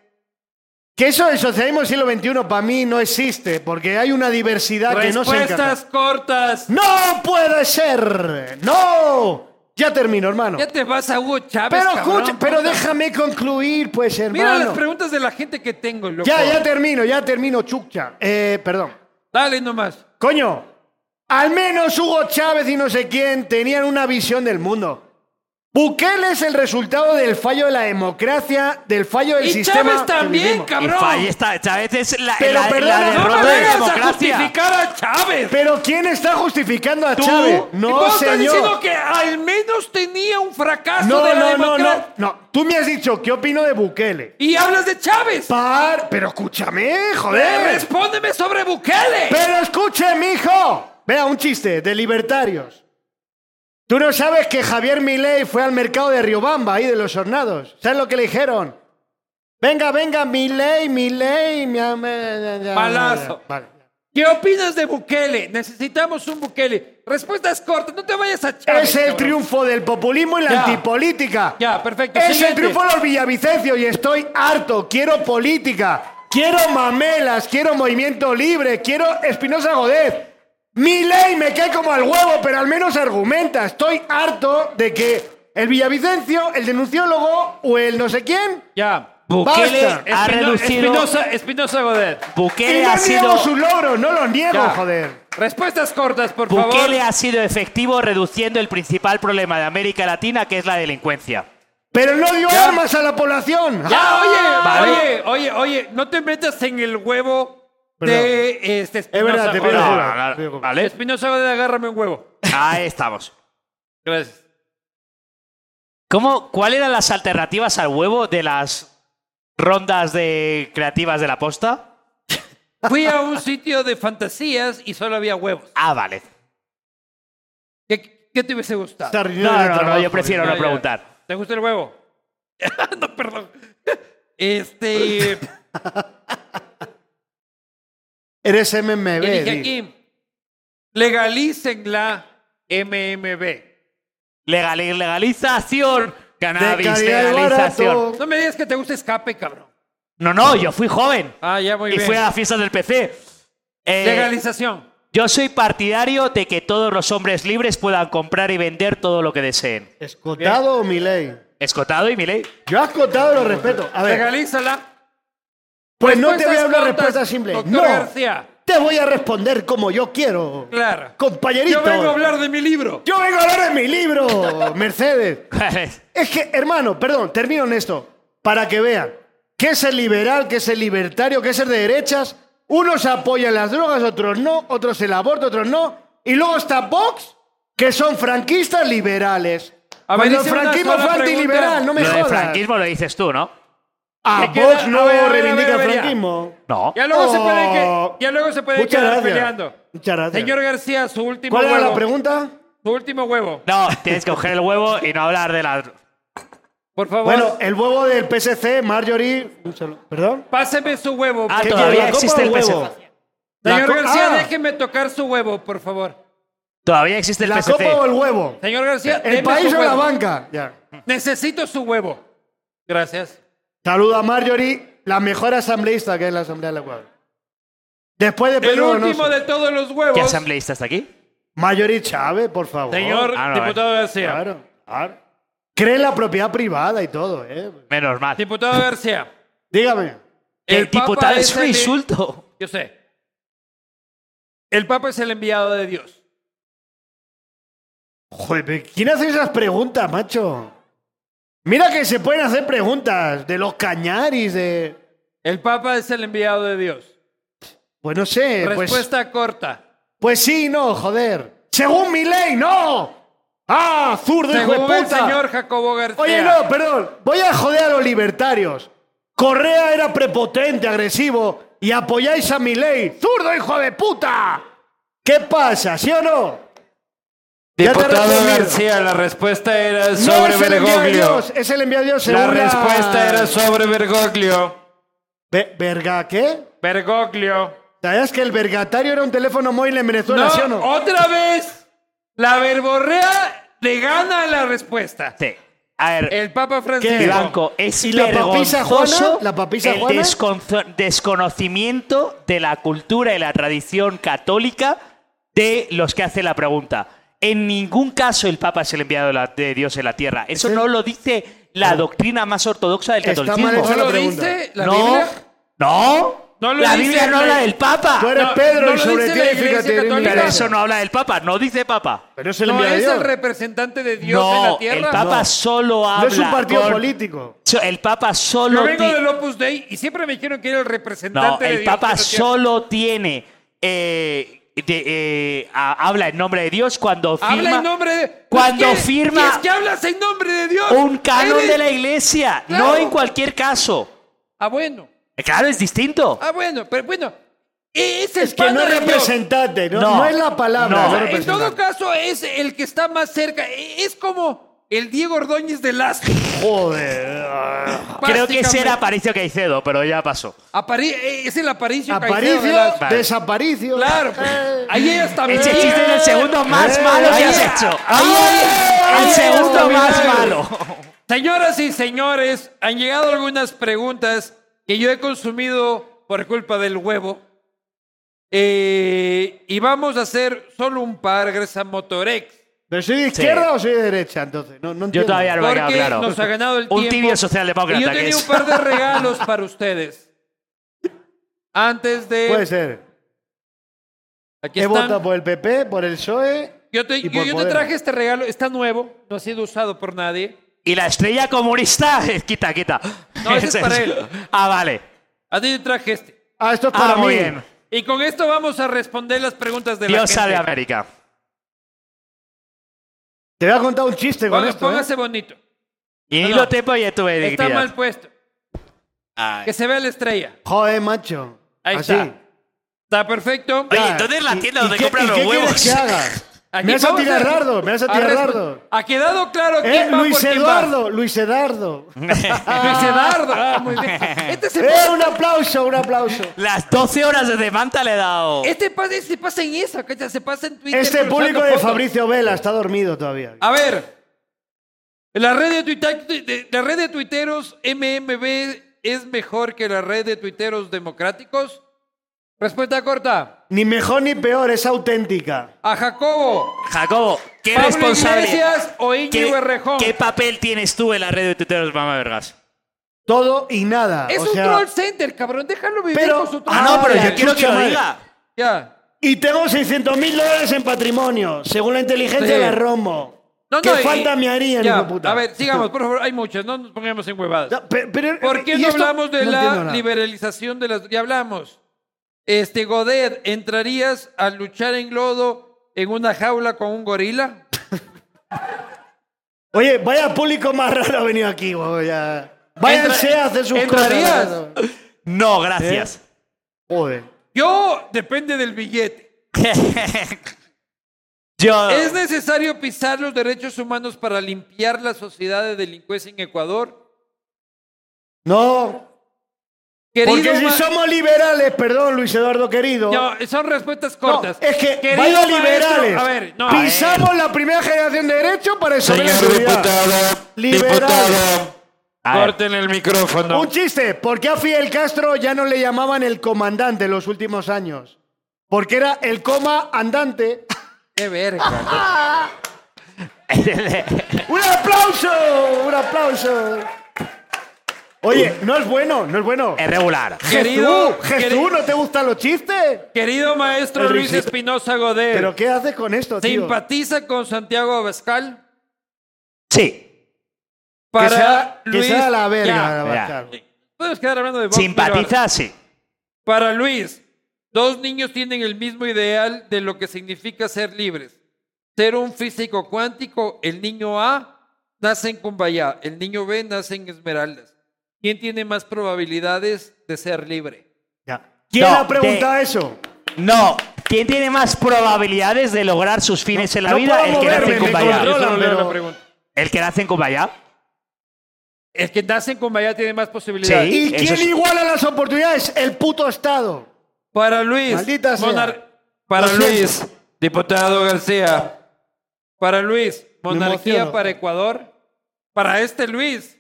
S3: que eso del socialismo del siglo XXI para mí no existe, porque hay una diversidad
S2: Ah,
S3: que no se encaja.
S1: Respuestas cortas.
S3: ¡No puede ser! ¡No! Ya termino, hermano.
S1: Ya te vas a Hugo Chávez.
S3: Pero
S1: cabrón.
S3: escucha, pero déjame concluir, pues, hermano.
S1: Mira las preguntas de la gente que tengo, loco.
S3: Ya, ya termino, ya termino, Chucha. Eh, perdón.
S1: Dale nomás.
S3: Coño, Al menos Hugo Chávez y no sé quién tenían una visión del mundo. Bukele es el resultado del fallo de la democracia, del fallo del
S1: Y
S3: sistema.
S1: Chávez
S3: que
S1: también,
S3: vivimos.
S1: cabrón.
S2: Ahí está, Chávez es la,
S3: Pero
S2: la- la
S3: perdona,
S1: no
S2: derrota
S1: me
S2: de la
S1: vengas a
S2: democracia.
S1: justificar a Chávez.
S3: Pero ¿quién está justificando a Chávez? No,
S1: ¿Cómo estás diciendo
S3: señor.
S1: que al menos tenía un fracaso
S3: No,
S1: de la
S3: no, no,
S1: democracia?
S3: no, no. Tú me has dicho qué opino de Bukele.
S1: Y hablas de Chávez.
S3: Par, pero escúchame,
S1: Eh,
S3: joder.
S1: Respóndeme sobre Bukele.
S3: Pero escuche, mijo. Vea, un chiste de libertarios. Tú no sabes que Javier Milei fue al mercado de Riobamba, ahí de los hornados. ¿Sabes lo que le dijeron? Venga, venga, Milei, Milei. mi am-
S1: Palazo.
S3: Vale.
S1: ¿Qué opinas de Bukele? Necesitamos un Bukele. Respuestas cortas, no te vayas a Chávez.
S3: Es el
S1: cabrón.
S3: triunfo del populismo y la
S1: Ya.
S3: antipolítica.
S1: Ya, perfecto.
S3: Es el
S1: Siguiente.
S3: triunfo de los villavicencios y estoy harto. Quiero política. Quiero mamelas. Quiero movimiento libre. Quiero Espinosa Godez. Mi ley me cae como al huevo, pero al menos argumenta. Estoy harto de que el villavicencio, el denunciólogo o el no sé quién.
S1: Ya.
S2: Bukele
S3: Basta.
S2: ha
S1: Espino-
S2: reducido.
S1: Espinosa, Espinosa Godet.
S3: Y
S2: Bukele
S3: no
S2: ha
S3: niego
S2: sido.
S3: sus logros, no los niego,
S1: Ya.
S3: joder.
S1: Respuestas cortas, por favor.
S2: Bukele ha sido efectivo reduciendo el principal problema de América Latina, que es la delincuencia.
S3: Pero no dio
S1: Ya.
S3: armas a la población. Ah,
S1: Ya, oye,
S2: Vale.
S1: oye, oye, oye, no te metas en el huevo de este
S3: Es
S1: Espinosa.
S3: verdad, te pido
S1: Godet.
S2: no,
S3: jurar,
S2: no, no.
S3: te pido jurar.
S2: Vale.
S1: Espinosa Godet, agárrame un huevo.
S2: Ahí estamos.
S1: Gracias.
S2: ¿Cómo, ¿Cuál eran las alternativas al huevo de las rondas de creativas de la posta?
S1: Fui a un sitio de fantasías y solo había huevos.
S2: Ah, vale.
S1: ¿Qué, qué te hubiese gustado?
S3: Esta
S2: No,
S3: reunión de
S2: no, no,
S3: trabajo,
S2: yo prefiero
S1: Ya,
S2: no
S1: ya.
S2: preguntar.
S1: ¿Te gusta el huevo? [LAUGHS] no, perdón.
S3: [LAUGHS]
S1: Este.
S3: Eres MMB.
S1: y dije
S3: di.
S1: aquí: legalicen la MMB.
S2: Legali- legalización.
S3: De
S2: Cannabis,
S3: calidad y
S2: legalización.
S3: barato.
S1: No me digas que te gusta escape, cabrón.
S2: No, no, yo fui joven.
S1: Ah, ya muy
S2: y
S1: bien.
S2: fui a las fiestas del PC. Eh,
S1: Legalización.
S2: yo soy partidario de que todos los hombres libres puedan comprar y vender todo lo que deseen.
S3: ¿Escotado o Milei?
S2: Escotado y mi [LAUGHS] ley.
S3: Yo escotado lo respeto. A ver,
S1: Legalízala.
S3: pues no te voy a dar una
S1: Respuestas
S3: respuesta
S1: cortas,
S3: simple.
S1: doctor
S3: No,
S1: García.
S3: te voy a responder como yo quiero.
S1: Claro.
S3: Compañerito.
S1: Yo vengo a hablar de mi libro.
S3: Yo vengo a hablar de mi libro, [LAUGHS] Mercedes. Es que, hermano, perdón, termino en esto. Para que vean qué es el liberal, qué es el libertario, qué es el de derechas. Unos apoyan las drogas, otros no, otros el aborto, otros no. Y luego está Vox, que son franquistas liberales.
S1: A ver,
S3: Cuando el
S1: hice una
S3: franquismo
S1: sola
S3: fue antiliberal,
S1: pregunta.
S3: no me
S2: lo de
S3: jodas.
S2: franquismo lo dices tú, ¿no?
S3: A
S1: ¿Qué queda?
S3: Vox
S1: A
S3: no
S1: ver, a ver, a
S3: reivindica
S1: ver,
S3: el
S1: a ver,
S3: franquismo.
S2: No.
S1: Ya luego se
S3: Oh.
S1: pueden, que- ya luego se pueden
S3: Muchas
S1: quedar
S3: gracias.
S1: peleando.
S3: Muchas gracias.
S1: Señor García, su último
S3: ¿Cuál
S1: huevo.
S3: era la pregunta?
S1: Su último huevo.
S2: No, tienes que coger el huevo y no hablar de la...
S1: Por favor,
S3: Bueno, el huevo del PSC, Marjorie. un saludo. ¿Perdón?
S1: páseme su huevo.
S2: Ah,
S3: ¿Qué
S2: todavía
S3: quiere, la copa
S2: existe
S3: o
S2: el PSC.
S3: huevo? La
S1: Señor
S3: co-
S1: García,
S3: ah.
S1: déjeme tocar su huevo, por favor.
S2: Todavía existe el
S3: ¿La
S2: PSC.
S3: copa o el huevo?
S1: Señor García,
S3: ¿El
S1: deme
S3: país
S1: su
S3: o la
S1: huevo.
S3: banca? Ya.
S1: Necesito su huevo. Gracias.
S3: Saluda a Marjorie, la mejor asambleísta que hay en la Asamblea de la Ecuador. Después de
S1: El
S3: Pedro
S1: último
S3: Donoso.
S1: de todos los
S2: ¿Qué
S1: huevos.
S2: asambleísta está aquí?
S3: Marjorie Chávez, por favor.
S1: Señor
S2: Ah, no,
S1: diputado García.
S3: Claro, claro. Cree en la propiedad privada y todo, ¿eh?
S2: Menos mal.
S1: Diputado García.
S3: Dígame.
S2: El,
S1: Papa
S2: diputado es un
S1: el-
S2: insulto.
S1: Yo sé. El Papa es el enviado de Dios.
S3: Joder, pero ¿quién hace esas preguntas, macho? Mira que se pueden hacer preguntas de los cañaris, de.
S1: El Papa es el enviado de Dios.
S3: Pues no sé, pues.
S1: Respuesta corta.
S3: Pues sí, no, joder. Según mi ley, no. ¡Ah, zurdo hijo de
S1: Según el
S3: puta!
S1: señor Jacobo García.
S3: Oye, no, perdón. Voy a joder a los libertarios. Correa era prepotente, agresivo y apoyáis a mi ley. ¡Zurdo hijo de puta! ¿Qué pasa, sí o no? Ya te
S1: Diputado
S3: resumí.
S1: García, la respuesta era
S3: no
S1: sobre
S3: es el enviado de
S1: Bergoglio.
S3: Dios, es el enviado de Dios.
S1: La
S3: según
S1: respuesta era sobre Bergoglio.
S3: Ve- ¿Verga qué?
S1: Bergoglio.
S3: ¿Sabías que el vergatario era un teléfono móvil en Venezuela, sí o
S1: No, oh,
S3: no?
S1: otra vez. La verborrea le gana la respuesta.
S2: Sí. A ver,
S1: El Papa Francisco.
S3: ¿Qué?
S2: Blanco, es
S3: ¿Y la papisa
S2: vergonzoso
S3: Juana? ¿La papisa
S2: el
S3: Juana?
S2: desconzo- desconocimiento de la cultura y la tradición católica de los que hacen la pregunta. En ningún caso el Papa es el enviado de la- de Dios en la tierra. Eso
S3: Ese-
S2: no lo dice la doctrina más ortodoxa del
S3: Ah. Está mal
S2: catolicismo.
S3: hecha
S1: ¿No
S3: la
S1: lo
S3: pregunta.
S1: dice la
S2: no,
S1: Biblia?
S2: no,
S1: No lo
S2: la
S1: dice
S2: Biblia no
S1: el-
S2: habla del Papa.
S3: Tú eres
S1: No,
S3: Pedro
S1: no
S3: y
S1: lo
S3: sobre
S1: dice
S3: ti,
S1: la Iglesia
S3: fíjate, eres
S1: Católica.
S2: Pero
S3: mierda.
S2: eso no habla del Papa, no dice Papa.
S3: Pero es el
S1: No es el
S3: mediador.
S1: representante de Dios
S2: no,
S1: en la tierra.
S2: el Papa
S1: No.
S2: solo habla.
S3: No es un partido
S2: con-
S3: político.
S2: So- El Papa solo
S1: Yo vengo
S2: ti-
S1: del Opus Dei y siempre me dijeron que era el representante
S2: No,
S1: de
S2: el
S1: Dios. en
S2: Papa
S1: la tierra.
S2: solo tiene. eh, de- eh, ha- habla en nombre de Dios cuando firma.
S1: Habla en nombre de.
S2: Cuando
S1: ¿Qué-
S2: firma-
S1: ¿qué Es que hablas en nombre de Dios.
S2: Un canon
S1: Eres-
S2: de la iglesia, no
S1: Claro.
S2: en cualquier caso.
S1: Ah, bueno.
S2: Eh, Claro, es distinto.
S1: Ah, bueno, pero bueno. e-, Es el
S3: Es que no
S1: pana
S3: es
S1: de Dios.
S3: representante, no,
S2: No.
S3: no es la palabra.
S2: No.
S3: no es
S1: En todo
S3: representante.
S1: caso, es el que está más cerca. E- Es como el Diego Ordóñez de Lasco. [LAUGHS]
S3: Joder.
S2: Creo que ese era
S1: Ah, básicamente.
S2: Aparicio Caicedo, pero ya pasó.
S1: Apari- eh, es el Aparicio. Caicedo de
S3: Aparicio,
S1: Lasco.
S2: Vale.
S3: desaparicio.
S1: Claro. pues, Ahí está.
S2: Ese chiste es el segundo más
S3: eh,
S2: malo que
S3: ahí- Ah, eh,
S2: has hecho.
S1: Ah,
S3: ahí- eh.
S2: El
S1: ahí-
S2: segundo
S1: ahí-
S2: más
S1: ahí-
S2: malo.
S1: Señoras y señores, han llegado algunas preguntas que yo he consumido por culpa del huevo. Eh, y vamos a hacer solo un par gracias a Motorex.
S3: ¿Pero soy de izquierda o soy de derecha entonces? No, no entiendo.
S2: todavía no. Pero me ha
S1: Porque
S2: quedado claro.
S1: nos ha ganado
S2: [LAUGHS]
S1: el
S2: Un
S1: tiempo.
S2: tibio socialdemócrata
S1: Y yo
S2: que
S1: tenía
S2: es.
S1: un par de regalos para ustedes. Antes de.
S3: Puede ser.
S1: aquí
S3: He
S1: están.
S3: votado por el PP, por el PSOE.
S1: Yo te,
S3: y
S1: yo-
S3: por
S1: yo te
S3: Podemos.
S1: traje este regalo. Está nuevo. No ha sido usado por nadie.
S2: Y la estrella comunista, [LAUGHS] quita, quita.
S1: No, ese es
S2: Ese
S1: para él.
S2: Ah, vale.
S1: A ti te traje este.
S3: Ah, esto es para
S2: Ah,
S3: mí.
S2: muy bien.
S1: Y con esto vamos a responder las preguntas de la
S2: Dios
S1: gente.
S2: salve América.
S3: Te voy a contar un chiste con
S1: Ponga-
S3: esto. ¿eh?
S1: póngase bonito.
S2: Y
S1: No,
S2: lo
S1: no.
S2: tepo y estuve
S1: Está
S2: dignidad.
S1: mal puesto.
S2: Ay.
S1: Que se vea la estrella.
S3: ¿eh? Joder, macho.
S1: Ahí
S3: Así.
S1: está. Está perfecto.
S3: Ya.
S4: Oye, entonces la
S3: ¿Y-
S4: tienda
S3: y
S4: donde
S3: qué-
S4: compran
S3: y
S4: los
S3: qué quieres
S4: huevos.
S3: que haga?
S1: Aquí
S3: me vas a
S1: vamos Ah,
S3: tirar dardo, me vas a tirar
S1: respon-
S3: dardo.
S1: Ha quedado claro quién
S3: Eh,
S1: va
S3: Luis
S1: por quién va.
S3: Eduardo, Luis Eduardo.
S1: [LAUGHS] Luis Eduardo. Ah, muy bien. Este se
S3: [LAUGHS] Eh,
S1: pasa,
S3: un aplauso, un aplauso.
S2: Las 12 horas de manta le he dado.
S1: este pasa, este pasa en eso, cacha, se pasa en Twitter.
S3: Este
S1: cruzando
S3: público de
S1: fotos.
S3: Fabricio Vela está dormido todavía.
S1: A ver. La red de, tuita- de- la red de tuiteros MMB es mejor que la red de tuiteros democráticos. Respuesta corta.
S3: Ni mejor ni peor, es auténtica.
S1: A Jacobo.
S2: Jacobo, qué
S1: Pablo
S2: responsabilidad.
S1: Iglesias o Íñigo
S2: ¿Qué,
S1: Errejón.
S2: qué papel tienes tú en la red de tuiteros, mamá Vergas?
S3: Todo y nada.
S1: Es
S3: o
S1: un
S3: sea,
S1: troll center, cabrón. Déjalo vivir
S3: Pero-
S1: con su troll.
S2: Ah, no, pero
S3: Ay,
S2: yo quiero que
S3: escucha,
S2: lo
S3: madre.
S2: diga.
S1: Ya.
S3: Y tengo 600 mil dólares en patrimonio, según la inteligencia
S1: Sí.
S3: de Romo. ¿Qué
S1: y-
S3: falta me harían,
S1: ya,
S3: hijo de puta?
S1: A ver, sigamos, por favor. Hay muchas, no nos pongamos en huevadas.
S3: Ya, pe- pero-
S1: ¿Por qué
S3: y
S1: no
S3: esto-
S1: hablamos de
S3: no entiendo
S1: la
S3: nada.
S1: liberalización de las... Ya hablamos. Este, Godet, ¿entrarías a luchar en lodo en una jaula con un gorila?
S3: Oye, vaya público más raro ha venido aquí, güey, ya. Váyanse
S1: Entra-
S3: a hacer sus
S1: ¿entrarías?
S3: cosas.
S2: No, gracias.
S3: Joder.
S1: Yo, depende del billete.
S2: [LAUGHS] Yo.
S1: ¿Es necesario pisar los derechos humanos para limpiar la sociedad de delincuencia en Ecuador?
S3: No,
S1: Querido
S3: porque si
S1: ma-
S3: somos liberales, perdón, Luis Eduardo querido.
S1: No, son respuestas
S3: No,
S1: cortas.
S3: es que
S1: Querido
S3: vaya
S1: maestro-
S3: liberales.
S1: A ver, no. eh.
S3: Pisamos la primera generación de derechos para eso.
S4: Señor diputado,
S3: Liberal.
S4: diputado,
S2: A ver.
S4: corten el micrófono.
S3: Un chiste. ¿Por qué a Fidel Castro ya no le llamaban el comandante en los últimos años? Porque era el coma
S1: [LAUGHS]
S3: andante.
S1: Qué verga.
S3: ¡Un aplauso! ¡Un aplauso! Oye, no es bueno, no es bueno.
S2: [LAUGHS] es regular.
S1: Eh, Querido-
S3: Jesús, Jesús,
S1: queri-
S3: ¿no te gustan los chistes?
S1: Querido maestro
S3: El
S1: Luis
S3: risito.
S1: Espinosa Godet.
S3: ¿Pero qué haces con esto, tío?
S1: ¿Simpatiza con Santiago Abascal?
S2: Sí.
S1: Para
S3: que sea, que
S1: Luis.
S3: sea la verga,
S1: Ya.
S3: Abascal.
S1: Podemos quedar hablando de Vox, pero-
S2: Simpatiza, sí.
S1: Para Luis, dos niños tienen el mismo ideal de lo que significa ser libres. Ser un físico cuántico, el niño A nace en Cumbayá, el niño B nace en Esmeraldas. ¿Quién tiene más probabilidades de ser libre?
S3: Ya. ¿Quién
S2: No,
S3: ha preguntado eso?
S2: No. ¿Quién tiene más probabilidades de lograr sus fines en la
S3: no
S2: vida?
S3: puedo
S2: El que nace
S3: moverme,
S2: en
S3: me
S2: Cumbayá.
S3: controlo.
S1: Eso no
S3: pero-
S1: era la pregunta.
S2: ¿El que nace en Cumbayá?
S1: El que nace en Cumbayá tiene más posibilidades.
S2: Sí. eso
S3: ¿Y quién
S2: es-
S3: iguala las oportunidades? El puto Estado.
S1: Para Luis.
S3: Maldita sea.
S1: Para
S3: Lo siento.
S1: Luis, diputado García. Para Luis,
S3: Me
S1: monarquía
S3: emociono.
S1: para Ecuador. Para este Luis,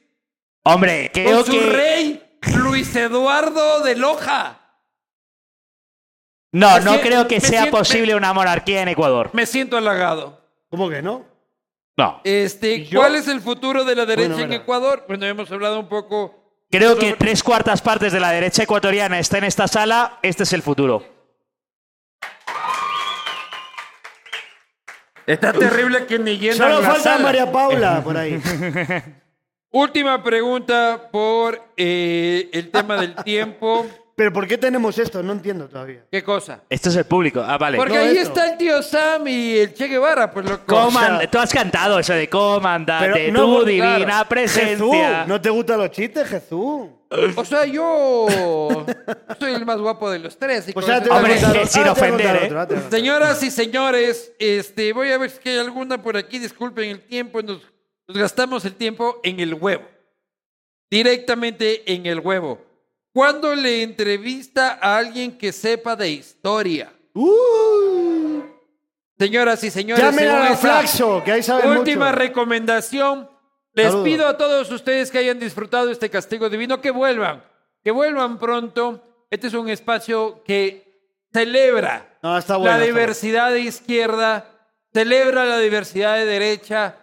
S2: Hombre, creo
S1: con su
S2: que.
S1: rey Luis Eduardo de Loja.
S2: No,
S1: Me
S2: no
S1: sien-
S2: creo que
S1: me
S2: sea
S1: siento-
S2: posible una monarquía en Ecuador.
S1: Me siento halagado.
S3: ¿Cómo que no?
S2: No.
S1: Este,
S3: yo?
S1: ¿cuál es el futuro de la derecha
S3: Bueno,
S1: en
S3: verá.
S1: Ecuador? Bueno, hemos hablado un poco
S2: Creo que tres cuartas partes de la derecha ecuatoriana está en esta sala. Este es el futuro.
S1: Está terrible que ni llenan
S5: Solo
S1: la
S5: falta
S1: sala.
S5: María
S2: [LAUGHS]
S5: Paula por ahí.
S1: Última pregunta por eh, el tema
S5: [LAUGHS]
S1: del tiempo.
S5: Pero ¿por qué tenemos esto? No entiendo todavía.
S1: ¿Qué cosa?
S2: Este es el público. Ah, vale.
S1: Porque
S5: no,
S1: ahí
S5: esto.
S1: está el tío Sam y el Che Guevara, pues loco.
S2: Coman- Tú has cantado eso de comandante,
S5: Pero no, claro.
S2: tu divina
S5: Jesús,
S2: presencia.
S5: ¿no te gustan los chistes, Jesús?
S1: O sea, yo soy el más guapo de los tres. y
S5: Pues
S1: con
S5: ya
S1: eso
S5: te
S1: está
S2: Hombre,
S1: bien.
S5: voy a contar-
S2: sin
S5: ah, te voy a
S2: ofender,
S5: contar
S2: ¿eh?
S5: otro, ah, te voy a contar.
S1: Señoras y señores, este, voy a ver si hay alguna por aquí. Disculpen el tiempo, nos, nos gastamos el tiempo en el huevo. Directamente en el huevo. ¿Cuándo le entrevista a alguien que sepa de historia? Señoras y señores,
S5: Llamen a
S1: según
S5: la
S1: esa
S5: Flaxo, que ahí saben
S1: última
S5: mucho.
S1: recomendación. Les
S5: Saludos.
S1: pido a todos ustedes que hayan disfrutado este castigo divino que vuelvan, que vuelvan pronto. Este es un espacio que celebra
S5: No, está bueno,
S1: la
S5: está bueno.
S1: diversidad de izquierda, celebra la diversidad de derecha,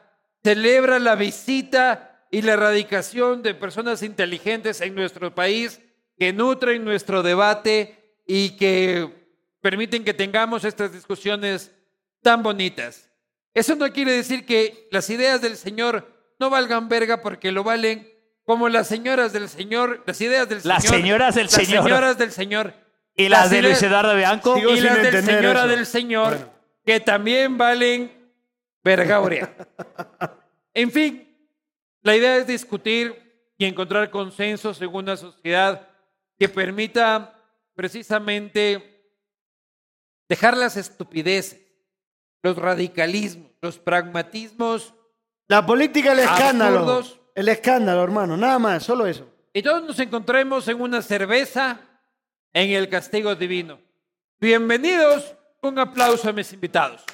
S1: celebra la visita y la erradicación de personas inteligentes en nuestro país que nutren nuestro debate y que permiten que tengamos estas discusiones tan bonitas. Eso no quiere decir que las ideas del Señor no valgan verga porque lo valen como las señoras del Señor, las ideas del
S2: Las
S1: Señor.
S2: señoras del
S1: las
S2: Señor.
S1: señoras del Señor.
S2: Y las de
S1: ideas-
S2: Luis Eduardo Bianco.
S5: Sigo
S1: y
S5: sin
S1: las del
S5: entender
S1: señora
S5: eso.
S1: del señor, que también valen vergaurea. en fin, la idea es discutir y encontrar consensos en una sociedad que permita precisamente dejar las estupideces, los radicalismos, los pragmatismos
S5: La política, el escándalo.
S1: Absurdos.
S5: El escándalo, hermano, nada más, solo eso.
S1: y todos nos encontremos en una cerveza en el castigo divino. Bienvenidos, un aplauso a mis invitados.